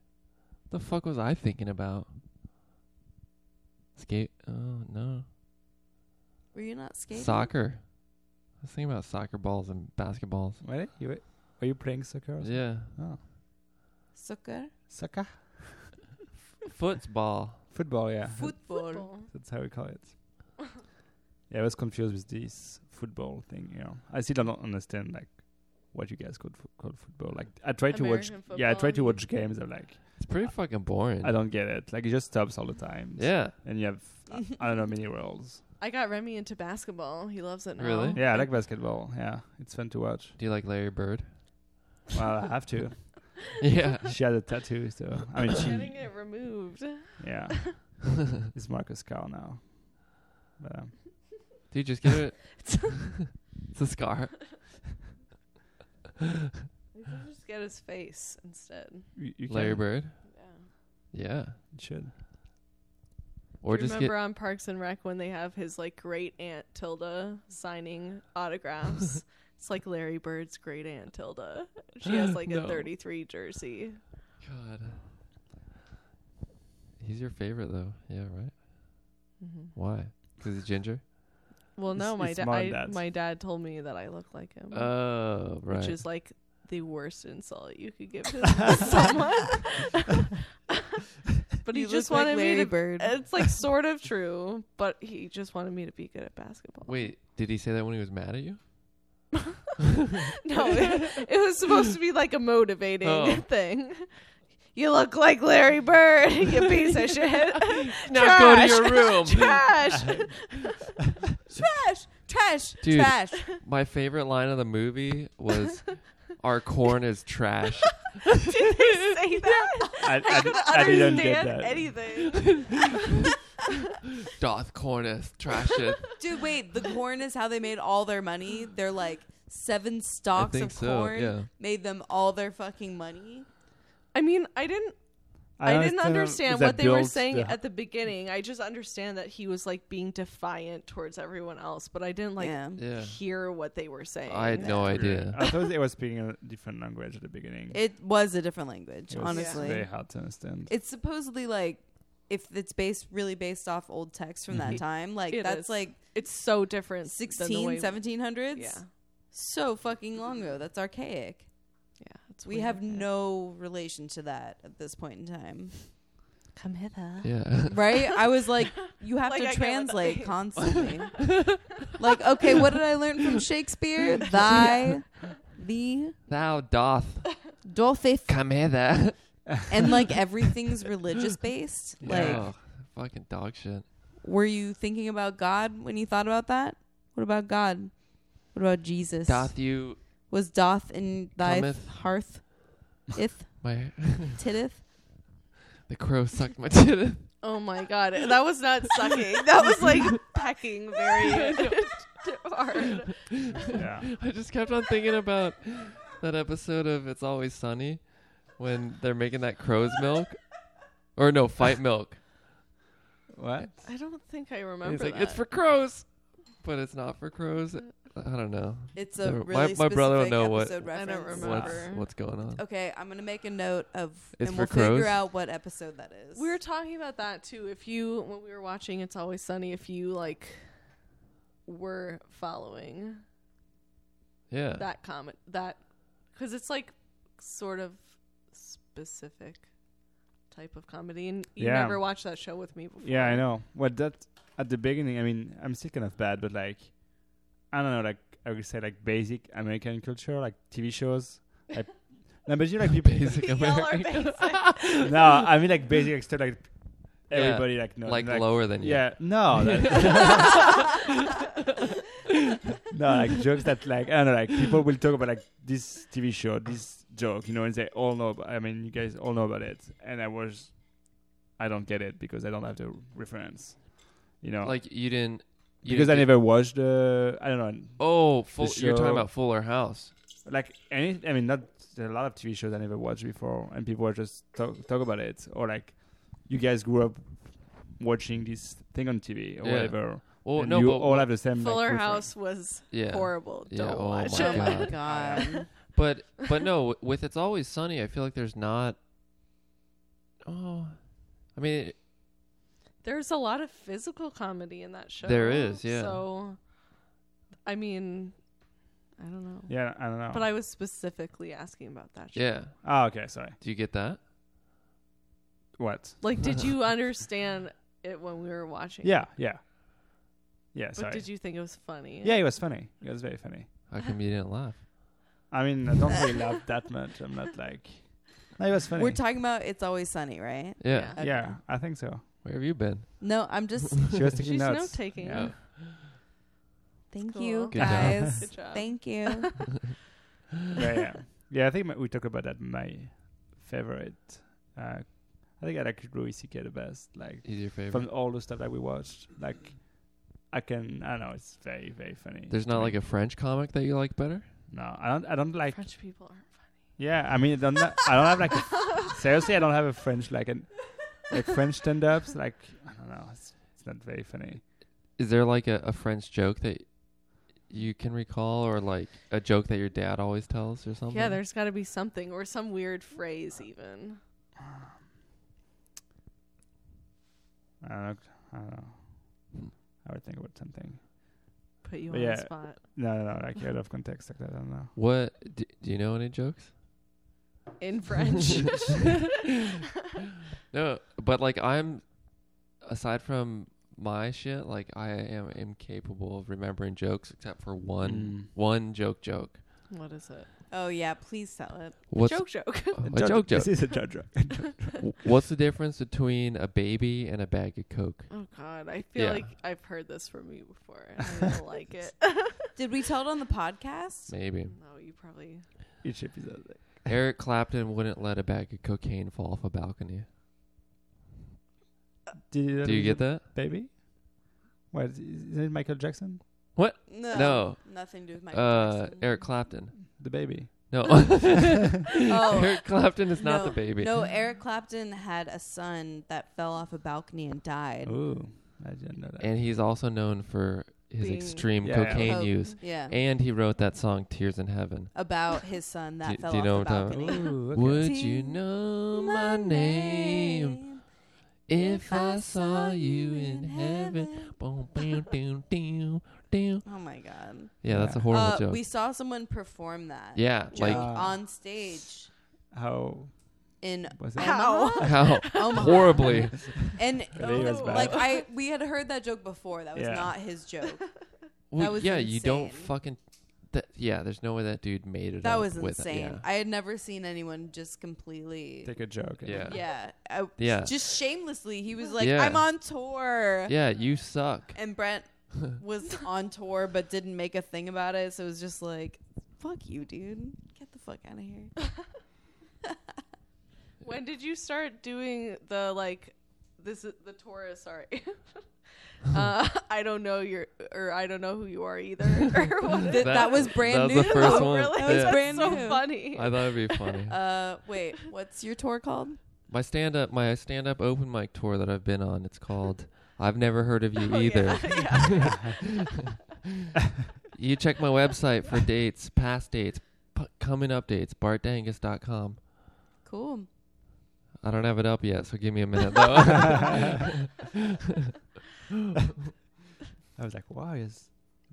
B: the fuck was I thinking about? Skate? Oh no,
A: Were you not skating?
B: soccer. I was thinking about soccer balls and basketballs.
C: Really? You were, were you playing soccer? Or something?
B: Yeah,
C: Oh,
A: Soccer?
C: soccer,
B: football.
C: football. Yeah,
A: Football.
C: that's how we call it. Yeah, I was confused with this football thing. You know, I still don't understand like what you guys call, fo- call football. Like, I try to watch.
E: American
C: Yeah, I try to
E: football.
C: watch games. I'm like,
B: It's pretty fucking boring.
C: I don't get it. Like, it just stops all the time.
B: yeah,
C: and you have I, I don't know many roles.
E: I got Remy into basketball. He loves it now.
B: Really?
C: Yeah, I like basketball. Yeah, it's fun to watch.
B: do you like Larry Bird?
C: Well, I have to.
B: yeah,
C: She had a tattoo, so I mean,
E: Getting
C: she.
E: it removed.
C: Yeah, it's Marcus Carl now. But, um,
B: dude, just give it. it's a scar.
E: We could just get his face instead.
C: you, you
B: Larry
C: can-
B: Bird.
E: Yeah.
B: Yeah,
C: you should.
B: or
E: Do you
B: just get
E: remember on Parks and Rec when they have his like great aunt Tilda signing autographs? it's like Larry Bird's great aunt Tilda. She has like
B: No.
E: a 33 jersey.
B: God. He's your favorite, though. Yeah, right? Why? Because he's ginger?
E: Well, no,
C: It's-
E: my
C: it's
E: dad.
C: my
E: I
C: dad's.
E: my dad told me that I look like him,
B: Oh, right.
E: which is like the worst insult you could give to someone. but he
A: You
E: just
A: look like
E: wanted me
A: Larry
E: to. uh,
A: Bird.
E: It's like sort of true, but he just wanted me to be good at basketball.
B: Wait, did he say that when he was mad at you?
E: No, it, it was supposed to be like a motivating
B: Oh.
E: thing. You look like Larry Bird, you piece of shit.
B: Now go to
E: Trash.
B: your room.
E: Trash.
A: Trash! Trash!
B: Dude.
A: Trash!
B: My favorite line of the movie was, Our corn is trash.
E: Did they say that?
C: I,
E: I couldn't
C: I, I didn't get
E: understand
C: that.
E: anything.
B: Doth corn is trash. it."
A: Dude, wait. The corn is how they made all their money. They're like seven stocks
B: think
A: of
B: so,
A: corn
B: yeah.
A: made them all their fucking money.
E: I mean, I didn't. I, didn't understand
C: that
E: what they were
C: builds
E: saying
C: the-
E: at the beginning. I just understand that he was like being defiant towards everyone else, but I didn't like
A: yeah.
B: Yeah.
E: hear what they were saying.
B: I had no idea.
C: I thought they were speaking a different language at the beginning.
A: It was a different language,
C: It was
A: honestly.
C: very hard to understand.
A: It's supposedly like if it's based really based off old texts from that time, like
E: It
A: that's
E: is.
A: like
E: It's so different. than the
A: 16,
E: way-
A: 1700s.
E: Yeah,
A: So fucking long ago. That's archaic.
E: yeah. It's
A: We
E: weird.
A: have no relation to that at this point in time.
E: come hither.
B: Yeah.
A: Right? I was like, you have
E: Like,
A: to
E: I get what
A: translate
E: they-
A: constantly. like, okay, what did I learn from Shakespeare? Thy, thee,
B: Thou doth
A: dotheth.
B: come hither.
A: And like everything's religious based. Like,
B: Oh, fucking dog shit.
A: were you thinking about God when you thought about that? What about God? What about Jesus?
B: Doth you
A: Was doth in thy
B: Cometh.
A: hearth? Ith?
B: my
A: Titteth?
B: the crow sucked my tit.
E: Oh my god, that was not sucking. That was like pecking very hard.
C: yeah.
B: I just kept on thinking about that episode of It's Always Sunny when they're making that crow's milk. Or no, fight milk.
C: What?
E: I don't think I
B: And
E: remember
B: he's like,
E: that.
B: it's for crows, but it's a not for crows. I don't know
A: It's
B: So
A: a
B: Uh, my-
A: really
B: my brother don't
A: specific
B: know what-
A: episode
E: I don't
A: reference.
B: what's,
E: remember.
B: what's going on.
A: Okay, I'm gonna make a note of, and
B: It's for
A: we'll
B: crows?
A: figure out what episode that is.
E: we were talking about that too. If you, when we were watching It's Always Sunny, if you like were following
B: Yeah,
E: that comment, that, because it's like sort of specific type of comedy. And you
C: Yeah.
E: never watched that show with me before.
C: Yeah, I know. Well, that at the beginning, I mean, I'm still kind of bad, but like, I don't know, like I would say like basic American culture, like TV shows. Like, no, but you like people.
B: basic
E: Y'all are
B: American.
E: basic.
C: no, I mean like basic, like, stuff like
B: Yeah,
C: everybody like knows.
B: like, lower than you.
C: Yeah, no, that- no, like jokes that like I don't know, like people will talk about like this TV show, this joke, you know, and they all know. About, I mean, you guys all know about it, and I was, I don't get it because I don't have the reference, you know,
B: like you didn't. You
C: because I
B: didn't
C: never watched the. I don't know,
B: get- Oh, full, you're talking
C: show.
B: about Fuller House.
C: like any. I mean, not there are a lot of TV shows I never watched before, and people are just talk talk about it, or like, you guys grew up watching this thing on TV or
B: Yeah.
C: whatever.
B: Well,
C: and
B: no,
C: you
B: but
C: all have the same. like,
E: Fuller
C: reference.
E: House was
B: yeah,
E: horrible.
B: Yeah,
E: Don't
B: oh
E: watch
B: my
E: it.
A: oh my
B: God.
A: god.
B: but but no, with It's Always Sunny, I feel like there's not. Oh, I mean,
E: There's a lot of physical comedy in that show.
B: There is, yeah.
E: So, I mean, I don't know.
C: Yeah, I don't know.
E: But I was specifically asking about that show.
B: yeah.
C: Oh, okay, sorry.
B: Do you get that?
C: What?
E: Like, did you understand it when we were watching?
C: Yeah, yeah, yeah.
E: But
C: Sorry.
E: did you think it was funny?
C: yeah, it was funny. It was very funny.
B: How come you didn't laugh?
C: I mean, I don't really laugh that much. I'm not like. No, it was funny.
A: We're talking about it's always sunny, right?
B: Yeah.
E: Yeah.
A: Okay.
C: yeah, I think so.
B: Where have you been?
A: No, I'm just.
C: She was taking
E: She's
C: notes.
E: note taking.
C: Yeah.
A: Thank
E: Cool.
A: you,
E: Good
B: job.
A: guys.
E: Good job.
A: Thank you.
C: yeah, yeah, yeah. I think my, we talked about that. My favorite. Uh, I think I like Louis C.K. the best. Like
B: He's your favorite.
C: from all the stuff that we watched. Like, I can. I don't know. It's very, very funny.
B: There's not like a French comic that you like better?
C: No, I don't. I don't like.
E: French people aren't
C: Yeah, I mean, I don't, I don't have like. A, seriously, I don't have a French like an like French stand-ups. Like I don't know, it's, it's not very funny.
B: Is there like a, a French joke that you can recall or like a joke that your dad always tells or
E: funny.
B: something?
E: Yeah, there's got to be something or some weird phrase even.
C: Um, I don't. know. I don't know. I would think about something.
E: Put you
C: But
E: on
C: yeah.
E: the spot.
C: No, no, no. Like out of context, like that. I don't know.
B: What do, do you know any jokes?
E: In French.
B: No, but like I'm aside from my shit, like I am incapable of remembering jokes except for one
C: Mm.
B: one joke joke.
E: what is it?
A: oh yeah, please tell it.
B: What's
E: joke, joke.
B: a joke joke?
C: This is a joke joke.
B: What's the difference between a baby and a bag of coke?
E: Oh, God. I feel
B: Yeah.
E: like I've heard this from you before. and I don't like it.
A: Did we tell it on the podcast?
B: Maybe.
E: No, you probably.
C: Each episode.
B: Eric Clapton wouldn't let a bag of cocaine fall off a balcony.
C: Did you,
B: Do you get that?
C: baby? What is is it? Michael Jackson,
A: No.
B: No.
A: Nothing to do with Michael
B: Uh,
A: Jackson.
B: Eric Clapton.
C: the baby.
B: No.
A: Oh.
B: Eric Clapton is not
A: no,
B: the baby.
A: No, Eric Clapton had a son that fell off a balcony and died.
C: Ooh, I didn't know that.
B: And he's also known for his
E: Being-
B: extreme
C: Yeah, yeah.
B: cocaine
A: Oh,
E: Um,
B: use.
A: Yeah.
B: And he wrote that song Tears in Heaven.
A: About his son that
B: Do-
A: fell
B: do you
A: off the
B: know what I'm
A: balcony.
C: Ooh, okay.
B: Would
A: Tears
B: you know my name if I saw you in heaven? Boom, boom, doom, doom, doom.
A: Oh my god.
B: Yeah, that's a
C: Yeah.
B: horrible
A: Uh,
B: joke.
A: we saw someone perform that.
B: yeah,
A: joke
B: like
C: Uh,
A: on stage
C: How
A: in
C: was it?
A: Omaha.
B: how
A: Omaha.
B: horribly.
A: And oh,
C: Really was bad.
A: like I we had heard that joke before. That was
C: Yeah.
A: not his joke.
B: Well,
A: That was
B: yeah, you don't
A: insane.
B: fucking. That, yeah, there's no way that dude made it.
A: That
B: up
A: was
B: with it,
A: insane. I had never seen anyone just completely
C: Take a joke. and-
B: Yeah.
A: Yeah. I-
B: Yeah.
A: Just shamelessly. He was like,
B: Yeah.
A: I'm on tour.
B: yeah. yeah, you suck.
A: And Brent was on tour but didn't make a thing about it. So it was just like, fuck you, dude. Get the fuck out of here.
E: When did you start doing the like? This is the Taurus. Sorry, uh, I don't know your or I don't know who you are either. or whatever.
A: Th- that,
B: That-
A: was
B: that
A: brand
B: was
A: new.
B: the first
E: Oh,
B: one.
E: really?
A: That was
B: Yeah.
A: brand
E: so
A: new.
E: funny.
B: I thought it'd be funny.
A: Uh, wait, what's your tour called?
B: my stand up, my stand up open mic tour that I've been on. It's called "I've Never Heard of You
E: Oh, yeah,
B: Either."
E: yeah.
B: you check my website for dates, past dates, p- coming updates, bartdangus.com.
A: Cool.
B: I don't have it up yet, so give me a minute though.
C: I was like, wow, his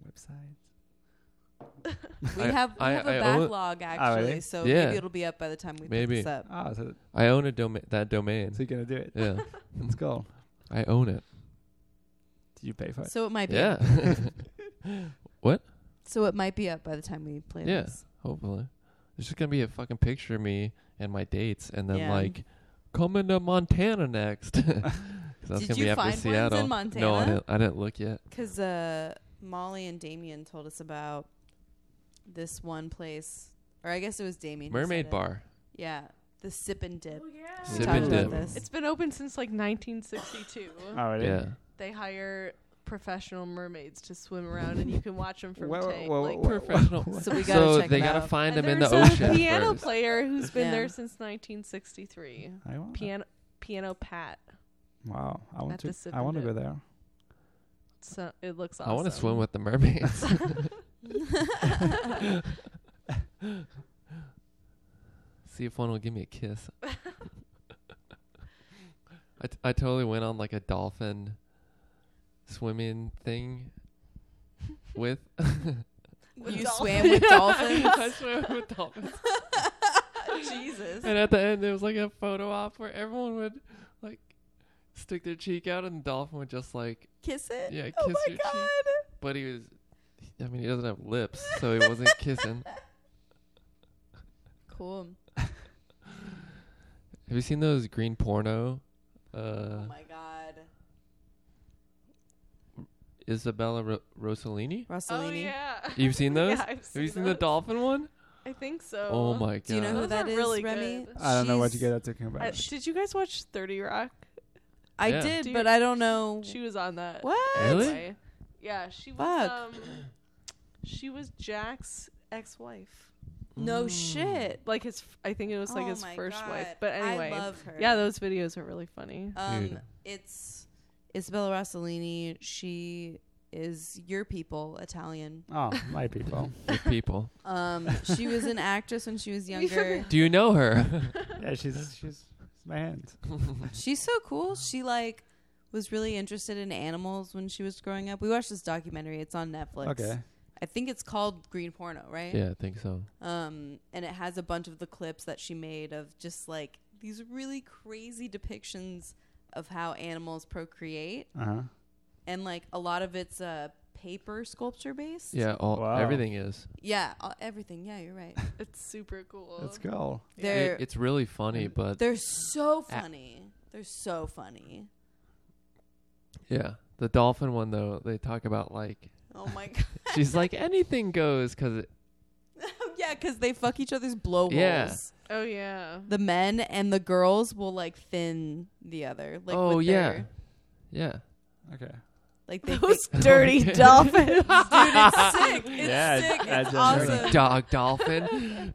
C: website.
A: We
B: I-
A: have we
B: I-
A: have a
B: I own- Ah,
A: backlog actually,
C: really?
A: so
B: Yeah.
A: maybe it'll be up by the time we
B: Maybe.
A: pick this up.
C: Ah, so,
B: I own a domain. That domain.
C: so you're gonna do it.
B: Yeah,
C: Let's go.
B: I own it.
C: Did you pay for it?
A: So it might be.
B: Yeah,
A: So it might be up by the time we play
B: Yeah.
A: this.
B: hopefully. There's just gonna be a fucking picture of me and my dates, and then
A: Yeah.
B: like, come into Montana next. 'Cause that's
A: Did
B: gonna
A: you
B: be after
A: find ones in
B: Seattle. No, I
A: Montana?
B: didn't. I didn't look yet.
A: Because uh, Molly and Damien told us about this one place, or I guess it was Damien. who said
B: Mermaid
A: it.
B: Bar.
A: Yeah, the sip and dip.
E: yeah.
A: We
B: Sip
A: talked
B: and
A: about
B: dip.
A: this.
E: It's been open since like 1962.
C: Oh, really?
B: Yeah.
E: they hire professional mermaids to swim around, and you can watch them from
C: Whoa, whoa,
E: tank.
C: whoa,
E: like,
C: whoa, whoa.
B: Professional.
A: so we gotta
B: So
A: check
B: they
A: it
B: gotta
A: out.
B: find
E: And
B: them in the
E: there's
B: ocean.
E: a piano
B: first.
E: player who's been
A: Yeah.
E: there since 1963.
C: I want that.
E: Piano, piano Pat.
C: Wow, I
E: At
C: want
E: the
C: to.
E: sip
C: I
E: and
C: want to
E: dip.
C: go there.
E: So it looks awesome.
B: I want to swim with the mermaids. See if one will give me a kiss. I, t- I totally went on like a dolphin swimming thing with.
A: you swam with
B: I
A: dolphins.
B: swam with dolphins.
A: Jesus.
B: And at the end, there was like a photo op where everyone would like stick their cheek out and the dolphin would just like,
A: Kiss it.
B: yeah, kiss
A: oh my
B: your
A: god.
B: cheek. But he was, I mean, he doesn't have lips, so he wasn't kissing.
A: Cool.
B: Have you seen those green porno? Uh,
A: oh my god.
B: Isabella Ro- Rossellini.
E: Oh
A: Rossellini.
E: yeah.
B: You've seen those?
E: yeah, I've
B: Have you seen the
E: those.
B: dolphin one?
E: I think so.
B: Oh my god!
A: Uh, Do you know who
E: Those
A: that
E: are
A: is,
E: really
A: Remy?
E: good.
C: I don't know what you
A: She's-
C: guys are talking about.
E: I, did you guys watch Thirty Rock?
A: I
B: Yeah.
A: did,
E: Do you-
A: but I don't know.
E: She was on that.
A: What?
B: Really?
E: anyway. Yeah, she was.
A: Fuck.
E: Um, she was Jack's ex-wife.
A: No shit.
E: Like his, f- I think it Mm. was like
A: Oh
E: his
A: my
E: first wife.
A: God.
E: But anyway,
A: I love her.
E: yeah, those videos are really funny.
A: Um,
B: Dude.
A: it's Isabella Rossellini. She is your people, Italian.
C: oh, my people.
B: With people.
A: Um, she was an actress when she was younger.
B: Do you know her?
C: yeah, she's she's my hand.
A: She's so cool. She like was really interested in animals when she was growing up. We watched this documentary. It's on Netflix.
C: Okay.
A: I think it's called Green Porno, right?
B: yeah, I think so.
A: Um, and it has a bunch of the clips that she made of just like these really crazy depictions of how animals procreate,
C: Uh huh.
A: and like a lot of it's uh paper sculpture based.
B: Yeah, all
C: Wow.
B: everything is.
A: Yeah, uh, everything. Yeah, you're right.
E: It's super cool.
C: Let's go.
A: They're
B: It- it's really funny, but
A: they're so
B: Ah.
A: funny. They're so funny.
B: yeah, the dolphin one though. They talk about like
A: Oh my god.
B: she's like anything goes because
A: yeah, because they fuck each other's blowholes.
B: Yeah.
E: Oh yeah.
A: The men and the girls will like thin the other. Like
B: oh
A: with
B: yeah,
A: their-
B: yeah.
C: Okay.
A: like they
E: Those
A: think-
E: dirty dolphins.
A: Dude, it's sick. It's
C: Yeah,
A: sick.
C: that's
A: It's
C: a dirty
A: awesome.
B: Dog dolphin.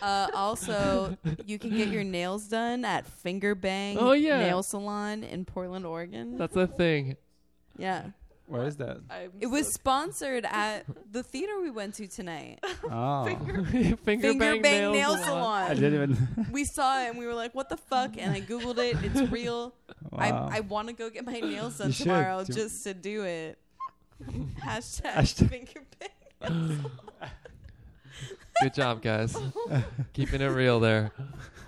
A: Uh, also, you can get your nails done at Finger Bang
B: Oh, yeah.
A: Nail Salon in Portland, Oregon.
B: That's a thing.
A: yeah.
C: What is that?
E: I'm
A: It was sponsored at the theater we went to tonight.
C: Oh,
B: Finger,
A: Finger
B: bang,
A: Bang
B: nail
A: Nail
B: salon.
A: Salon.
C: I didn't even.
A: we saw it and we were like, "What the fuck?" And I googled it. It's real.
C: Wow.
A: I I want to go get my nails done
C: You should.
A: tomorrow
C: Do-
A: just to do it. Hashtag,
C: Hashtag-
A: finger bang.
B: Good job, guys. Keeping it real there.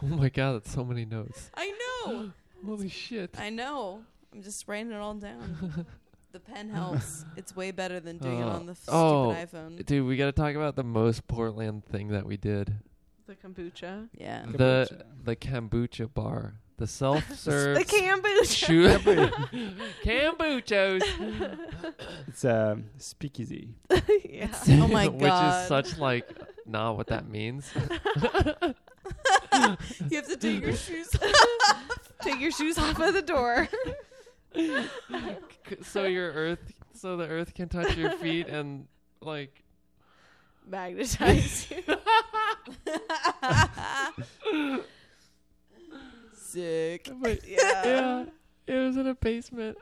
B: Oh my god, that's so many notes.
A: I know.
B: Holy shit.
A: I know. I'm just writing it all down. The pen helps. It's way better than doing it
B: Uh,
A: on the f-
B: oh,
A: stupid iPhone.
B: Dude, we got to talk about the most Portland thing that we did.
E: the kombucha.
A: Yeah.
B: The the kombucha bar, the self-serve
E: The kombucha.
B: shoe kombuchos.
C: It's a speakeasy.
E: yeah.
A: Oh my
B: Which
A: God.
B: is such like not what that means.
A: you have to take your shoes.
E: Take your shoes off at the door.
B: so your earth, so the earth can touch your feet and like.
E: Magnetize you.
A: Sick.
B: But
E: Yeah.
B: yeah, it was in a basement.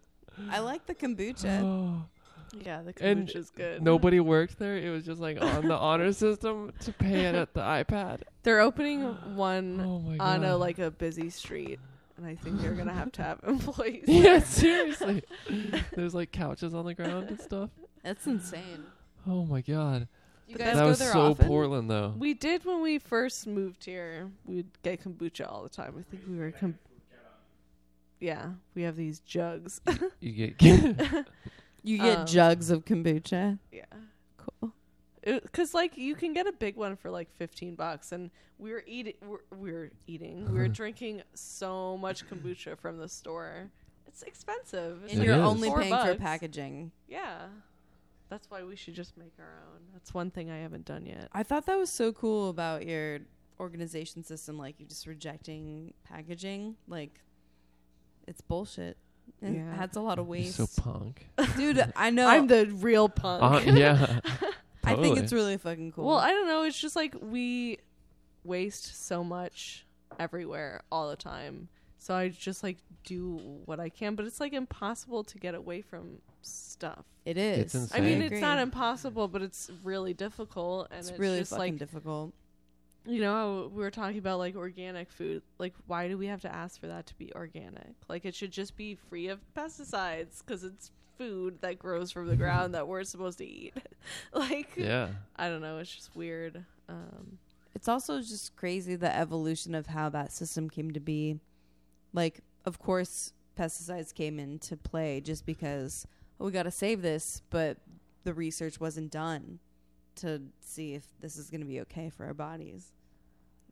A: I like the kombucha.
E: Yeah, the
B: And
E: kombucha is good.
B: Nobody worked there. It was just like on the honor system to pay it at the iPad.
E: They're opening one
B: Oh my god!
E: on a like a busy street, and I think they're gonna have to have employees.
B: yeah, seriously. There's like couches on the ground and stuff.
A: That's insane.
B: Oh my god!
A: You
E: But
A: guys
B: that
A: go
B: was
A: there
B: so
A: often?
B: Portland though.
E: We did when we first moved here. We'd get kombucha all the time. I think we were com- Yeah, we have these jugs.
B: you get
A: You get
E: Um,
A: jugs of kombucha.
E: yeah.
A: Cool.
E: Because like you can get a big one for like fifteen bucks, and we were eating, we're, we were eating, we were drinking so much kombucha from the store. It's expensive. It's
A: And
B: It
A: you're
B: is.
A: only
E: Four
A: paying for
E: bucks.
A: packaging.
E: Yeah, that's why we should just make our own. That's one thing I haven't done yet.
A: I thought that was so cool about your organization system, like you just rejecting packaging. Like it's bullshit. It
E: Yeah.
A: adds a lot of waste.
B: so punk.
A: Dude, I know
E: I'm the real punk.
B: Uh, yeah.
A: I think
B: Totally.
A: it's really fucking cool.
E: Well, I don't know. It's just like we waste so much everywhere all the time. So I just like do what I can, but it's like impossible to get away from stuff.
A: it is.
B: It's
E: I
B: I
E: mean,
A: agree.
E: it's not impossible, but it's really difficult, and
A: It's
E: it's,
A: really
E: just
A: fucking
E: like
A: difficult.
E: you know we were talking about like organic food. Like, why do we have to ask for that to be organic? Like, it should just be free of pesticides because it's food that grows from the ground that we're supposed to eat. like,
B: Yeah.
E: I don't know. It's just weird. Um,
A: It's also just crazy the evolution of how that system came to be. Like, of course, pesticides came into play just because oh, we got to save this, but the research wasn't done to see if this is going to be okay for our bodies.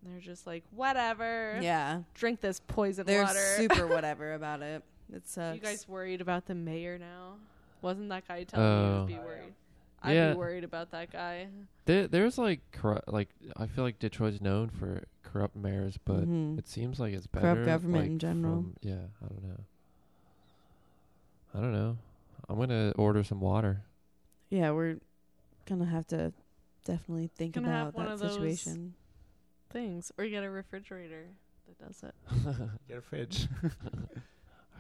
E: they're just like, whatever.
A: Yeah,
E: Drink this poison
A: they're
E: water.
A: super whatever about it. It sucks.
E: you guys worried about the mayor now? Wasn't that guy telling
B: Oh.
E: you to be worried?
B: I am.
E: I'd
B: Yeah.
E: be worried about that guy.
B: There, there's like corru- like I feel like Detroit's known for corrupt mayors, but
A: Mhm.
B: it seems like it's better.
A: Corrupt government
B: like,
A: in general.
B: from- yeah, I don't know. I don't know. I'm gonna order some water.
A: yeah, we're gonna have to definitely think
E: Gonna have
A: about
E: one
A: that
E: of those-
A: situation.
E: Things. Or you get a refrigerator that does it.
C: Get a fridge.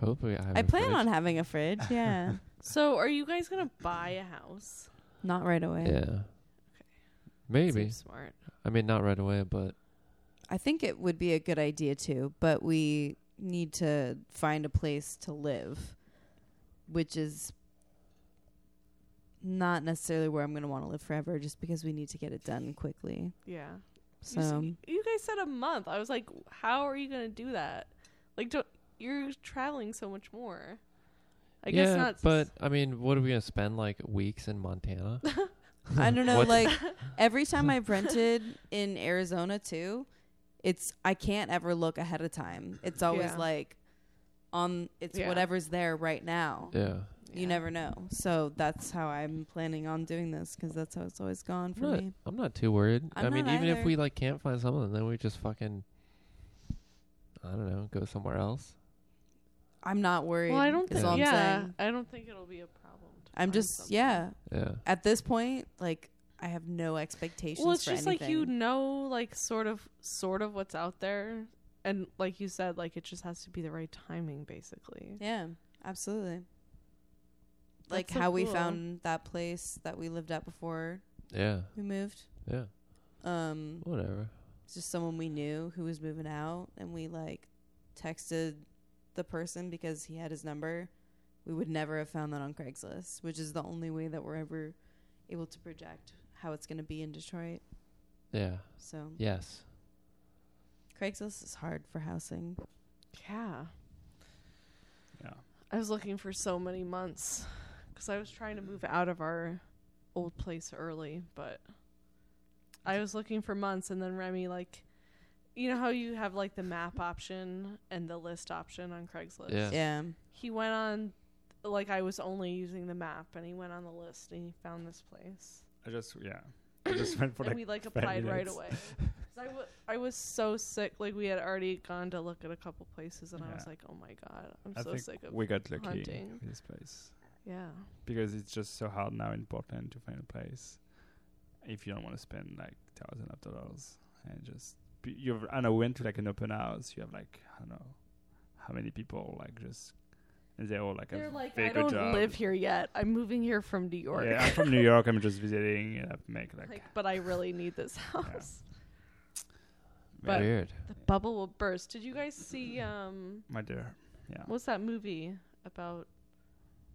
B: Hopefully, I. Have
A: I
B: a
A: plan
B: fridge.
A: on having a fridge. Yeah,
E: So, are you guys going to buy a house?
A: not right away.
B: Yeah. Maybe.
E: Seems smart.
B: I mean, not right away, but
A: I think it would be a good idea too, but we need to find a place to live, which is not necessarily where I'm going to want to live forever just because we need to get it done quickly.
E: Yeah. You, s-
A: So,
E: you guys said a month. I was like, how are you going to do that? Like, don't, you're traveling so much more. I
B: yeah.
E: guess not.
B: but I mean, what are we gonna spend like weeks in Montana?
A: I don't know
B: What's-
A: like every time I've rented in Arizona too, it's I can't ever look ahead of time. It's always
E: Yeah.
A: like on it's
E: Yeah.
A: whatever's there right now.
B: yeah.
A: You never know. So that's how I'm planning on doing this because that's how it's always gone for
B: Right.
A: me.
B: I'm not too worried.
A: I'm
B: I mean,
A: not
B: even
A: either.
B: if we like can't find something, then we just fucking. I don't know. Go somewhere else.
A: I'm not worried.
E: Well, I don't
A: is
E: think.
A: all I'm
E: Yeah,
A: saying.
E: I don't think it'll be a problem. to
A: I'm
E: find
A: just
E: something.
A: yeah.
B: Yeah.
A: At this point, like I have no expectations.
E: Well, it's
A: for
E: just like
A: anything.
E: you know, like sort of, sort of what's out there, and like you said, like it just has to be the right timing, basically.
A: Yeah, absolutely. Like
E: That's so
A: how we
E: cool.
A: found that place that we lived at before
B: Yeah.
A: we moved.
B: Yeah.
A: Um,
B: Whatever.
A: it's just someone we knew who was moving out, and we like texted the person because he had his number. We would never have found that on Craigslist, which is the only way that we're ever able to project how it's going to be in Detroit.
B: Yeah.
A: So
B: Yes.
A: Craigslist is hard for housing.
E: Yeah,
C: yeah.
E: I was looking for so many months because I was trying to move out of our old place early, but I was looking for months, and then Remy like. You know how you have like the map option and the list option on Craigslist?
B: Yeah.
A: Yeah.
E: he went on like I was only using the map and he went on the list and he found this place.
C: I just yeah. I just went for
E: and
C: like
E: we like
C: five
E: applied right
C: minutes.
E: away. 'Cause I wa- I was so sick. Like we had already gone to look at a couple places, and I
C: Yeah.
E: was like, "Oh my god, I'm
C: I
E: so
C: think
E: sick of."
C: we got lucky
E: hunting.
C: with this place
E: yeah,
C: because it's just so hard now in Portland to find a place if you don't want to spend like thousands of dollars and just be, you've. I know we went to like an open house. You have like I don't know how many people like just and they're all like
E: they're
C: have
E: like,
C: very
E: "I
C: good
E: don't
C: job.
E: live here yet. I'm moving here from New York."
C: Yeah, I'm from New York. I'm just visiting and I make like,
E: like, but I really need this house. but-
B: Weird.
E: The bubble will burst. Did you guys see um
C: my dear. Yeah,
E: what's that movie about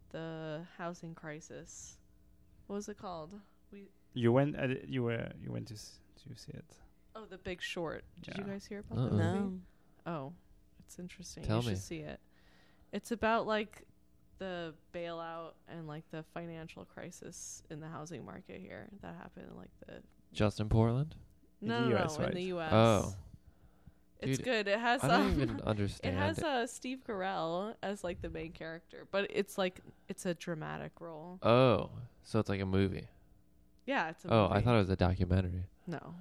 E: the housing crisis? What was it called?
C: you went. Uh, you were. You went to s- to see it.
E: Oh, The Big Short. Did you
C: Yeah.
E: guys hear about
B: Uh-uh.
E: that movie?
A: No.
E: Oh, it's interesting.
B: Tell
E: you
B: me.
E: should see it. It's about like the bailout and like the financial crisis in the housing market here that happened in like the
B: Justin Portland.
C: In
E: no
C: the
E: no,
C: US,
E: no in
C: right?
E: the U.S.
B: Oh.
E: it's
B: Dude,
E: good. It has
B: I don't
E: um,
B: even
E: It
B: understand.
E: has uh, Steve Carell as like the main character, but it's like it's a dramatic role.
B: oh, so it's like a movie.
E: Yeah, it's a
B: Oh, I
E: movie.
B: thought it was a documentary
E: no.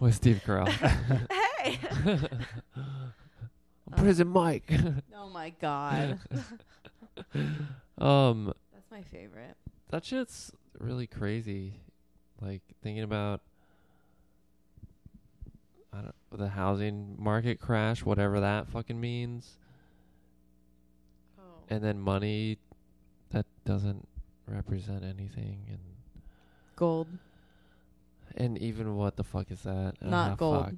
B: with Steve Carell.
E: Hey,
B: Prison Mike.
A: Oh my god.
B: um,
A: That's my favorite.
B: that shit's really crazy. Like thinking about I don't the housing market crash, whatever that fucking means,
E: oh.
B: and then money that doesn't represent anything, and
A: Gold.
B: and even what the fuck is that? Ah,
A: Not gold.
B: fuck.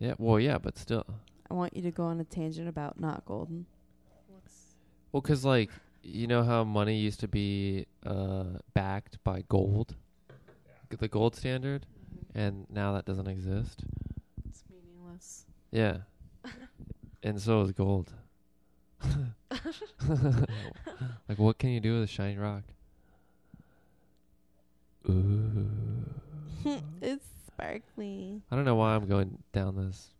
B: Yeah. Well, yeah, but still.
A: I want you to go on a tangent about not golden.
E: what's
B: Well, 'cause like you know how money used to be uh, backed by gold, G- the gold standard, and now that doesn't exist.
E: it's meaningless.
B: Yeah, and so is gold. like, what can you do with a shiny rock? Ooh,
A: it's sparkly.
B: I don't know why I'm going down this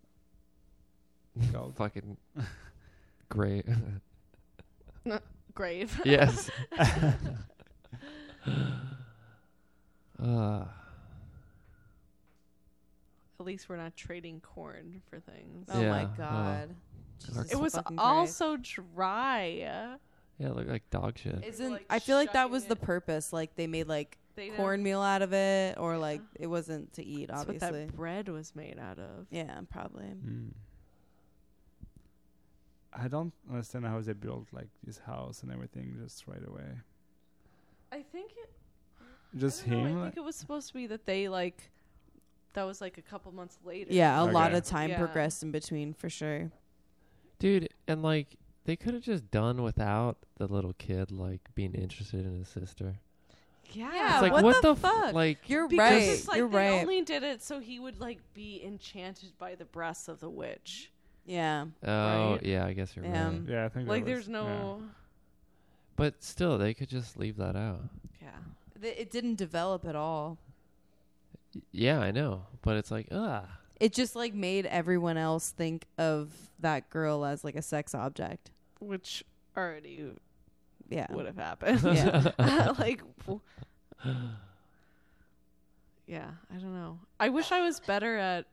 C: Gold.
B: fucking great.
E: Grave.
B: yes. uh,
E: At least we're not trading corn for things.
A: Oh my
B: Yeah, oh.
A: god. Jesus
E: It was
A: fucking
E: all
A: Christ.
E: so dry.
B: yeah, it looked like dog shit.
E: They were,
A: Isn't
E: like,
A: I feel like that
E: shucking
A: was the
E: it.
A: purpose. Like they made like
E: They didn't-
A: cornmeal out of it, or like it wasn't to eat.
E: That's what
A: Obviously,
E: that bread was made out of.
A: yeah, probably.
C: Mm. I don't understand how they built like this house and everything just right away.
E: I think it.
C: Just
E: I don't know,
C: him.
E: I
C: like-
E: think it was supposed to be that they like. That was like a couple months later.
A: Yeah, a lot
C: Okay.
A: of time
E: Yeah.
A: progressed in between for sure.
B: Dude, and like they could have just done without the little kid like being interested in his sister.
E: Yeah.
A: Yeah,
B: It's like
A: what
B: what,
A: the
B: the,
A: fuck?
B: F- like
A: You're
E: Because
A: right.
E: it's like
A: You're
E: they
A: right.
E: only did it so he would like be enchanted by the breasts of the witch.
A: yeah,
B: oh
E: Right.
B: yeah, I guess you're
A: Yeah.
B: right.
C: yeah, I think that
E: Like
C: was-
E: there's no
B: But still, they could just leave that out.
E: yeah.
A: Th- it didn't develop at all.
B: Y- Yeah, I know, but it's like ah,
A: It just like made everyone else think of that girl as like a sex object.
E: which already
A: Yeah,
E: would have happened.
A: Yeah.
E: like w- Yeah, I don't know. I wish I was better at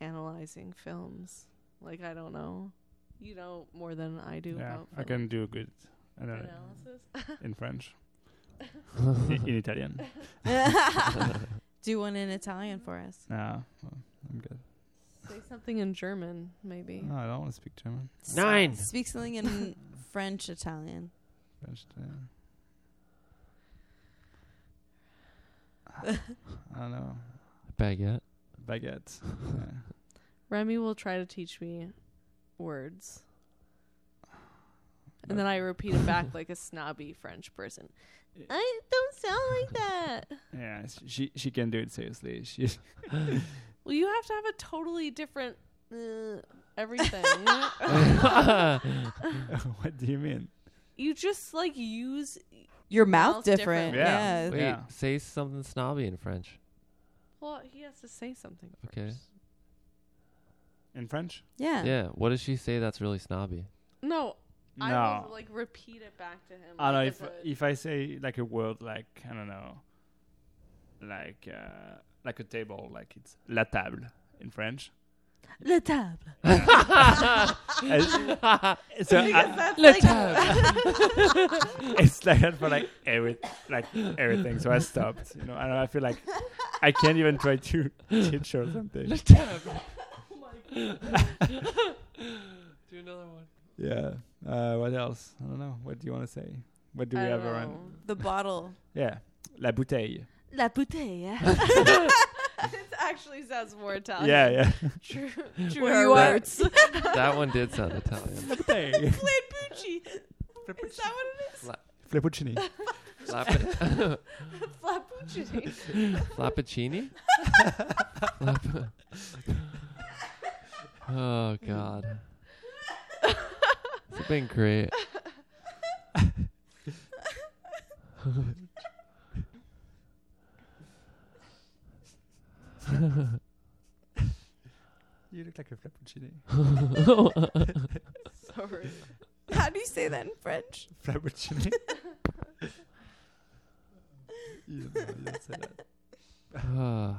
E: analyzing films. Like I don't know. You know more than I do
C: Yeah, yeah
E: about
C: I
E: film
C: can do a good. I don't know,
E: analysis.
C: in French, I- in Italian.
A: do one in Italian for us.
C: No, well, I'm good.
E: Say something in German, maybe.
C: No, I don't want to speak German.
B: Nine.
A: S- Speak something in French Italian.
C: French. Italian. I don't know.
B: baguette.
C: Baguette. Yeah.
E: Remy will try to teach me words. And then I repeat it back like a snobby French person. I don't sound like that.
C: Yeah, s- she she can do it seriously. She
E: Well, you have to have a totally different uh, everything.
C: what do you mean?
E: you just like use.
A: Your mouth,
E: Mouth
A: different.
E: different.
A: Yeah.
C: Yeah.
B: Wait,
C: Yeah.
B: say something snobby in French.
E: Well, he has to say something. First.
B: Okay.
C: In French?
A: yeah,
B: Yeah. What does she say that's really snobby?
E: No, I
C: no.
E: will like repeat it back to him.
C: I don't know
E: Mm, like,
C: if
E: as a-
C: if I say like a word like I don't know, like uh, like a table, like it's la table in French.
E: Le table.
C: And so I-
E: That's
B: Let's
E: like,
B: have.
C: it's like that for like every like everything. So I stopped. You know, I don't know, I feel like I can't even try to teach or something.
B: Let's have. Do another one.
C: Yeah. Uh, what else? I don't know. What do you want to say? What do we
E: I
C: have
E: don't
C: around?
E: know.
A: The bottle.
C: Yeah, la bouteille.
E: La bouteille. it actually sounds more Italian.
C: yeah, yeah.
E: True.
A: Were
E: True.
A: you
E: our
A: are-
E: roots.
B: That one did sound Italian.
C: la bouteille.
E: Flappucci. Is that what it is?
C: Flappuccini.
B: Flappa-
E: Flappuccini.
B: Flappuccini? Flappa- oh, God. It's been great.
C: You look like a flappuccini.
E: Sorry.
A: How do you say that in French?
C: Flappuccini. you don't know, you don't say that.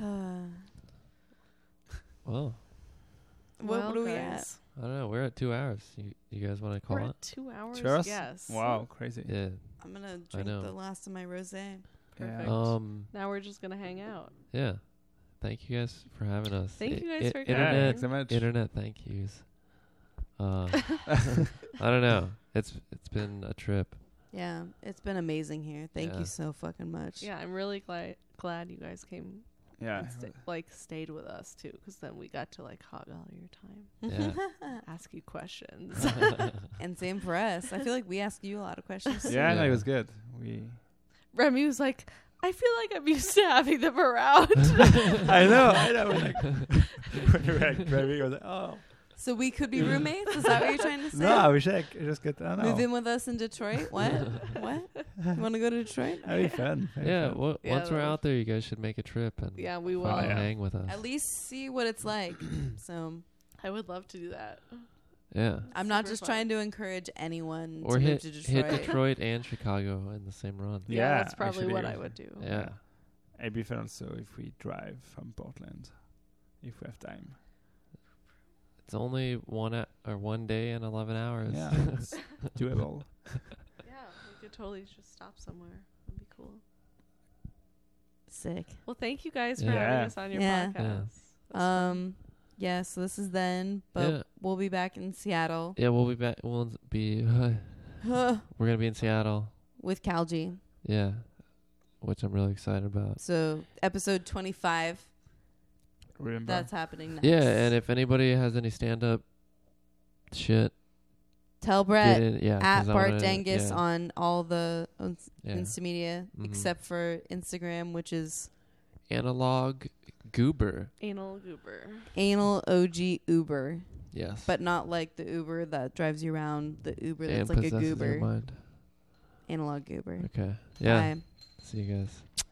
B: Uh, well,
A: What
E: well,
A: do we
E: guys,
B: I don't know. We're at two hours. You, you guys want to call
E: We're
B: it?
E: at two hours.
C: Cheers.
E: Yes.
C: Wow, crazy.
B: Yeah.
A: I'm gonna
B: drink
A: drink
B: know.
A: the
B: the
A: last of my rosé.
E: Perfect.
B: Um.
E: Now we're just gonna hang out.
B: Yeah. Thank you guys for having us.
E: Thank you guys for coming.
C: Yeah,
B: internet,
C: thanks so much.
B: internet. Thank yous. Uh, I don't know. It's it's been a trip.
A: Yeah, it's been amazing here. Thank
B: Yeah.
A: you so fucking much.
E: Yeah, I'm really glad glad you guys came
C: yeah.
E: and sta- like stayed with us too, because then we got to like hog all your time,
B: Yeah.
E: ask you questions.
A: and same for us. I feel like we ask you a lot of questions.
C: Yeah, no,
B: Yeah.
C: it was good. We.
E: Remy was like, I feel like I'm used to having them around.
C: I know. I know. We're like, when we were like driving, I was like, oh.
A: So we could be roommates. Is that what you're trying to say?
C: No, I wish I c- just get. I don't
A: Move
C: know.
A: in with us in Detroit. What? what? You want to go to Detroit?
C: That'd be fun. That'd be
B: yeah.
C: fun.
B: Well,
E: Yeah,
B: once we're
E: that
B: out there, you guys should make a trip and
E: yeah, we will.
B: fucking
C: Oh, yeah.
B: hang with us.
A: At least see what it's like. so
E: I would love to do that.
B: yeah.
A: I'm not
E: Super
A: just
E: fun.
A: trying to encourage anyone
B: Or
A: to
B: hit
A: move to Detroit.
B: hit Detroit and Chicago in the same run.
E: Yeah,
C: Yeah,
E: that's probably
C: actually,
E: what
C: yeah.
E: I would
A: Oh,
E: do.
B: Yeah.
C: It'd be fun also if we drive from Portland, if we have time.
B: It's only one ho- or one day and eleven hours.
C: Yeah, it's doable.
E: Yeah, we could totally just stop somewhere. It'd be cool.
A: Sick.
E: Well, thank you guys for
B: Yeah.
E: having us on your
A: Yeah.
E: podcast.
B: Yeah.
E: That's
A: Um. Yeah. So this is then, but
B: Yeah.
A: we'll be back in Seattle
B: Yeah, we'll be back. We'll be. we're gonna be in Seattle.
A: with Calgy.
B: Yeah, which I'm really excited about.
A: So episode 25.
C: Remember?
A: That's happening next.
B: Yeah, and if anybody has any stand-up shit,
A: tell
B: get
A: Brett
B: in, yeah,
A: at
B: 'cause I
A: Bart
B: wanna-
A: Dangus
B: yeah,
A: on all the on
B: yeah.
A: Instamedia
B: Mhm.
A: except for Instagram, which is
B: analog goober.
E: anal goober.
A: anal OG Uber,
B: Yes,
A: but not like the Uber that drives you around. The Uber
B: and
A: that's like a
B: possesses your
A: goober,
B: mind.
A: analog goober.
B: Okay. Yeah.
A: Bye.
B: See you guys.